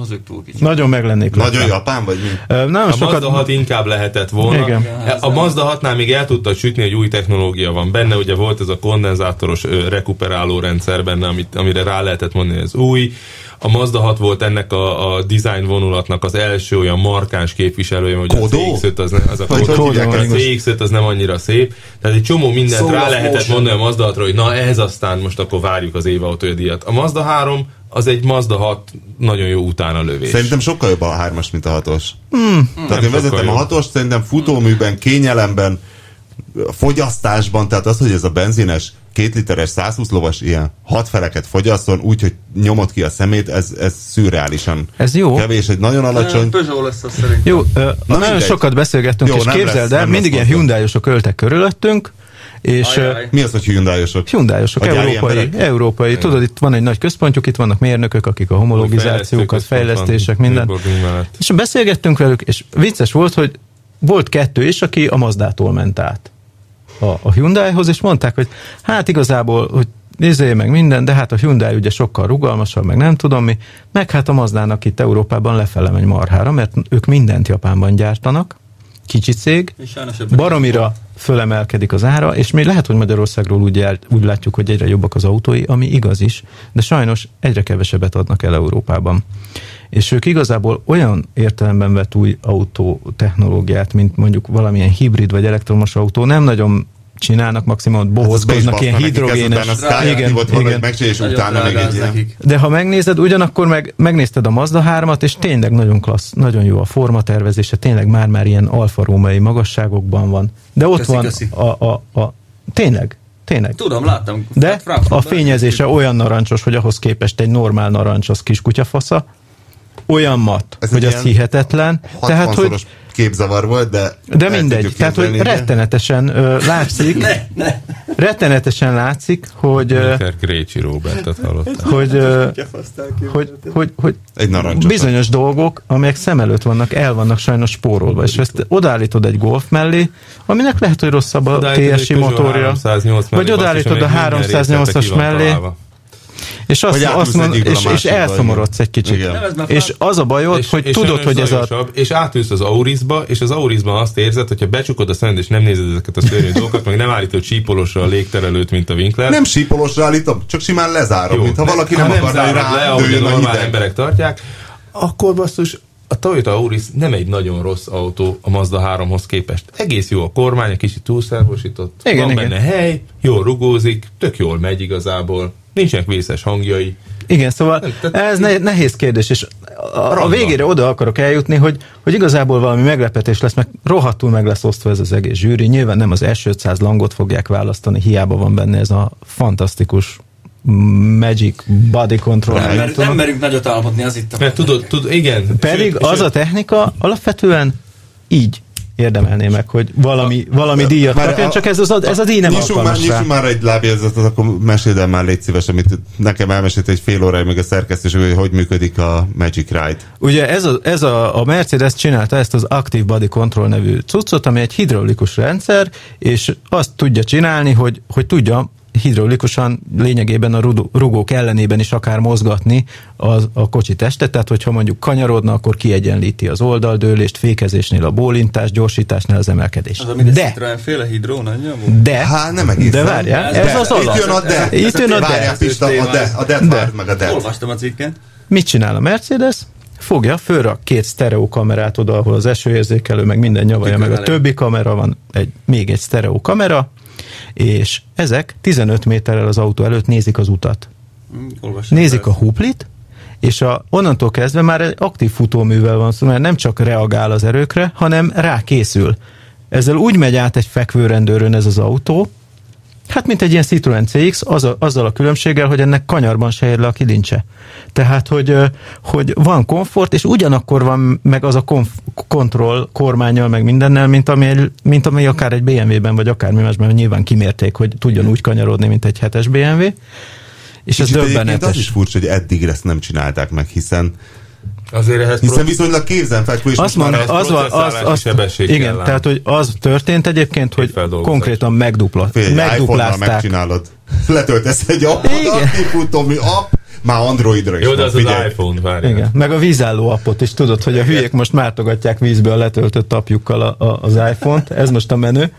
Speaker 9: Az ők túl kicsi.
Speaker 2: Nagyon meg lennék
Speaker 5: Nagyon
Speaker 2: lepve.
Speaker 5: japán vagy
Speaker 2: Ö,
Speaker 5: mi?
Speaker 2: Nagyon
Speaker 4: A Mazda 6
Speaker 2: sokat...
Speaker 4: inkább lehetett volna.
Speaker 2: Igen.
Speaker 4: A Mazda 6-nál még el tudta sütni, hogy új technológia van benne. Ugye volt ez a kondenzátoros ö, rekuperáló rendszer benne, amit, amire rá lehetett mondani, hogy ez új. A Mazda 6 volt ennek a, a design vonulatnak az első olyan markáns képviselője, hogy
Speaker 5: Kodó?
Speaker 4: a CX-5 az, nem, az a
Speaker 5: Vagy
Speaker 4: Kodó,
Speaker 5: hogy hívják
Speaker 4: a
Speaker 5: ezt?
Speaker 4: CX-5 az nem annyira szép. Tehát egy csomó mindent
Speaker 9: Soul
Speaker 4: rá
Speaker 9: of
Speaker 4: lehetett
Speaker 9: motion.
Speaker 4: mondani a Mazda 6-ra, hogy na ez aztán most akkor várjuk az év autója díjat. A Mazda 3 az egy Mazda 6 nagyon jó utána lövés.
Speaker 5: Szerintem sokkal jobb a hármas, mint a hatos.
Speaker 2: Hmm.
Speaker 5: Tehát én vezetem a
Speaker 4: sokkal jobb.
Speaker 5: hatos, szerintem
Speaker 9: Hmm.
Speaker 5: futóműben, kényelemben, fogyasztásban, tehát az, hogy ez a benzines, két literes 120 lovas ilyen hat feleket fogyasszon, úgy, hogy nyomod ki a szemét, ez, ez szürreálisan
Speaker 2: Ez jó.
Speaker 5: kevés, egy nagyon alacsony.
Speaker 9: Peugeot lesz az szerint.
Speaker 2: Jó, ö,
Speaker 5: Na
Speaker 2: nagyon
Speaker 5: mindegy.
Speaker 2: sokat beszélgettünk,
Speaker 5: Jó,
Speaker 2: Jó, és
Speaker 5: nem lesz-
Speaker 2: képzeld el,
Speaker 5: nem lesz
Speaker 2: mindig ilyen
Speaker 5: Mazda.
Speaker 2: Hyundai-osok öltek körülöttünk, és
Speaker 9: Ajaj.
Speaker 2: ö,
Speaker 5: Mi az, hogy hyundai
Speaker 2: Hyundai-osok,
Speaker 5: A gyári
Speaker 2: európai,
Speaker 5: emberek?
Speaker 2: európai. Tudod, itt van egy nagy központjuk, itt vannak mérnökök, akik a homologizációkat, fejlesztések, minden. És beszélgettünk velük, és vicces volt, hogy volt kettő is, aki a Mazdától ment át a, a Hyundaihoz, és mondták, hogy hát igazából, hogy nézzél meg minden, de hát a Hyundai ugye sokkal rugalmasabb, meg nem tudom mi, meg hát a Mazdának itt Európában lefele megy marhára, mert ők mindent Japánban gyártanak, kicsi cég,
Speaker 9: És sajnos ebben
Speaker 2: baromira fölemelkedik az ára, és mi lehet, hogy Magyarországról úgy, jár, úgy látjuk, hogy egyre jobbak az autói, ami igaz is, de sajnos egyre kevesebbet adnak el Európában. És ők igazából olyan értelemben vett új autó technológiát, mint mondjuk valamilyen hibrid vagy elektromos autó, nem nagyon csinálnak maximum, bohózkodnak ilyen hidrogénes.
Speaker 5: A Skyline volt volna, hogy megcsinálj, és
Speaker 9: nagyon
Speaker 5: utána még
Speaker 9: drága
Speaker 5: egy
Speaker 9: az
Speaker 5: ilyen...
Speaker 9: nekik.
Speaker 2: De ha megnézed, ugyanakkor meg, megnézted a Mazda 3-at, és tényleg nagyon klassz, nagyon jó a formatervezése, tényleg már-már ilyen alfarómai magasságokban van. De ott
Speaker 9: Köszi,
Speaker 2: van
Speaker 9: köszi.
Speaker 2: A, a, a... Tényleg, tényleg.
Speaker 9: Tudom, láttam.
Speaker 2: De
Speaker 9: Hát Frankfurtban
Speaker 2: a fényezése olyan narancsos, hogy ahhoz képest egy normál narancs az kis kutyafasza, olyan mat,
Speaker 5: Ez
Speaker 2: Ez hogy
Speaker 5: egy
Speaker 2: az
Speaker 5: ilyen
Speaker 2: hihetetlen. Tehát, hogy,
Speaker 5: képzavar volt, de...
Speaker 2: de
Speaker 5: el
Speaker 2: mindegy,
Speaker 5: tudjuk
Speaker 2: tehát hogy
Speaker 5: képzelni, igen.
Speaker 2: rettenetesen
Speaker 5: (laughs)
Speaker 2: ö, látszik, rettenetesen látszik, hogy, ö,
Speaker 4: Péter Grécsi Robertet hallottam.
Speaker 2: hogy, ö, hogy, hogy, hogy
Speaker 5: Egy narancsosat.
Speaker 2: bizonyos dolgok, amelyek szem előtt vannak, el vannak sajnos spórolva, és ezt odaállítod egy golf mellé, aminek lehet, hogy rosszabb a TSI motorja, vagy odaállítod a 308-as mellé, és azt,
Speaker 5: Vagy átülsz
Speaker 2: azt mond,
Speaker 5: egyikből a
Speaker 2: és, és
Speaker 5: másikba,
Speaker 2: elszomorodsz egy kicsit.
Speaker 5: Igen.
Speaker 9: Nem, ez már
Speaker 2: És az a bajod,
Speaker 4: És,
Speaker 2: hogy
Speaker 4: és
Speaker 2: tudod,
Speaker 4: sajnos
Speaker 2: hogy ez a...
Speaker 4: zajosabb, És átülsz az Aurisba, és az Aurisban azt érzed, hogyha becsukod a szemed, és nem nézed ezeket a szörnyű (laughs) dolgokat, meg nem állítod csípolosra a légterelőt, mint a Winkler.
Speaker 5: Nem sípolosra állítom, csak simán lezárom,
Speaker 4: Jó,
Speaker 5: mintha valaki nem,
Speaker 4: ha
Speaker 5: akarna, hogy
Speaker 4: zárod le,
Speaker 5: rá
Speaker 4: ahogy a
Speaker 5: dőljön a
Speaker 4: normál
Speaker 5: hideg.
Speaker 4: emberek tartják, akkor basszus, a Toyota Auris nem egy nagyon rossz autó a Mazda 3-hoz képest. Egész jó a kormány, egy kicsit túlszervosított,
Speaker 2: Igen,
Speaker 4: van
Speaker 2: igen.
Speaker 4: benne hely, jól rugózik, tök jól megy igazából, nincsenek vészes hangjai.
Speaker 2: Igen, szóval
Speaker 4: tehát-
Speaker 2: ez ne, nehéz kérdés, és a, a végére oda akarok eljutni, hogy, hogy igazából valami meglepetés lesz, meg rohadtul meg lesz osztva ez az egész zsűri. Nyilván nem az első 500 langot fogják választani, hiába van benne ez a fantasztikus Magic Body Control.
Speaker 9: Nem,
Speaker 2: nem
Speaker 9: merünk-
Speaker 2: tudom.
Speaker 9: nem merünk nagyot álmodni, az itt a...
Speaker 4: Mert tudod, tudod igen.
Speaker 2: Pedig
Speaker 4: sőt-
Speaker 2: az
Speaker 4: sőt,
Speaker 2: a technika alapvetően így érdemelné meg, hogy valami, valami díjat
Speaker 5: Már
Speaker 2: kapjon,
Speaker 5: a-
Speaker 2: csak ez, az, ad- ez a díj nem
Speaker 5: Nyissunk már,
Speaker 2: alkalmas rá.
Speaker 5: nyissunk már egy lábjegyzetet, akkor meséld el már légy szíves, amit nekem elmesélt egy fél órája még a szerkesztés, hogy hogy működik a Magic Ride.
Speaker 2: Ugye ez, a, ez a, a Mercedes csinálta ezt az Active Body Control nevű cuccot, ami egy hidraulikus rendszer, és azt tudja csinálni, hogy, hogy tudja hidraulikusan lényegében a rudu- rugók ellenében is akár mozgatni az, a kocsi testet, tehát hogyha mondjuk kanyarodna, akkor kiegyenlíti az oldaldőlést, fékezésnél a bólintást, gyorsításnál az emelkedést.
Speaker 9: Az, amit
Speaker 2: De,
Speaker 9: a féle hidró, nagyjából.
Speaker 2: de,
Speaker 5: Hát nem egészen.
Speaker 2: de várjál, ez,
Speaker 9: de.
Speaker 2: az
Speaker 5: Itt
Speaker 2: alap.
Speaker 5: jön a de.
Speaker 2: Itt jön a de.
Speaker 5: Várjál, Pista, a de, a de, várd meg a de.
Speaker 9: Olvastam a cikket.
Speaker 2: Mit csinál a Mercedes? Fogja, fölrak két sztereó kamerát oda, ahol az esőérzékelő, meg minden nyavalja, meg a
Speaker 9: Tükör elé.
Speaker 2: többi kamera van, egy, még egy sztereó kamera, és ezek 15 méterrel az autó előtt nézik az utat.
Speaker 9: Mm, Olvastam.
Speaker 2: Nézik a huplit, és a, onnantól kezdve már egy aktív futóművel van szó, mert nem csak reagál az erőkre, hanem rákészül. Ezzel úgy megy át egy fekvőrendőrön ez az autó, Hát, mint egy ilyen Citroen CX, az a, azzal a különbséggel, hogy ennek kanyarban se ér le a kilincse. Tehát, hogy, ö, hogy van komfort, és ugyanakkor van meg az a konf- kontroll kormányjal, meg mindennel, mint ami, egy- mint ami akár egy BMW-ben, vagy akármi másban, mert nyilván kimérték, hogy tudjon úgy kanyarodni, mint egy hetes BMW. És ez
Speaker 5: Kicsit egyébként
Speaker 2: döbbenetes.
Speaker 5: Az is furcsa, hogy eddig ezt nem csinálták meg, hiszen
Speaker 4: Azért ehhez
Speaker 5: Hiszen viszonylag kézenfekvő, és
Speaker 2: Azt
Speaker 5: most már
Speaker 2: mondom,
Speaker 4: ez
Speaker 2: az van, az,
Speaker 4: processzálási
Speaker 2: az,
Speaker 4: sebesség kell
Speaker 2: igen,
Speaker 4: ám.
Speaker 2: tehát hogy az történt egyébként, hogy
Speaker 4: feldolgozás.
Speaker 2: konkrétan megdupla,
Speaker 5: Fél, iPhone-nal
Speaker 2: megduplázták.
Speaker 5: megcsinálod. (laughs) Letöltesz egy appot,
Speaker 2: Igen.
Speaker 5: aktifutomi app, már Androidra is
Speaker 4: Jó, de
Speaker 5: van,
Speaker 4: az az
Speaker 5: figyelj.
Speaker 4: iPhone, várjál.
Speaker 2: Igen, meg a vízálló appot is tudod, hogy a hülyék most mártogatják vízből letöltött apjukkal a, a, az iPhone-t, ez most a menő,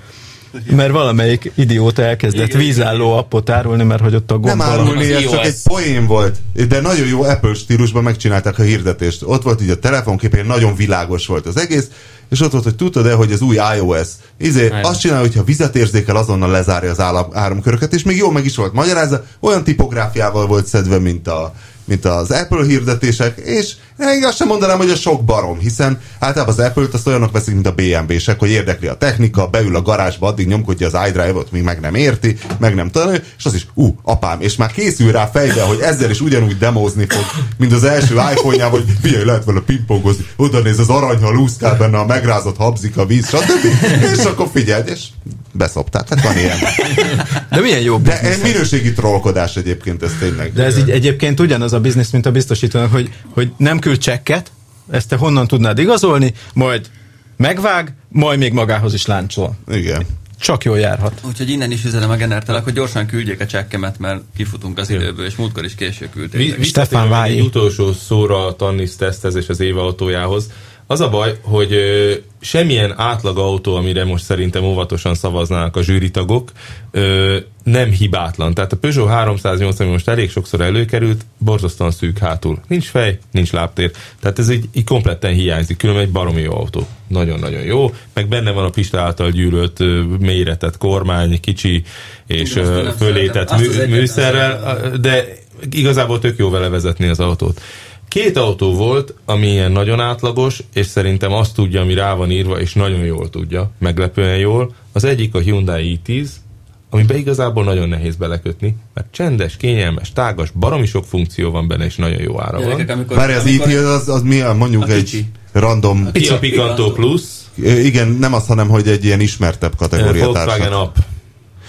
Speaker 2: mert valamelyik idióta elkezdett vízálló appot árulni, mert hogy ott a gomb
Speaker 5: Nem
Speaker 2: valami-
Speaker 5: árulni, ez
Speaker 8: jó
Speaker 5: csak
Speaker 8: ez.
Speaker 5: egy poén volt. De nagyon jó Apple stílusban megcsinálták a hirdetést. Ott volt így a telefonképén, nagyon világos volt az egész, és ott volt, hogy tudtad-e, hogy az új iOS izé, azt csinálja, hogyha vizet érzékel, azonnal lezárja az állam, áramköröket, és még jó meg is volt magyarázza, olyan tipográfiával volt szedve, mint a mint az Apple hirdetések, és én azt sem mondanám, hogy a sok barom, hiszen általában az Apple-t azt olyanok veszik, mint a BMW-sek, hogy érdekli a technika, beül a garázsba, addig nyomkodja az iDrive-ot, míg meg nem érti, meg nem tanulja, és az is, ú, apám, és már készül rá fejbe, hogy ezzel is ugyanúgy demózni fog, mint az első iPhone-jával, hogy figyelj, lehet vele pingpongozni, oda néz az aranyhal, úszkál benne a megrázott habzik a víz, stb. És akkor figyeld, és beszoptál. Tehát van ilyen.
Speaker 2: De milyen jó
Speaker 5: De egy minőségi trollkodás egyébként ez tényleg.
Speaker 2: De ez így egyébként ugyanaz a biznisz, mint a biztosítónak, hogy, hogy nem küld csekket, ezt te honnan tudnád igazolni, majd megvág, majd még magához is láncsol.
Speaker 5: Igen.
Speaker 2: Csak jól járhat.
Speaker 9: Úgyhogy innen is üzenem a genertelek, hogy gyorsan küldjék a csekkemet, mert kifutunk az időből, és múltkor is késő küldték.
Speaker 4: Vi-
Speaker 2: Stefan
Speaker 4: visszatérve még
Speaker 2: Vályi.
Speaker 4: Egy utolsó szóra a Tannis tesztezés az Éva autójához. Az a baj, hogy ö, semmilyen átlag autó, amire most szerintem óvatosan szavaznának a zsűritagok, ö, nem hibátlan. Tehát a Peugeot 308, ami most elég sokszor előkerült, borzasztóan szűk hátul. Nincs fej, nincs lábtér. Tehát ez így, így kompletten hiányzik. Különben egy baromi jó autó. Nagyon-nagyon jó. Meg benne van a Pista által gyűlölt ö, méretett kormány, kicsi és
Speaker 9: Igen, azt én
Speaker 4: ö,
Speaker 9: nem
Speaker 4: fölétett
Speaker 9: szeretem. Azt az
Speaker 4: mű,
Speaker 9: egyet nem
Speaker 4: műszerrel de igazából tök jó vele vezetni az autót. Két autó volt, ami ilyen nagyon átlagos, és szerintem azt tudja, ami rá van írva, és nagyon jól tudja, meglepően jól. Az egyik a Hyundai i10, amiben igazából nagyon nehéz belekötni, mert csendes, kényelmes, tágas, baromi sok funkció van benne, és nagyon jó ára van.
Speaker 9: Gyerekek, amikor,
Speaker 5: Már az
Speaker 9: amikor
Speaker 5: IT az, az mi a, mondjuk
Speaker 9: A
Speaker 5: egy
Speaker 9: kicsi.
Speaker 5: random,
Speaker 4: Kia Picanto Plus,
Speaker 5: Ö, igen, nem az, hanem hogy egy ilyen ismertebb
Speaker 4: eh,
Speaker 5: kategória
Speaker 4: Volkswagen
Speaker 5: társa.
Speaker 4: Up.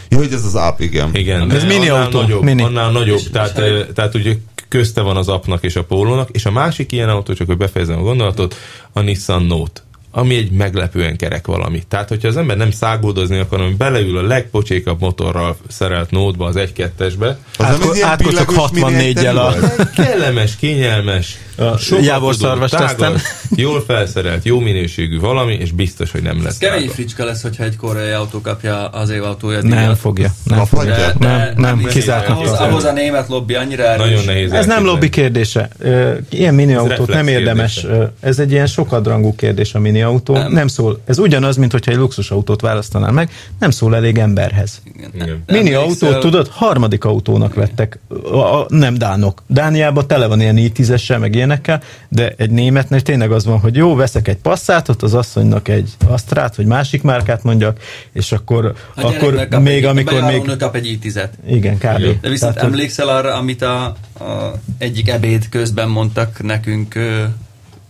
Speaker 5: Ja, hogy ez az app, igen.
Speaker 4: Igen.
Speaker 2: Ez
Speaker 4: de
Speaker 2: mini
Speaker 4: annál
Speaker 2: autó,
Speaker 4: Nagyobb,
Speaker 2: mini.
Speaker 4: Annál nagyobb, tehát, eh, tehát ugye közte van az apnak és a pólónak, és a másik ilyen autó, csak hogy befejezem a gondolatot, a Nissan Note ami egy meglepően kerek valami. Tehát, hogyha az ember nem száguldozni akar, hanem beleül a legpocsékabb motorral szerelt nótba, az 1-2-esbe,
Speaker 5: Az nem egy ilyen
Speaker 2: átkocog
Speaker 5: pillagos
Speaker 2: 64-jel a-
Speaker 5: miniatűr volt?
Speaker 4: kellemes, kényelmes,
Speaker 2: A
Speaker 4: sokat
Speaker 2: Jávor
Speaker 4: tudó,
Speaker 2: szarvas
Speaker 4: tágas,
Speaker 2: tesztem.
Speaker 4: jól felszerelt, jó minőségű valami, és biztos, hogy nem lesz
Speaker 9: Ez kemény
Speaker 4: drága.
Speaker 9: fricska lesz, hogyha egy koreai autó kapja az év autója.
Speaker 2: Nem
Speaker 9: díjat.
Speaker 2: fogja. Nem,
Speaker 5: A fagyja.
Speaker 9: De- de-
Speaker 2: nem, nem
Speaker 9: hiszem.
Speaker 2: kizártnak
Speaker 9: Ahhoz,
Speaker 2: tartom.
Speaker 9: ahhoz a német lobby annyira erős.
Speaker 4: Nagyon nehéz.
Speaker 2: Ez nem
Speaker 4: elképzelni.
Speaker 2: lobby kérdése. Ö, Ilyen mini autót
Speaker 4: reflex
Speaker 2: nem érdemes.
Speaker 4: kérdése.
Speaker 2: ö, Ez egy ilyen sokadrangú kérdés a mini autó. Nem. nem szól. Ez ugyanaz, mint hogyha egy luxus autót választanál meg. Nem szól elég emberhez.
Speaker 4: Igen.
Speaker 2: Mini
Speaker 9: Emlékszel-
Speaker 2: autót, tudod, harmadik autónak vettek. A, a, nem dánok. Dániában tele van ilyen i10-essel, meg ilyenekkel, de egy németnél tényleg az van, hogy jó, veszek egy passzátot, az asszonynak egy asztrát, vagy másik márkát mondjak, és akkor,
Speaker 9: A
Speaker 2: akkor
Speaker 9: gyereknek kap
Speaker 2: még
Speaker 9: egy,
Speaker 2: amikor még...
Speaker 9: A kap egy i10-et.
Speaker 2: Igen, kb.
Speaker 9: De viszont
Speaker 2: Tehát, hogy-
Speaker 9: emlékszel arra, amit a, a egyik ebéd közben mondtak nekünk ö,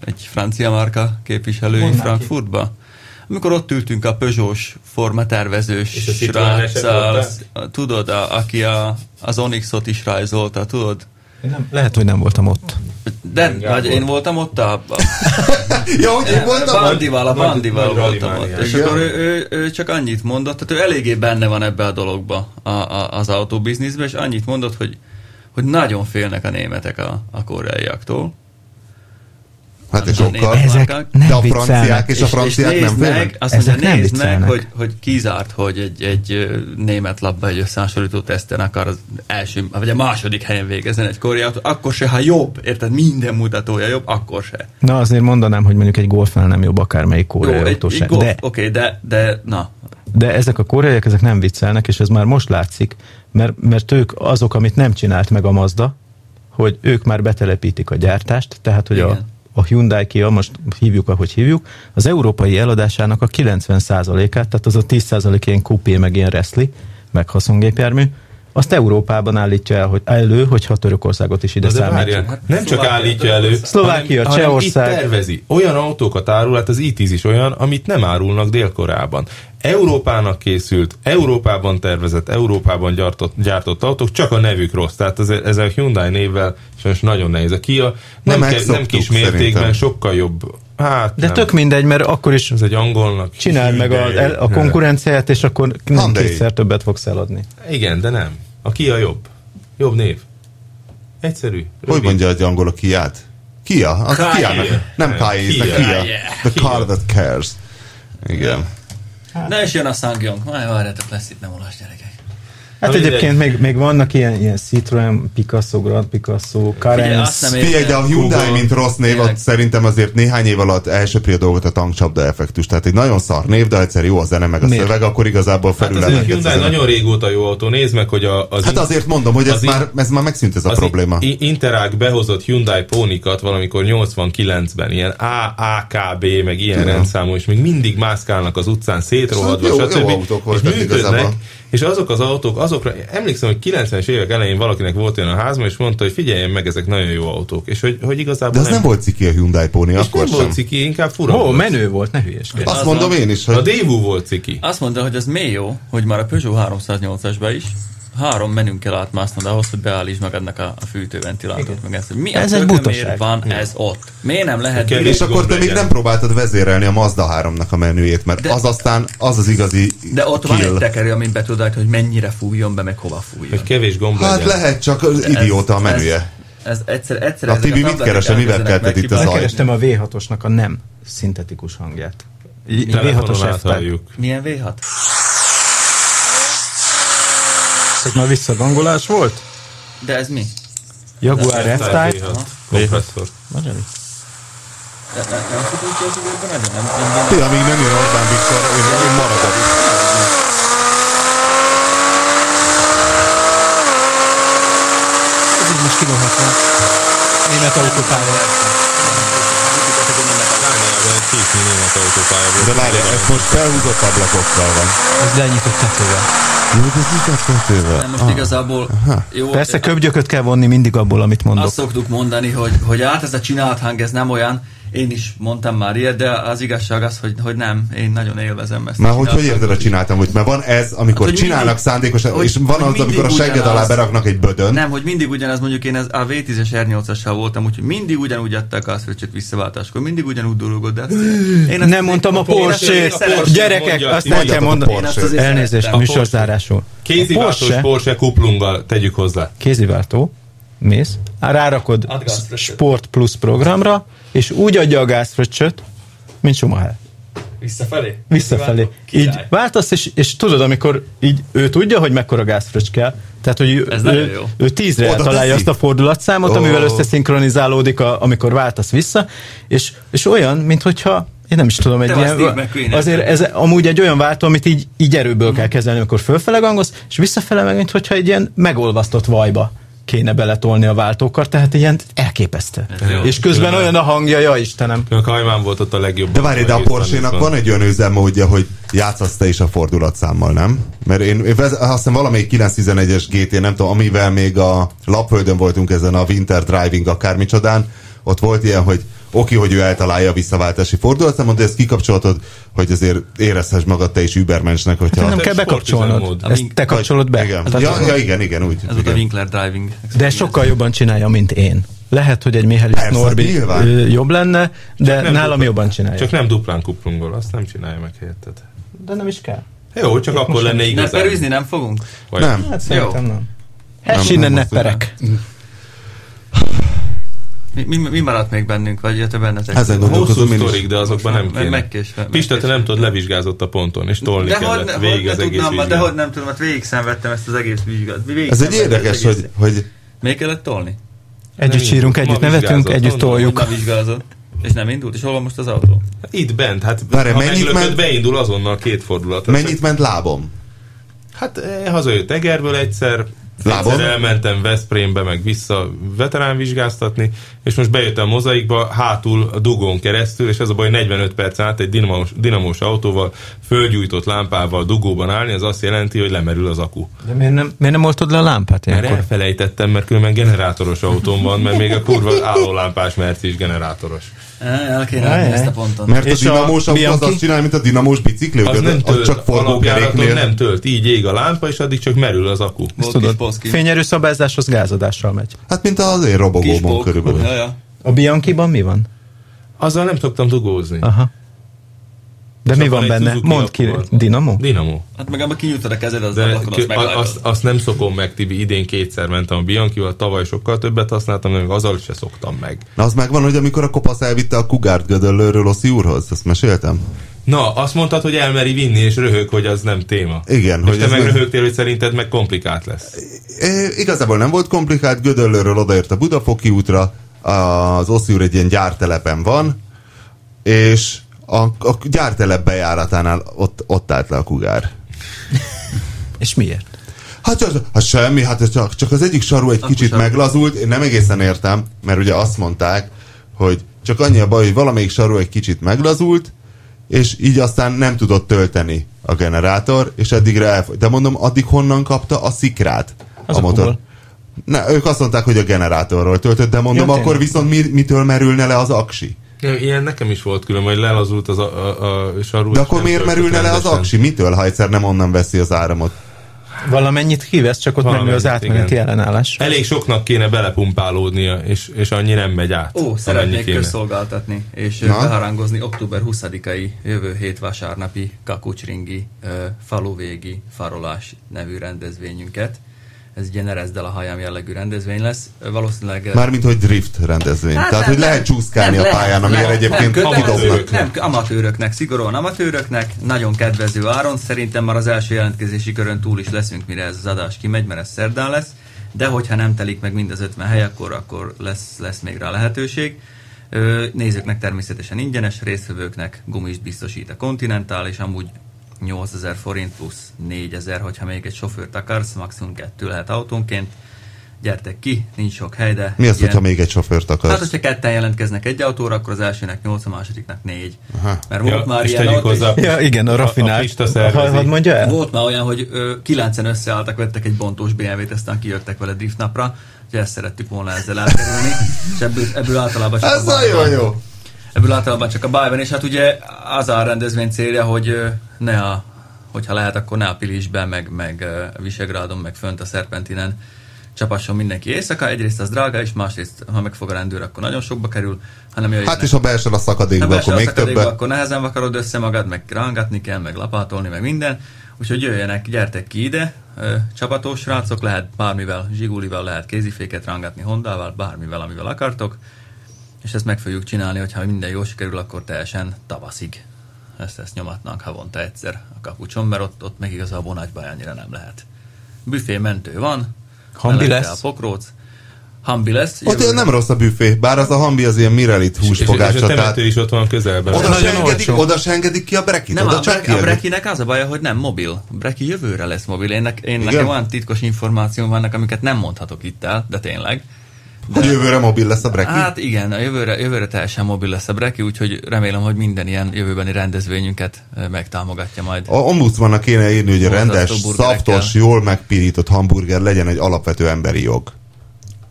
Speaker 9: egy francia márka képviselői Frankfurtba? Amikor ott ültünk a Peugeot-s
Speaker 4: És a
Speaker 9: formatervezős
Speaker 4: Citroeneset
Speaker 9: sráccal,
Speaker 4: mondták?
Speaker 9: a- tudod, a, aki a, az Onyxot is rajzolta, tudod?
Speaker 2: nem, lehet, hogy nem voltam ott.
Speaker 9: De, vagy én voltam ott a, a
Speaker 5: Ja, hogy én voltam?
Speaker 9: Bandival, a Bandival
Speaker 4: nagy rally
Speaker 9: voltam ott.
Speaker 4: mániás.
Speaker 9: És akkor ő, ő, ő csak annyit mondott, tehát ő eléggé benne van ebbe a dologba, a, a, az autóbizniszbe, és annyit mondott, hogy hogy nagyon félnek a németek a, a koreaiaktól.
Speaker 5: Hát és
Speaker 9: A
Speaker 5: sokkal.
Speaker 9: német
Speaker 2: Ezek
Speaker 9: márkák.
Speaker 2: nem
Speaker 5: De a
Speaker 2: viccelnek.
Speaker 5: franciák és a franciák nem
Speaker 9: nézd
Speaker 5: félnek?
Speaker 9: meg, azt mondja,
Speaker 2: Ezek nem
Speaker 9: nézd meg,
Speaker 2: viccelnek.
Speaker 9: hogy, hogy kizárt, hogy egy, egy ö, német labba egy összehasonlító teszten akar az első, vagy a második helyen végezzen egy koreai autó, akkor se, ha jobb, érted, minden mutatója jobb, akkor se.
Speaker 2: Na azért mondanám, hogy mondjuk egy golfnál nem jobb akármelyik
Speaker 9: Jó,
Speaker 2: koreai
Speaker 9: egy,
Speaker 2: autó
Speaker 9: egy
Speaker 2: se.
Speaker 9: golf,
Speaker 2: De,
Speaker 9: oké, de, de na,
Speaker 2: de ezek a koreaiak, ezek nem viccelnek, és ez már most látszik, mert, mert ők azok, amit nem csinált meg a Mazda, hogy ők már betelepítik a gyártást, tehát hogy a,
Speaker 9: Igen.
Speaker 2: a Hyundai Kia, most hívjuk, ahogy hívjuk, az európai eladásának a 90%-át, tehát az a 10% ilyen kupé, meg ilyen reszli, meg haszongépjármű, azt Európában állítja el, hogy elő, hogyha Törökországot is ide
Speaker 4: De
Speaker 2: számítjuk.
Speaker 4: várjál, nem csak
Speaker 9: Szóval-
Speaker 4: állítja elő,
Speaker 2: Szlovákia,
Speaker 4: hanem
Speaker 2: Csehország.
Speaker 4: Itt tervezi. Olyan autókat árul, hát az i10 is olyan, amit nem árulnak Dél-Koreában. Európának készült, Európában tervezett, Európában gyártott, gyártott autók, csak a nevük rossz. Tehát ez, ez a Hyundai névvel sajnos nagyon nehéz. A Kia nem,
Speaker 5: Na,
Speaker 4: nem, ke, nem
Speaker 5: megszoktuk
Speaker 4: kis mértékben,
Speaker 5: szerintem.
Speaker 4: sokkal jobb. Hát
Speaker 2: De
Speaker 4: nem.
Speaker 2: tök mindegy, mert akkor is
Speaker 4: Ez egy angolnak.
Speaker 2: csináld meg a,
Speaker 4: Hyundai.
Speaker 2: a konkurenciáját, és akkor nem
Speaker 5: Hyundai.
Speaker 2: kétszer többet fogsz eladni.
Speaker 4: Igen, de nem. A Kia jobb. Jobb név. Egyszerű.
Speaker 5: Hogy
Speaker 4: rövid.
Speaker 5: mondja az angol a kiát? Kia? A
Speaker 4: Kia.
Speaker 5: kia nem Kai, de
Speaker 4: Kia.
Speaker 5: Kia. The
Speaker 4: Kia.
Speaker 5: car that cares. Igen.
Speaker 9: Na és jön a Sangyong. Majd várjátok, lesz itt nem olasz gyerekek.
Speaker 2: Hát
Speaker 4: Na, mindegy.
Speaker 2: egyébként még, még vannak ilyen, ilyen Citroen, Picasso, Grand Picasso,
Speaker 9: Ugye,
Speaker 2: Carens,
Speaker 9: azt nem
Speaker 5: Figyelj, de a Hyundai,
Speaker 4: Google.
Speaker 5: mint rossz név,
Speaker 9: Tényleg.
Speaker 5: ott szerintem azért néhány év alatt elsöpri a dolgot a tankcsapda effektus. Tehát egy nagyon szar név, de ha egyszer jó a zene, meg a
Speaker 2: Miért?
Speaker 5: szöveg, akkor igazából
Speaker 4: Hát
Speaker 5: felül
Speaker 4: az
Speaker 5: hát
Speaker 4: Hyundai nagyon régóta jó autó. Nézd meg, hogy a, az
Speaker 5: Hát azért mondom, hogy ez,
Speaker 4: az in-
Speaker 5: már, ez már megszűnt ez a
Speaker 4: az
Speaker 5: probléma.
Speaker 4: I- Interák behozott Hyundai Pónikat valamikor 89-ben, ilyen AAKB, meg ilyen
Speaker 5: Tudom.
Speaker 4: rendszámú, és még mindig mászkálnak az utcán szétrohadva,
Speaker 5: És azok Hát jó-
Speaker 4: stb.
Speaker 5: jó autók
Speaker 4: és
Speaker 5: voltak
Speaker 4: működnek,
Speaker 5: igazából.
Speaker 4: és azok az autók, azokra, emlékszem, hogy 90-es évek elején valakinek volt olyan a házban, és mondta, hogy figyeljen meg, ezek nagyon jó autók, és hogy, hogy igazából
Speaker 5: De az nem, volt ciki a Hyundai Pony,
Speaker 4: és
Speaker 5: akkor
Speaker 4: nem
Speaker 5: sem.
Speaker 4: volt ciki, inkább fura
Speaker 2: Ó,
Speaker 4: volt.
Speaker 2: menő volt, ne hülyeskedj.
Speaker 5: Azt
Speaker 9: Az
Speaker 5: mondom
Speaker 9: van.
Speaker 5: én is,
Speaker 4: A
Speaker 5: hogy
Speaker 4: Dévú volt ciki.
Speaker 9: Azt mondta, hogy az mély jó, hogy már a Peugeot 308-asba is három menün kell átmásznod ahhoz, hogy beállítsd magadnak a, a fűtőventilátort, meg ezt, hogy mi a
Speaker 2: Ez egy
Speaker 9: tökömért
Speaker 2: butaság.
Speaker 9: van ez ott? Miért nem lehet
Speaker 4: Kell-
Speaker 5: és akkor te
Speaker 4: Gondolj
Speaker 5: még
Speaker 4: el.
Speaker 5: nem próbáltad vezérelni a Mazda 3-nak a menüjét, mert
Speaker 9: De-
Speaker 5: az aztán az az igazi
Speaker 9: De ott van egy
Speaker 5: kill.
Speaker 9: tekerő, amit be tudod, hogy mennyire fújjon be, meg hova fújjon.
Speaker 4: Hogy kevés gomb
Speaker 5: Hát
Speaker 4: legyen.
Speaker 5: lehet, csak az idióta a
Speaker 9: Ez-
Speaker 5: menüje.
Speaker 9: Ez, ez egyszer, egyszer
Speaker 5: Na,
Speaker 9: ezek
Speaker 5: Tibi, mit
Speaker 9: tabletek
Speaker 5: keresel? Mivel
Speaker 9: elkezdenek
Speaker 5: kelted itt a
Speaker 9: megkibaszni.
Speaker 5: zaj?
Speaker 2: Kerestem a V6-osnak a nem szintetikus hangját. I-
Speaker 4: Telefonon
Speaker 2: V6-os F-Type.
Speaker 4: áthalljuk.
Speaker 9: Milyen V6?
Speaker 2: Ez már visszagangolás volt?
Speaker 9: De ez mi?
Speaker 2: Jaguar F-Type.
Speaker 4: Kompresszor.
Speaker 9: Nem, nem, nem futunk ki az időben nagyon? Nem, nem, nem.
Speaker 5: Ti, amíg nem jön Orbán Viktor, én, én maradok.
Speaker 10: Ez így most kilóhatva. Német autópálya.
Speaker 4: Dániában egy kék német autópálya volt.
Speaker 5: De várjál, ez most felhúzott ablakokkal van.
Speaker 10: Ez lenyitottak tetővel.
Speaker 5: Jó, de ez igaz,
Speaker 9: Nem,
Speaker 5: Ah.
Speaker 9: most igazából jó.
Speaker 2: Persze köbgyököt kell vonni mindig abból, amit mondok.
Speaker 9: Azt szoktuk mondani, hogy, hogy hát ez a csinált hang, ez nem olyan. Én is mondtam már ilyet, de az igazság az, hogy, hogy nem. Én nagyon élvezem ezt. a
Speaker 5: Már hogy
Speaker 9: csinált
Speaker 5: hogy érted a
Speaker 9: hangot.
Speaker 5: csináltam úgy? Mert van ez, amikor
Speaker 9: Hát, hogy
Speaker 5: csinálnak
Speaker 9: mindig-
Speaker 5: szándékosan,
Speaker 9: hogy-
Speaker 5: és van
Speaker 9: hogy
Speaker 5: az, amikor a
Speaker 9: mindig
Speaker 5: segged alá
Speaker 9: ugyanaz.
Speaker 5: beraknak egy bödön.
Speaker 9: Nem, hogy mindig ugyanaz, mondjuk én az a V10-es R8-assal voltam, úgyhogy mindig ugyanúgy adták a szülcsöt visszaváltáskor, mindig ugyanúgy durulgott, de azt- én azt-
Speaker 2: Nem mondtam a
Speaker 9: én azt azért
Speaker 2: Porsét.
Speaker 9: szeretem.
Speaker 4: Porsét
Speaker 2: Gyerekek,
Speaker 4: mondja,
Speaker 2: azt nem kell
Speaker 5: mondjatok a
Speaker 2: mondani.
Speaker 5: Porsét.
Speaker 9: Én azt azért szeretem.
Speaker 2: Elnézést,
Speaker 9: A
Speaker 2: műsorzárásul. A
Speaker 4: Kéziváltós Porsche. Porsche kuplunggal tegyük hozzá.
Speaker 2: kéziváltó, mész, rárakod
Speaker 9: Ad gázfröccsöt.
Speaker 2: Sport Plus programra, és úgy adja a gázfröccsöt, mint Schumacher.
Speaker 9: Visszafelé?
Speaker 2: Visszafelé. Így
Speaker 9: Király.
Speaker 2: váltasz, és, és tudod, amikor így ő tudja, hogy mekkora gázfröccs kell, tehát, hogy ő,
Speaker 9: Ez nagyon
Speaker 2: ő,
Speaker 9: jó.
Speaker 2: ő tízre
Speaker 5: Oda
Speaker 2: találja
Speaker 5: teszi?
Speaker 2: azt a fordulatszámot,
Speaker 5: Ó.
Speaker 2: amivel összeszinkronizálódik, a, amikor váltasz vissza, és, és olyan, minthogyha én nem is tudom, egy
Speaker 9: Te vagy Steve Mhm.
Speaker 2: ilyen,
Speaker 9: McQueen.
Speaker 2: azért ez amúgy egy olyan váltó, amit így, így erőből kell kezelni, amikor fölfele gangolsz, és visszafele meg, minthogyha egy ilyen megolvasztott vajba kéne beletolni a váltókat, tehát ilyen elképesztő.
Speaker 9: jó.
Speaker 2: És közben olyan a hangja, ja Istenem.
Speaker 4: A Kajmán volt ott a legjobb.
Speaker 5: De várj, de a
Speaker 4: Egész
Speaker 5: Porsche-nak
Speaker 4: tanítban.
Speaker 5: van egy olyan üzemmódja, hogy játszasz te is a fordulatszámmal, nem? Mert én, én vez- azt hiszem valamelyik 911-es GT, nem tudom, amivel még a Lapföldön voltunk ezen a Winter Driving akármicsodán, ott volt ilyen, hogy oké, hogy ő eltalálja a visszaváltási fordulatszámot, de ezt kikapcsolhatod, hogy azért érezhess magad te is übermensnek, hogyha...
Speaker 2: Hát Nem
Speaker 4: egy
Speaker 2: kell bekapcsolnod.
Speaker 4: sportüzemmód.
Speaker 2: Ezt te
Speaker 9: Vagy-
Speaker 2: kapcsolod be. Hát
Speaker 5: Igen.
Speaker 2: Tehát
Speaker 5: Ja, ja, igen, igen, úgy.
Speaker 9: Ez volt a
Speaker 5: igen.
Speaker 9: Winkler Driving.
Speaker 2: De sokkal jobban csinálja, mint én. Lehet, hogy egy Mihály
Speaker 5: Persze,
Speaker 2: Norbi
Speaker 5: nyilván.
Speaker 2: ö, jobb lenne, de
Speaker 4: nem
Speaker 2: nálam
Speaker 4: tudod.
Speaker 2: jobban csinálja.
Speaker 4: Csak nem duplán kuplungol, azt nem csinálja meg helyetted.
Speaker 2: de nem is kell.
Speaker 4: Jó, csak akkor lenne
Speaker 9: De
Speaker 4: igazán.
Speaker 9: perűzni nem fogunk?
Speaker 4: Vagy-
Speaker 5: Nem.
Speaker 2: Hát szerintem nem.
Speaker 5: Nem,
Speaker 2: Hess
Speaker 5: nem
Speaker 2: innen ne
Speaker 5: most nem.
Speaker 2: perek.
Speaker 9: Mi, mi, mi maradt még bennünk, vagy jött bennetek?
Speaker 5: Ezen
Speaker 4: Hosszú
Speaker 5: gondolkozom én is.
Speaker 4: sztorik, de azokban nem
Speaker 9: Most már
Speaker 4: kéne.
Speaker 9: megkésve-
Speaker 4: Pista, te
Speaker 9: megkésve.
Speaker 4: nem tudod, levizsgázott a ponton, és tolni
Speaker 9: De hogy,
Speaker 4: kellett
Speaker 9: ne-
Speaker 4: végig
Speaker 9: hogy
Speaker 4: az
Speaker 9: ne
Speaker 4: egész
Speaker 9: tudnám, de
Speaker 4: vizsgát.
Speaker 9: hogy nem tudom, hát végig szenvedtem ezt az egész vizsgát. Végig
Speaker 5: Ez egy
Speaker 9: szenvedtem
Speaker 5: érdekes,
Speaker 9: az egész-
Speaker 5: hogy, hogy
Speaker 9: Miért kellett tolni?
Speaker 2: Együtt
Speaker 4: Nem
Speaker 2: sírunk,
Speaker 4: indult.
Speaker 2: együtt
Speaker 4: Ma
Speaker 2: nevetünk,
Speaker 4: vizsgázott,
Speaker 2: együtt
Speaker 4: mondom.
Speaker 2: toljuk.
Speaker 9: Na vizsgázott. És nem indult? És hol van most az autó?
Speaker 4: Itt bent, hát
Speaker 5: Várjál,
Speaker 4: ha
Speaker 5: mennyit
Speaker 4: mennyit
Speaker 5: ment?
Speaker 4: beindul azonnal két fordulat.
Speaker 5: mennyit ment lábom?
Speaker 4: Hát eh, hazajött Egerből egyszer, Lábon? elmentem Veszprémbe, meg vissza veterán vizsgáztatni, és most bejöttem a mozaikba, hátul a dugón keresztül, és ez a baj 45 perc át egy dinamos, dinamos autóval, fölgyújtott lámpával dugóban állni, ez azt jelenti, hogy lemerül az aku.
Speaker 2: De miért nem, miért nem oltod le a lámpát
Speaker 4: Mert
Speaker 2: ilyenkor?
Speaker 4: elfelejtettem, mert különben generátoros autóm van, mert még a kurva állólámpás mert is generátoros.
Speaker 8: El kéne adni ezt a ponton.
Speaker 5: Mert a
Speaker 2: És a
Speaker 5: dinamós autó az
Speaker 2: Bianchi?
Speaker 5: azt csinál, mint a dinamós bicikli,
Speaker 4: Az
Speaker 5: hogy
Speaker 4: nem
Speaker 5: az- az
Speaker 4: tölt,
Speaker 5: csak forgókeréknél.
Speaker 4: alapjáraton nem tölt, így ég a lámpa, és addig csak merül az aku.
Speaker 9: Volt kis poszki.
Speaker 2: Fényerőszabályzáshoz gázadással megy.
Speaker 5: Hát mint az én robogómon
Speaker 9: Kispók.
Speaker 5: körülbelül.
Speaker 9: Ja, ja.
Speaker 2: A Bianchiban mi van?
Speaker 4: Azzal nem szoktam dugózni.
Speaker 2: Aha. De
Speaker 4: Csak
Speaker 2: mi van
Speaker 4: egy
Speaker 2: benne?
Speaker 4: Suzuki
Speaker 2: Mondd ki,
Speaker 4: Alphával.
Speaker 2: Dinamo?
Speaker 4: Dinamo.
Speaker 9: Hát meg abban kinyújtod a kezed, az
Speaker 4: De
Speaker 9: ablakon,
Speaker 4: kö-
Speaker 9: azt
Speaker 4: a-
Speaker 9: meglátod.
Speaker 4: azt, azt nem szokom meg, Tibi, idén kétszer mentem a Bianchival, tavaly sokkal többet használtam, de még azzal se szoktam meg.
Speaker 5: Na az megvan, hogy amikor a kopasz elvitte a kugárt gödöllőről Oszi úrhoz, ezt meséltem?
Speaker 4: Na, azt mondtad, hogy elmeri vinni, és röhög, hogy az nem téma.
Speaker 5: Igen,
Speaker 4: és
Speaker 5: hogy
Speaker 4: te
Speaker 5: ez
Speaker 4: meg
Speaker 5: nem-
Speaker 4: röhögtél, hogy szerinted meg komplikált lesz.
Speaker 5: É, igazából nem volt komplikált, Gödöllőről odaért a Budafoki útra, az Oszi úr egy ilyen gyártelepen van, és a, a gyártelep bejáratánál ott, ott állt le a kugár.
Speaker 2: És miért?
Speaker 5: Hát, csak, hát semmi, hát ez csak, csak az egyik saru egy kicsit meglazult, én nem egészen értem, mert ugye azt mondták, hogy csak annyi a baj, hogy valamelyik saru egy kicsit meglazult, és így aztán nem tudott tölteni a generátor, és addigra elfogy. De mondom, addig honnan kapta a szikrát
Speaker 2: Az
Speaker 5: a motor?
Speaker 2: akuból.
Speaker 5: Ne, ők azt mondták, hogy a generátorról töltött, de mondom,
Speaker 2: Ja,
Speaker 5: ja, akkor
Speaker 2: tényleg.
Speaker 5: viszont mi, mitől merülne le az aksi?
Speaker 4: Nem, Ilyen nekem is volt külön, hogy lelazult az a, a, a sarú.
Speaker 5: De
Speaker 4: és
Speaker 5: akkor
Speaker 4: nem
Speaker 5: miért
Speaker 4: töltött
Speaker 5: merülne le az
Speaker 4: rendesen.
Speaker 5: aksi? Mitől, ha egyszer nem onnan veszi az áramot?
Speaker 2: Valamennyit kivesz, csak ott menő az
Speaker 4: Valamennyit,
Speaker 2: átmeneti
Speaker 4: igen.
Speaker 2: ellenállás.
Speaker 4: Elég soknak kéne belepumpálódnia, és, és annyi nem megy át.
Speaker 9: Ó,
Speaker 4: amennyi
Speaker 9: szeretnék
Speaker 4: kéne.
Speaker 9: közszolgáltatni és Na?
Speaker 5: Na?
Speaker 9: beharangozni október 20-ai jövő hét vasárnapi Kakucsringi ö, faluvégi farolás nevű rendezvényünket. Ez egy ilyen erezd el a hajam jellegű rendezvény lesz. Ö, Valószínűleg... ö,
Speaker 5: Mármint, hogy drift rendezvény. Hát, Tehát, hogy lehet csúszkálni a
Speaker 9: nem,
Speaker 5: pályán,
Speaker 9: lehet,
Speaker 5: amire
Speaker 9: lehet.
Speaker 5: egyébként
Speaker 9: nem,
Speaker 4: kötelező.
Speaker 5: kidobnak.
Speaker 9: amatőrök, nem, amatőröknek, szigorúan amatőröknek, nagyon kedvező áron, szerintem már az első jelentkezési körön túl is leszünk, mire ez az adás kimegy, mert ez szerdán lesz, de hogyha nem telik meg mind az 50 hely, akkor, akkor lesz, lesz még rá lehetőség. Ö, Nézőknek természetesen ingyenes, résztvevőknek gumist biztosít a Continental, és amúgy 8000 forint plusz 4000, hogyha még egy sofőrt akarsz, maximum kettő lehet autónként. Gyertek ki, nincs sok hely, de...
Speaker 5: Mi az,
Speaker 9: ilyen-
Speaker 5: hogyha még egy sofőrt
Speaker 9: Hát,
Speaker 5: akarsz?
Speaker 9: hogyha ketten jelentkeznek egy autóra, akkor az elsőnek 8, a másodiknak 4. Aha. Mert volt
Speaker 4: Ja,
Speaker 9: már
Speaker 4: és
Speaker 9: ilyen
Speaker 4: tegyük
Speaker 9: autó,
Speaker 4: hozzá,
Speaker 2: Ja, igen, a
Speaker 4: A, a
Speaker 2: rafinált.
Speaker 4: pista szervezi.
Speaker 2: Hadd mondja
Speaker 9: és
Speaker 2: el?
Speaker 9: volt már olyan, hogy ö, kilencen összeálltak, vettek egy bontós BMW-t, aztán kijöttek vele drift napra, hogy ezt szerettük volna ezzel elkerülni, és ebből, ebből általában csak
Speaker 5: Ez
Speaker 9: a baj
Speaker 5: nagyon
Speaker 9: van.
Speaker 5: jó.
Speaker 9: Ebből általában csak a baj van, és hát ugye az a rendezvény célja, hogy ö, ne a, hogyha lehet, akkor ne a Pilisbe, meg, meg ö, Visegrádon, meg fönt a Szerpentinen csapasson mindenki éjszaka. Egyrészt az drága, és másrészt, ha megfog a rendőr, akkor nagyon sokba kerül, hanem jöjjenek.
Speaker 5: Hát és ha beesel a
Speaker 9: Ha
Speaker 5: szakadékba,
Speaker 9: beesel
Speaker 5: akkor
Speaker 9: a
Speaker 5: még
Speaker 9: szakadékba,
Speaker 5: többen.
Speaker 9: Akkor nehezen vakarod össze magad, meg rángatni kell, meg lapátolni, meg minden. Úgyhogy jöjjenek, gyertek ki ide, ö, csapatos srácok, lehet bármivel, zsigulival, lehet kéziféket rángatni, hondával, bármivel, amivel akartok. És ezt meg fogjuk csinálni, hogyha minden jól sikerül, akkor teljesen tavaszig. Ezt, ezt nyomatnánk havonta egyszer a kapucson, mert ott, ott meg igazából nagy baj annyira nem lehet. Büfé mentő van,
Speaker 2: Hambi
Speaker 9: melegke
Speaker 2: lesz?
Speaker 9: a pokróc, Hambi lesz.
Speaker 5: Ott
Speaker 9: jövő-
Speaker 5: ilyen nem rossz a büfé, bár az a hambi az ilyen mirelit
Speaker 4: És, és, és a
Speaker 5: húsfogácsa, tehát
Speaker 4: temető is ott van közelben.
Speaker 5: oda se,
Speaker 2: Nagyon
Speaker 5: engedik,
Speaker 2: olcsó.
Speaker 5: oda se engedik ki a brekit,
Speaker 9: Nem,
Speaker 5: oda
Speaker 9: a,
Speaker 5: csak
Speaker 9: Breki, a
Speaker 5: kijönnek.
Speaker 9: Brekinek az a baja, hogy nem mobil. Breki jövőre lesz mobil. Én, nek, én nekem
Speaker 5: Igen?
Speaker 9: olyan titkos információm vannak, amiket nem mondhatok itt el, de tényleg.
Speaker 5: Hogy jövőre mobil lesz a breki?
Speaker 9: Hát igen, a jövőre, jövőre teljesen mobil lesz a Breki, úgyhogy remélem, hogy minden ilyen jövőbeni rendezvényünket ö, megtámogatja majd.
Speaker 5: A ombudsmannak kéne írni, hogy a
Speaker 9: Borzasztó
Speaker 5: rendes,
Speaker 9: burgerekkel.
Speaker 5: szaftos, jól megpirított hamburger legyen egy alapvető emberi jog.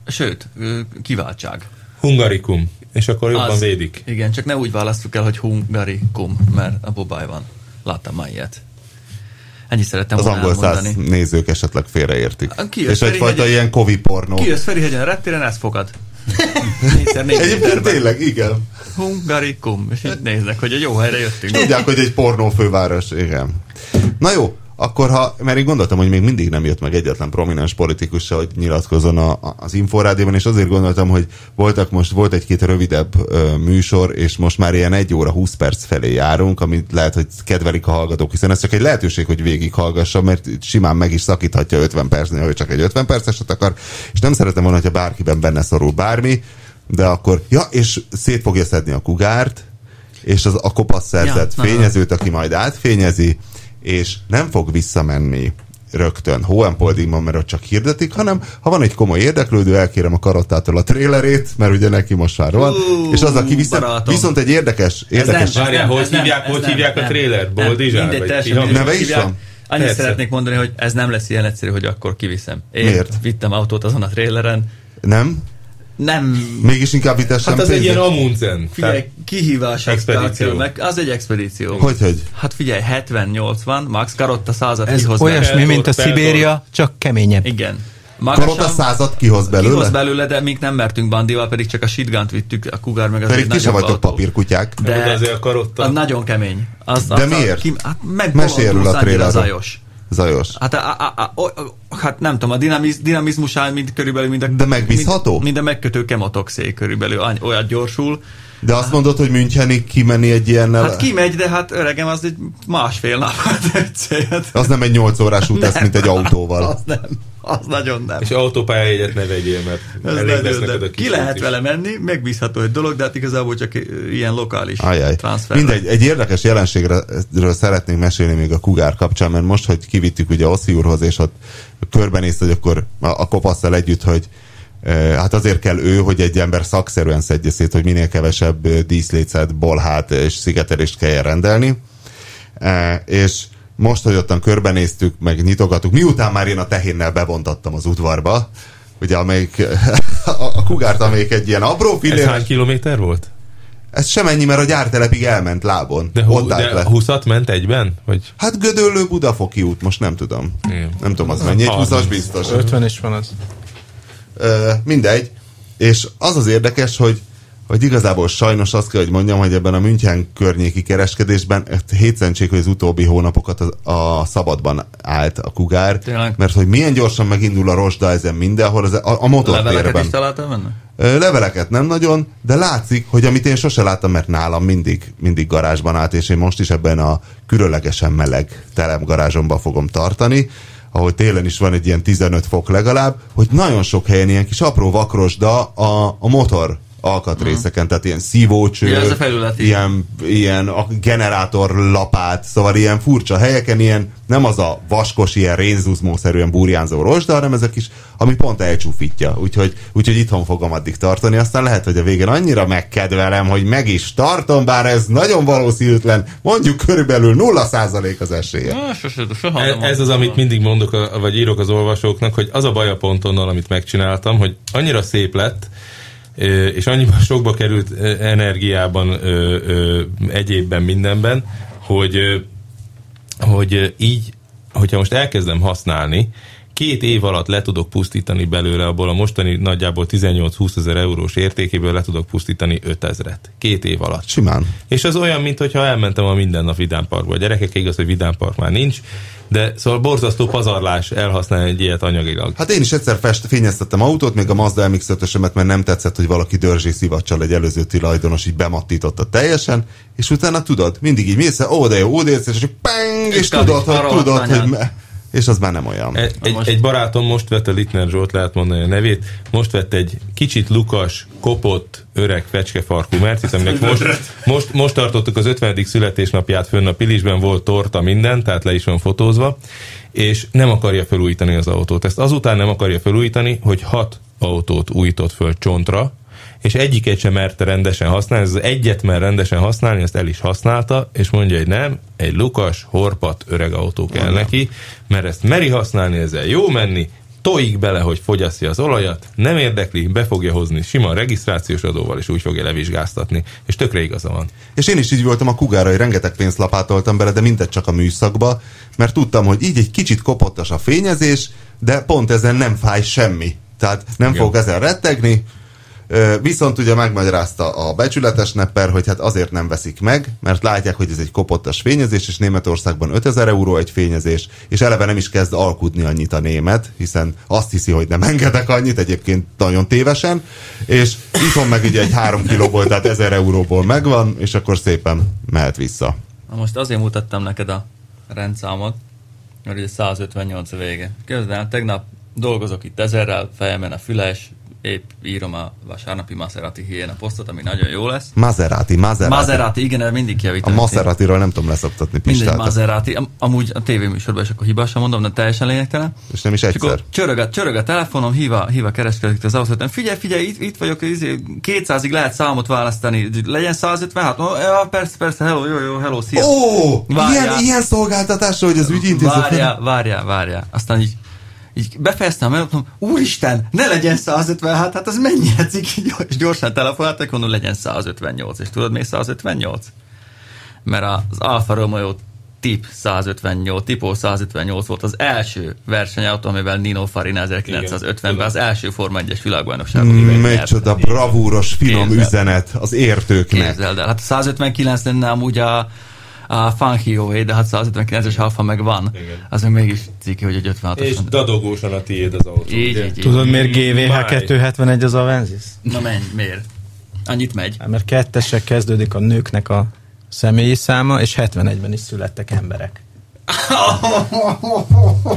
Speaker 9: Sőt, ö, kiváltság.
Speaker 4: Hungarikum. És akkor jobban
Speaker 9: Az-
Speaker 4: védik.
Speaker 9: Igen, csak ne úgy választjuk el, hogy hungarikum, mert a bobáj van. Láttam már ilyet. Ennyit szerettem
Speaker 5: Az
Speaker 9: volna
Speaker 5: angol száz
Speaker 9: elmondani.
Speaker 5: nézők esetleg félreértik.
Speaker 9: A ki, a
Speaker 5: És
Speaker 9: Feri
Speaker 5: egyfajta
Speaker 9: hegyen-
Speaker 5: ilyen kovi pornó.
Speaker 9: Kijössz Ferihegyen a reptéren, ezt fogad.
Speaker 5: (laughs)
Speaker 9: Négyszer négy
Speaker 5: Egyébként
Speaker 9: méterben.
Speaker 5: tényleg, igen.
Speaker 9: Hungarikum. És így néznek, hogy egy jó helyre jöttünk.
Speaker 5: Tudják, hogy egy pornófőváros, igen. Na jó, akkor ha, mert én gondoltam, hogy még mindig nem jött meg egyetlen prominens politikus se, hogy nyilatkozzon a, a- az Inforádióban, és azért gondoltam, hogy voltak most, volt egy-két rövidebb ö, műsor, és most már ilyen 1 óra 20 perc felé járunk, amit lehet, hogy kedvelik a hallgatók, hiszen ez csak egy lehetőség, hogy végighallgassa, mert simán meg is szakíthatja 50 percnél, hogy csak egy 50 perceset akar, és nem szeretem volna, hogyha bárkiben benne szorul bármi, de akkor, ja, és szét fogja szedni a kugárt, és az a kopasz szerzett
Speaker 9: Ja,
Speaker 5: fényezőt, aki majd átfényezi, és nem fog visszamenni rögtön Hohenpoldingban, mert ott csak hirdetik, hanem ha van egy komoly érdeklődő, elkérem a karottától a trélerét, mert ugye neki most már van,
Speaker 9: Ú,
Speaker 5: és az, aki viszont,
Speaker 9: barátom.
Speaker 5: viszont egy érdekes, érdekes
Speaker 9: nem-
Speaker 4: Várjál, hogy
Speaker 9: ez nem-
Speaker 4: hívják,
Speaker 9: ez
Speaker 4: hogy
Speaker 9: nem-
Speaker 4: hívják a
Speaker 9: nem.
Speaker 4: trailer?
Speaker 9: Nem,
Speaker 4: Boldizsár?
Speaker 9: mindegy,
Speaker 4: vagy
Speaker 9: teljesen
Speaker 4: ki?
Speaker 9: mindegy.
Speaker 5: Neve is
Speaker 9: Hívják.
Speaker 5: van?
Speaker 9: Annyit
Speaker 4: Persze.
Speaker 9: szeretnék mondani, hogy ez nem lesz ilyen egyszerű, hogy akkor kiviszem. Én
Speaker 5: Miért?
Speaker 9: vittem autót azon a traileren.
Speaker 5: nem?
Speaker 9: Nem,
Speaker 5: Mégis inkább vitessem
Speaker 4: Hát az egy
Speaker 5: pénzért?
Speaker 4: ilyen Amundsen.
Speaker 9: figyelj, kihívás
Speaker 4: Expedíció.
Speaker 9: expedíció. Meg, az egy expedíció.
Speaker 5: Hogy, hogy?
Speaker 9: Hát figyelj, 70-80, Max Karotta 100-at
Speaker 2: Ez
Speaker 9: kihoz
Speaker 2: olyasmi,
Speaker 9: belőle.
Speaker 2: mint a
Speaker 4: Eldor, Eldor.
Speaker 2: Szibéria, csak keményebb.
Speaker 9: Igen.
Speaker 5: Karotta százat kihoz belőle?
Speaker 9: Kihoz belőle, de mink nem mertünk bandival, pedig csak a shitgunt vittük, a kugár meg az
Speaker 5: Pedig
Speaker 9: egy
Speaker 5: ti sem
Speaker 9: nagyobb
Speaker 5: vagytok
Speaker 9: autó.
Speaker 5: papírkutyák.
Speaker 9: De,
Speaker 4: De azért a karotta-
Speaker 9: Hát, Az nagyon kemény. Az,
Speaker 5: De miért?
Speaker 9: hát
Speaker 5: Mesélj
Speaker 9: meg bolondulsz
Speaker 5: erről a
Speaker 9: annyira
Speaker 5: trélerről.
Speaker 9: zajos.
Speaker 5: Zajos.
Speaker 9: Hát, a, a, a, o, a, hát nem tudom, a dinamiz, dinamizmus áll mind körülbelül, mind a,
Speaker 5: De megbízható?
Speaker 9: Mind, mind a megkötő kemotoxé körülbelül, any, olyat gyorsul.
Speaker 5: De azt mondod, hogy Münchenig kimenni egy ilyennel?
Speaker 9: Hát kimegy, de hát öregem az egy másfél nap (laughs) volt egyszer.
Speaker 5: Az nem egy 8 órás út, ez
Speaker 9: Nem.
Speaker 5: mint egy autóval.
Speaker 9: Az nem, az nagyon nem.
Speaker 4: És autópályájegyet ne vegyél, mert
Speaker 9: Ez
Speaker 4: elég lesz
Speaker 9: nagyon
Speaker 4: neked
Speaker 9: nem.
Speaker 4: a
Speaker 9: Ki
Speaker 4: kisút
Speaker 9: lehet
Speaker 4: is.
Speaker 9: vele menni, megbízható egy dolog, de hát igazából csak ilyen lokális
Speaker 5: Ajaj.
Speaker 9: transfer.
Speaker 5: Mindegy, egy érdekes jelenségről szeretnénk mesélni még a kugár kapcsán, mert most, hogy kivittük ugye Oszi úrhoz, és ott körbenézt, hogy akkor a, a kopasszal együtt, hogy e, Hát azért kell ő, hogy egy ember szakszerűen szedje szét, hogy minél kevesebb ö, díszlécet, bolhát és szigetelést kelljen rendelni. E, és most, hogy ottan körbenéztük, meg nyitogattuk, miután már én a tehénnel bevontattam az udvarba, ugye amelyik, (laughs) a, a kugárt, amelyik egy ilyen apró
Speaker 4: Ez
Speaker 5: fillér,
Speaker 4: hány kilométer volt?
Speaker 5: ez semennyi, mert a gyártelepig elment lábon.
Speaker 4: De,
Speaker 5: De,
Speaker 4: hu-
Speaker 5: Ott állt
Speaker 4: de
Speaker 5: le.
Speaker 4: 20 ment egyben? Vagy?
Speaker 5: Hát Gödöllő Budafoki út, most nem tudom.
Speaker 4: Igen. Hát
Speaker 5: Nem tudom, az mennyi, egy
Speaker 4: 30.
Speaker 5: 20-as biztos.
Speaker 2: 50 is van az.
Speaker 5: Ö, mindegy. És az az érdekes, hogy hogy igazából sajnos azt kell, hogy mondjam, hogy ebben a München környéki kereskedésben hétszentség, hogy az utóbbi hónapokat a, a szabadban állt a kugár,
Speaker 9: Tényleg.
Speaker 5: mert hogy milyen gyorsan megindul a rozsda ezen mindenhol, ez a, a
Speaker 9: Leveleket
Speaker 5: motortérben.
Speaker 9: is találtam benne?
Speaker 5: Ö, Leveleket nem nagyon, de látszik, hogy amit én sose láttam, mert nálam mindig, mindig garázsban állt, és én most is ebben a különlegesen meleg terem garázsomban fogom tartani, ahogy télen is van egy ilyen 15 fok legalább, hogy nagyon sok helyen ilyen kis apró vakrosda a, a motor alkatrészeken, tehát ilyen szívócső,
Speaker 9: Mhm. Ugye ez a felületi.
Speaker 5: ilyen, ilyen a generátor lapát, szóval ilyen furcsa helyeken, ilyen nem az a vaskos, ilyen rénzuzmószerűen burjánzó rozsda, hanem ez a kis, ami pont elcsúfítja. Úgyhogy, úgyhogy itthon fogom addig tartani, aztán lehet, hogy a végén annyira megkedvelem, hogy meg is tartom, bár ez nagyon valószínűtlen, mondjuk körülbelül 0% az esélye.
Speaker 9: Ah, sose, soha nem
Speaker 4: E- Ez, ez az,
Speaker 9: mondtam.
Speaker 4: amit mindig mondok, a- vagy írok az olvasóknak, hogy az a baj a pontonnal, amit megcsináltam, hogy annyira szép lett, ö, és annyiban (laughs) sokba került ö, energiában, ö, ö, egyébben, mindenben, hogy ö, hogy ö, így, hogyha most elkezdem használni, két év alatt le tudok pusztítani belőle, abból a mostani nagyjából 18-20 ezer eurós értékéből le tudok pusztítani 5 ezeret. Két év alatt.
Speaker 5: Simán.
Speaker 4: És az olyan, mintha elmentem a mindennap Vidán Parkba. A gyerekek igaz, hogy Vidán Park már nincs, de szóval borzasztó pazarlás elhasználni egy ilyet anyagilag.
Speaker 5: Hát én is egyszer fest, fényeztettem autót, még a Mazda mx 5 mert nem tetszett, hogy valaki dörzsé szivacsal egy előző tulajdonos így bemattította teljesen, és utána tudod, mindig így mész, ó, de jó, ó, de jó, és csak peng, és,
Speaker 9: És
Speaker 5: tudod, hogy
Speaker 9: karolt
Speaker 5: tudod,
Speaker 9: anyád.
Speaker 5: hogy me- és az már nem olyan.
Speaker 4: Egy, E, egy,
Speaker 9: most-
Speaker 4: egy barátom most vett a Litner Zsolt, lehet mondani a nevét, most vett egy kicsit lukas, kopott, öreg fecskefarkú mercit, aminek most, most, most tartottuk az 50. születésnapját fönn a Pilisben, volt torta minden, tehát le is van fotózva, és nem akarja felújítani az autót. Ezt azután nem akarja felújítani, hogy hat autót újított föl csontra, és egyiket sem merte rendesen használni, ez az egyet mer rendesen használni, ezt el is használta, és mondja, hogy nem, egy lukas, horpat, öreg autó kell neki, mert ezt meri használni, ezzel jó menni, tojik bele, hogy fogyasszi az olajat, nem érdekli, be fogja hozni sima a regisztrációs adóval, és úgy fogja levizsgáztatni. És tökre igaza van.
Speaker 5: És én is így voltam a kugára, hogy rengeteg pénzt lapátoltam bele, de mindegy csak a műszakba, mert tudtam, hogy így egy kicsit kopottas a fényezés, de pont ezen nem fáj semmi. Tehát nem fogok ezen rettegni, Ö, Viszont ugye megmagyarázta a becsületes nepper, hogy hát azért nem veszik meg, mert látják, hogy ez egy kopottas fényezés, és Németországban 5000 euró egy fényezés, és eleve nem is kezd alkudni annyit a német, hiszen azt hiszi, hogy nem engedek annyit, egyébként nagyon tévesen, és itthon meg ugye egy 3 kilóból, tehát 1000 euróból megvan, és akkor szépen mehet vissza.
Speaker 9: Na most azért mutattam neked a rendszámot, mert ugye 158 a vége. Közben tegnap dolgozok itt ezerrel, fejemen a füles, épp írom a vasárnapi Maserati hiéna posztot, ami nagyon jó lesz.
Speaker 5: Maserati, Maserati.
Speaker 9: Maserati, igen, erre mindig
Speaker 5: A
Speaker 9: javítom.
Speaker 5: Maseratiról nem tudom leszoktatni
Speaker 9: Mindegy,
Speaker 5: Pistát.
Speaker 9: Maserati. Am- Amúgy a tévéműsorban is akkor hibásan mondom, de teljesen lényegtelen.
Speaker 5: És nem is
Speaker 9: És akkor
Speaker 5: egyszer.
Speaker 9: csörög a, csörög a telefonom, hív a, hív a kereskedőt az autót, figyelj, figyelj, itt, itt vagyok, izé, 200-ig lehet számot választani, legyen 156, oh, ja, persze, persze, hello, jó, jó, hello, szia.
Speaker 5: Ó,
Speaker 9: Várjál.
Speaker 5: ilyen, ilyen szolgáltatásra, hogy az ügyintéző...
Speaker 9: Várjál, várjál, várjál. Aztán így, így befejeztem, mert mondom, úristen, ne legyen 156, hát az mennyire ciki, és gyorsan telefonáltak, mondom, legyen 158, és tudod mi 158? Mert az Alfa Romeo Tip 158, Tipo 158 volt az első versenyautó, amivel Nino Farina 1950-ben az első Forma 1-es világbajnokságot
Speaker 5: Mm, Micsoda bravúros, finom
Speaker 9: Képzeld.
Speaker 5: üzenet az értőknek.
Speaker 9: Képzeld el. Hát a 159 lenne amúgy a, a Fangioé, de hát 159-es alfa meg van. Igen. Az még mégis ciki, hogy egy 56-os.
Speaker 4: És dadogósan a tiéd az autó.
Speaker 9: Így,
Speaker 4: ugye?
Speaker 9: így, így.
Speaker 2: Tudod, miért GVH 271 az Avensis?
Speaker 9: Na menj, miért? Annyit megy.
Speaker 2: Hát, Mert kettesek kezdődik a nőknek a személyi száma, és 71-ben is születtek emberek.
Speaker 10: (laughs)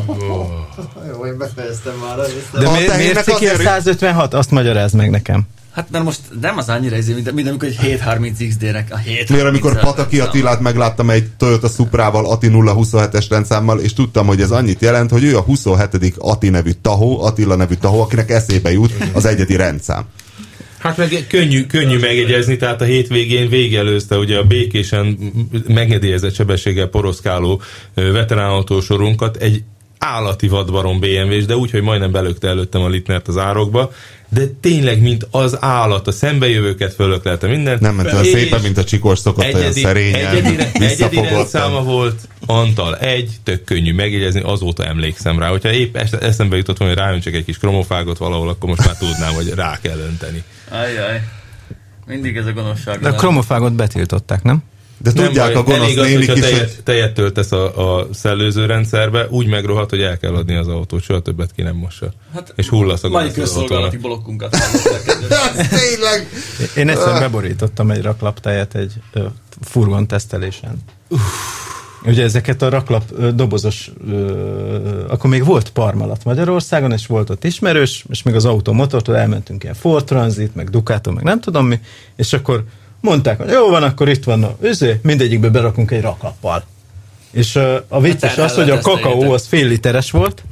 Speaker 10: Jó, én befejeztem már.
Speaker 2: De
Speaker 5: A
Speaker 2: mi, miért
Speaker 5: tehénnek
Speaker 2: ciki a
Speaker 5: azért-
Speaker 2: 156? Azt magyarázd meg nekem.
Speaker 9: Hát mert most nem az annyira izé, mint, mint amikor egy 730 XD-nek a 7
Speaker 5: Miért amikor Pataki Attilát megláttam egy Toyota Suprával, Ati 027-es rendszámmal, és tudtam, hogy ez annyit jelent, hogy ő a 27. Ati nevű tahó, Attila nevű tahó, akinek eszébe jut az egyedi rendszám.
Speaker 4: Hát meg könnyű, könnyű megjegyezni, tehát a hétvégén végelőzte ugye a békésen megedélyezett sebességgel poroszkáló ö, veteránautósorunkat egy állati vadbarom BMW-s, de úgy, hogy majdnem belökte előttem a Litnert az árokba, de tényleg, mint az állat, a szembejövőket fölöklelte mindent.
Speaker 5: Nem ment olyan
Speaker 4: És
Speaker 5: szépen, mint a csikor szokott, olyan
Speaker 4: Egyedi,
Speaker 5: szerényen,
Speaker 4: egyedi, egyedi
Speaker 5: visszafogottan.
Speaker 4: rendszáma volt Antal egy, tök könnyű megjegyezni, azóta emlékszem rá. Hogyha épp este- eszembe jutott volna, hogy ráöntsek egy kis kromofágot valahol, akkor most már tudnám, hogy rá kell önteni.
Speaker 9: Ajjaj. Mindig ez a gonoszság.
Speaker 2: De a kromofágot betiltották, nem?
Speaker 5: De tudják
Speaker 4: baj,
Speaker 5: a gonosz
Speaker 4: elég az,
Speaker 5: nénik
Speaker 4: hogyha
Speaker 5: is,
Speaker 4: tejet,
Speaker 5: hogy
Speaker 4: tejet töltesz a, a szellőző rendszerbe, úgy megrohadt, hogy el kell adni az autót, soha többet ki nem mossa. Hát, és hullasz a
Speaker 9: Mai
Speaker 4: gonosz az autónak.
Speaker 9: közszolgálati blokkunkat hallották, kedves.
Speaker 5: (laughs) Ez tényleg...
Speaker 2: Én egyszer beborítottam egy raklaptejet egy ö, furgon tesztelésen. Ugye ezeket a raklap ö, dobozos, ö, akkor még volt parmalat Magyarországon, és volt ott ismerős, és még az automotort, elmentünk ilyen Ford Transit, meg Ducato, meg nem tudom mi, és akkor mondták, hogy jó van, akkor itt van a üzé, mindegyikbe berakunk egy raklappal. És ö, a vicces
Speaker 9: erre
Speaker 2: az, hogy a
Speaker 9: leteszteljétek.
Speaker 2: kakaó az fél literes volt,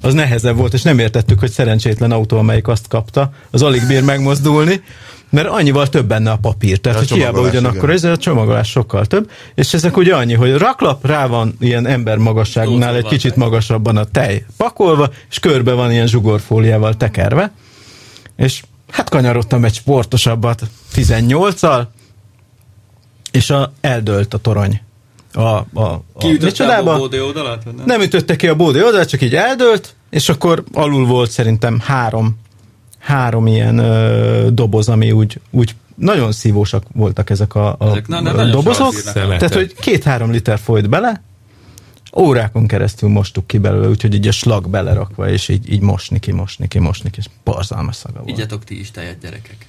Speaker 2: az nehezebb volt, és nem értettük, hogy szerencsétlen autó, amelyik azt kapta, az alig bír megmozdulni, mert annyival több benne a papír. Tehát,
Speaker 5: Ja, a
Speaker 2: hogy hiába
Speaker 5: csomagolás,
Speaker 2: ugyanakkor
Speaker 5: igen.
Speaker 2: ez a csomagolás sokkal több, és ezek ugye annyi, hogy a raklap rá van ilyen ember magasságnál egy
Speaker 9: Túlzóval
Speaker 2: kicsit magasabban a tej pakolva, és körbe van ilyen zsugorfóliával tekerve, és hát kanyarodtam egy sportosabbat 18-al, és a, eldőlt a torony. A, a, a
Speaker 9: Kiütöttem
Speaker 2: micsodába?
Speaker 9: a bódé oldalát? vagy
Speaker 2: Nem ütötte ki a bódé oldalát, csak így eldőlt, és akkor alul volt szerintem három, három ilyen ö, doboz, ami úgy, úgy nagyon szívósak voltak ezek a, a
Speaker 9: Ezek na- na-
Speaker 2: ö,
Speaker 9: nagyon
Speaker 2: dobozok.
Speaker 9: sokat
Speaker 4: írnak.
Speaker 2: Tehát, hogy két-három liter folyt bele, órákon keresztül mostuk ki belőle, úgyhogy így a slag belerakva, és így, így mosni ki, mosni ki, mosni ki, és barzalmas szaga volt.
Speaker 9: Igyatok ti is tejet, gyerekek.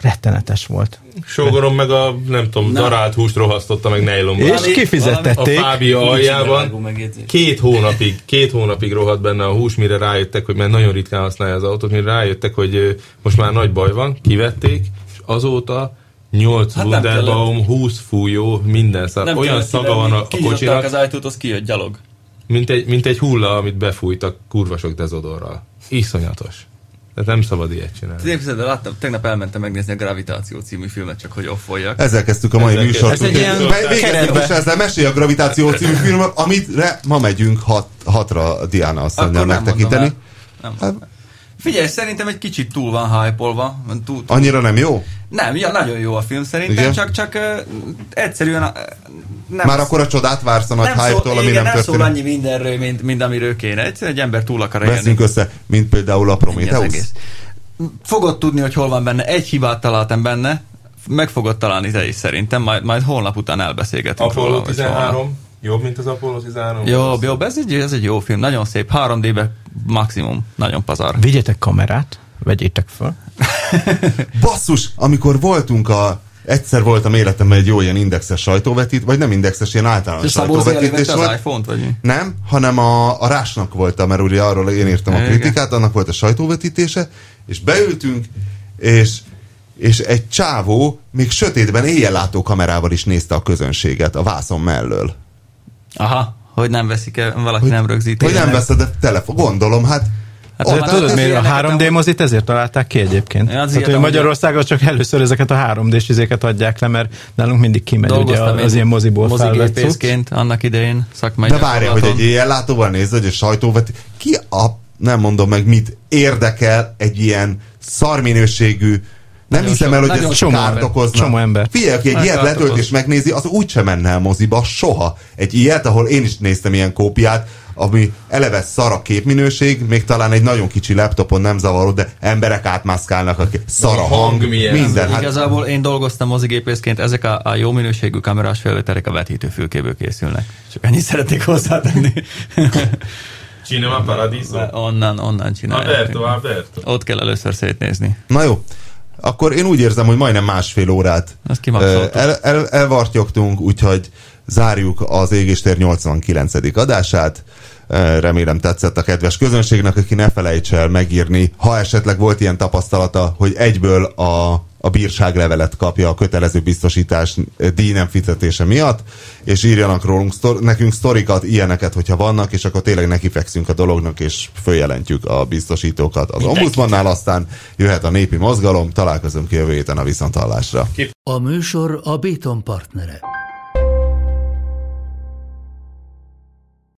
Speaker 2: Rettenetes volt.
Speaker 4: Sógorom meg a, nem tudom,
Speaker 9: Na.
Speaker 4: darált húst rohasztotta meg nejlomba.
Speaker 2: És
Speaker 4: a
Speaker 2: kifizettették.
Speaker 4: fábia aljában két hónapig, két hónapig rohadt benne a hús, mire rájöttek, hogy mert nagyon ritkán használja az autót, mire rájöttek, hogy ö, most már nagy baj van, kivették, és azóta 8 hát
Speaker 9: Hát nem
Speaker 4: Wunderbaum, 20 fújó, minden szar.
Speaker 9: Nem
Speaker 4: Olyan
Speaker 9: kellett
Speaker 4: szaga
Speaker 9: kivenni,
Speaker 4: van a, a
Speaker 9: kinyitották
Speaker 4: kocsinak,
Speaker 9: az ajtót, az kijött gyalog.
Speaker 4: mint egy, mint egy hulla, amit befújtak kurva sok dezodorral. Iszonyatos. Tehát nem szabad ilyet csinálni.
Speaker 9: Én képzeld, el, láttam, tegnap elmentem megnézni a Gravitáció című filmet, csak hogy offoljak.
Speaker 5: Ezzel kezdtük a mai
Speaker 4: Ezzel
Speaker 5: műsort.
Speaker 4: kezdtük. Ez egy ilyen
Speaker 5: Úgyhogy Végezzük
Speaker 2: keretbe.
Speaker 5: most ezzel. Mesélj a Gravitáció című film, amitre ma megyünk hat, hatra a Diana asszonynal
Speaker 9: Akkor nem
Speaker 5: megtekinteni.
Speaker 9: mondom el. Nem.
Speaker 5: Hát,
Speaker 9: Figyelj, szerintem egy kicsit túl van hype-olva. Túl, túl.
Speaker 5: Annyira nem jó?
Speaker 9: Nem, ja, nagyon jó a film szerintem,
Speaker 5: Igen?
Speaker 9: Igen? csak, csak ö, egyszerűen ö, nem,
Speaker 5: Már akkor a csodát vársz a nagy
Speaker 9: nem, szól,
Speaker 5: hype-tól, ami
Speaker 9: igen,
Speaker 5: nem
Speaker 9: nem szól
Speaker 5: történik.
Speaker 9: annyi mindenről, mint, mint amiről kéne. Egyszerűen egy ember túl akar élni.
Speaker 5: Veszünk össze, mint például a
Speaker 9: Ennyi az
Speaker 5: Prometheus.
Speaker 9: egész. Fogod tudni, hogy hol van benne. Egy hibát találtam benne, meg fogod találni te is szerintem, majd, majd holnap után elbeszélgetünk.
Speaker 4: Apollo
Speaker 9: róla, hogy hol van.
Speaker 4: 13 jobb, mint az Apollo 13?
Speaker 9: Jobb, jobb, ez egy, ez egy jó film, nagyon szép, 3D-be maximum, nagyon pazar.
Speaker 2: Vigyetek kamerát, vegyétek fel.
Speaker 5: Basszus, amikor voltunk a egyszer voltam életemben egy jó ilyen indexes sajtóvetít, vagy nem indexes, ilyen általános
Speaker 9: Szabó Zéli
Speaker 5: sajtóvetítés
Speaker 9: vette
Speaker 5: volt.
Speaker 9: az iPhone-t, vagy mi?
Speaker 5: Nem, hanem a, a Rásnak voltam, mert ugye arról én írtam a
Speaker 9: Igen.
Speaker 5: kritikát, annak volt a sajtóvetítése, és beültünk, és, és egy csávó még sötétben éjjellátó kamerával is nézte a közönséget a vászon mellől.
Speaker 9: Aha, hogy nem veszik el, valaki
Speaker 5: Hogy-
Speaker 9: nem rögzíti.
Speaker 5: Hogy nem veszed a telefon, gondolom, hát,
Speaker 9: Hát
Speaker 5: ott
Speaker 9: ott
Speaker 5: állt,
Speaker 2: Tudod,
Speaker 9: ez
Speaker 2: miért a
Speaker 9: ilyeneket
Speaker 2: 3D
Speaker 9: amúgy-
Speaker 2: mozit ezért találták ki egyébként.
Speaker 9: Ja, az
Speaker 2: Hát, hogy
Speaker 9: ilyen,
Speaker 2: Magyarországon csak először ezeket a 3D-s izéket adják le, mert nálunk mindig kimegy ugye
Speaker 9: Dolgoztam
Speaker 2: az
Speaker 9: én
Speaker 2: ilyen moziból felvett cucc.
Speaker 9: mozigépészként annak idején szakmai
Speaker 5: de várja, hogy egy
Speaker 9: gyakorlaton.
Speaker 5: ilyen látóval nézed, hogy egy sajtóvet, ki a, nem mondom meg mit, érdekel egy ilyen szarminőségű, nem
Speaker 9: Nagyon
Speaker 5: hiszem
Speaker 9: sok-
Speaker 5: el, hogy
Speaker 9: nagyon
Speaker 5: ez
Speaker 2: sok
Speaker 5: kárt
Speaker 2: ember.
Speaker 5: okozna.
Speaker 2: Csomó ember.
Speaker 5: Figyelj, aki egy
Speaker 9: Hát
Speaker 5: ilyet
Speaker 9: kárt
Speaker 5: letölt
Speaker 9: okoz.
Speaker 5: és megnézi, az úgyse menne el moziba, soha. Egy ilyet, ahol én is néztem ilyen kópiát, ami eleve szar a képminőség, még talán egy nagyon kicsi laptopon nem zavaró, de emberek átmászkálnak, aki szar a
Speaker 4: A hang
Speaker 5: hang,
Speaker 4: milyen?
Speaker 5: minden. Hát
Speaker 9: Igazából én dolgoztam mozigépészként, ezek a, a jó minőségű kamerás felvételek a vetítőfülkéből készülnek. Csak ennyit szeretnék hozzátenni.
Speaker 5: (laughs)
Speaker 4: Cinema Paradiso.
Speaker 9: Mert onnan, onnan
Speaker 2: hát
Speaker 4: Alberto,
Speaker 9: csinálják.
Speaker 4: Alberto.
Speaker 9: Ott kell először szétnézni.
Speaker 5: Na jó, akkor én úgy érzem, hogy majdnem másfél órát
Speaker 9: Azt kimaxoltuk.
Speaker 5: ö, el, el, elvartyogtunk, úgyhogy zárjuk az Égéstér 89. adását. Ö, Remélem tetszett a kedves közönségnek, aki ne felejts el megírni, ha esetleg volt ilyen tapasztalata, hogy egyből a, a bírságlevelet kapja a kötelező biztosítás ö, díj nem fizetése miatt, és írjanak rólunk sztor, nekünk sztorikat, ilyeneket, hogyha vannak, és akkor tényleg nekifekszünk a dolognak, és följelentjük a biztosítókat az ombudsmannál, aztán jöhet a népi mozgalom, találkozunk jövő héten a viszonthallásra.
Speaker 1: A műsor a Béton partnere.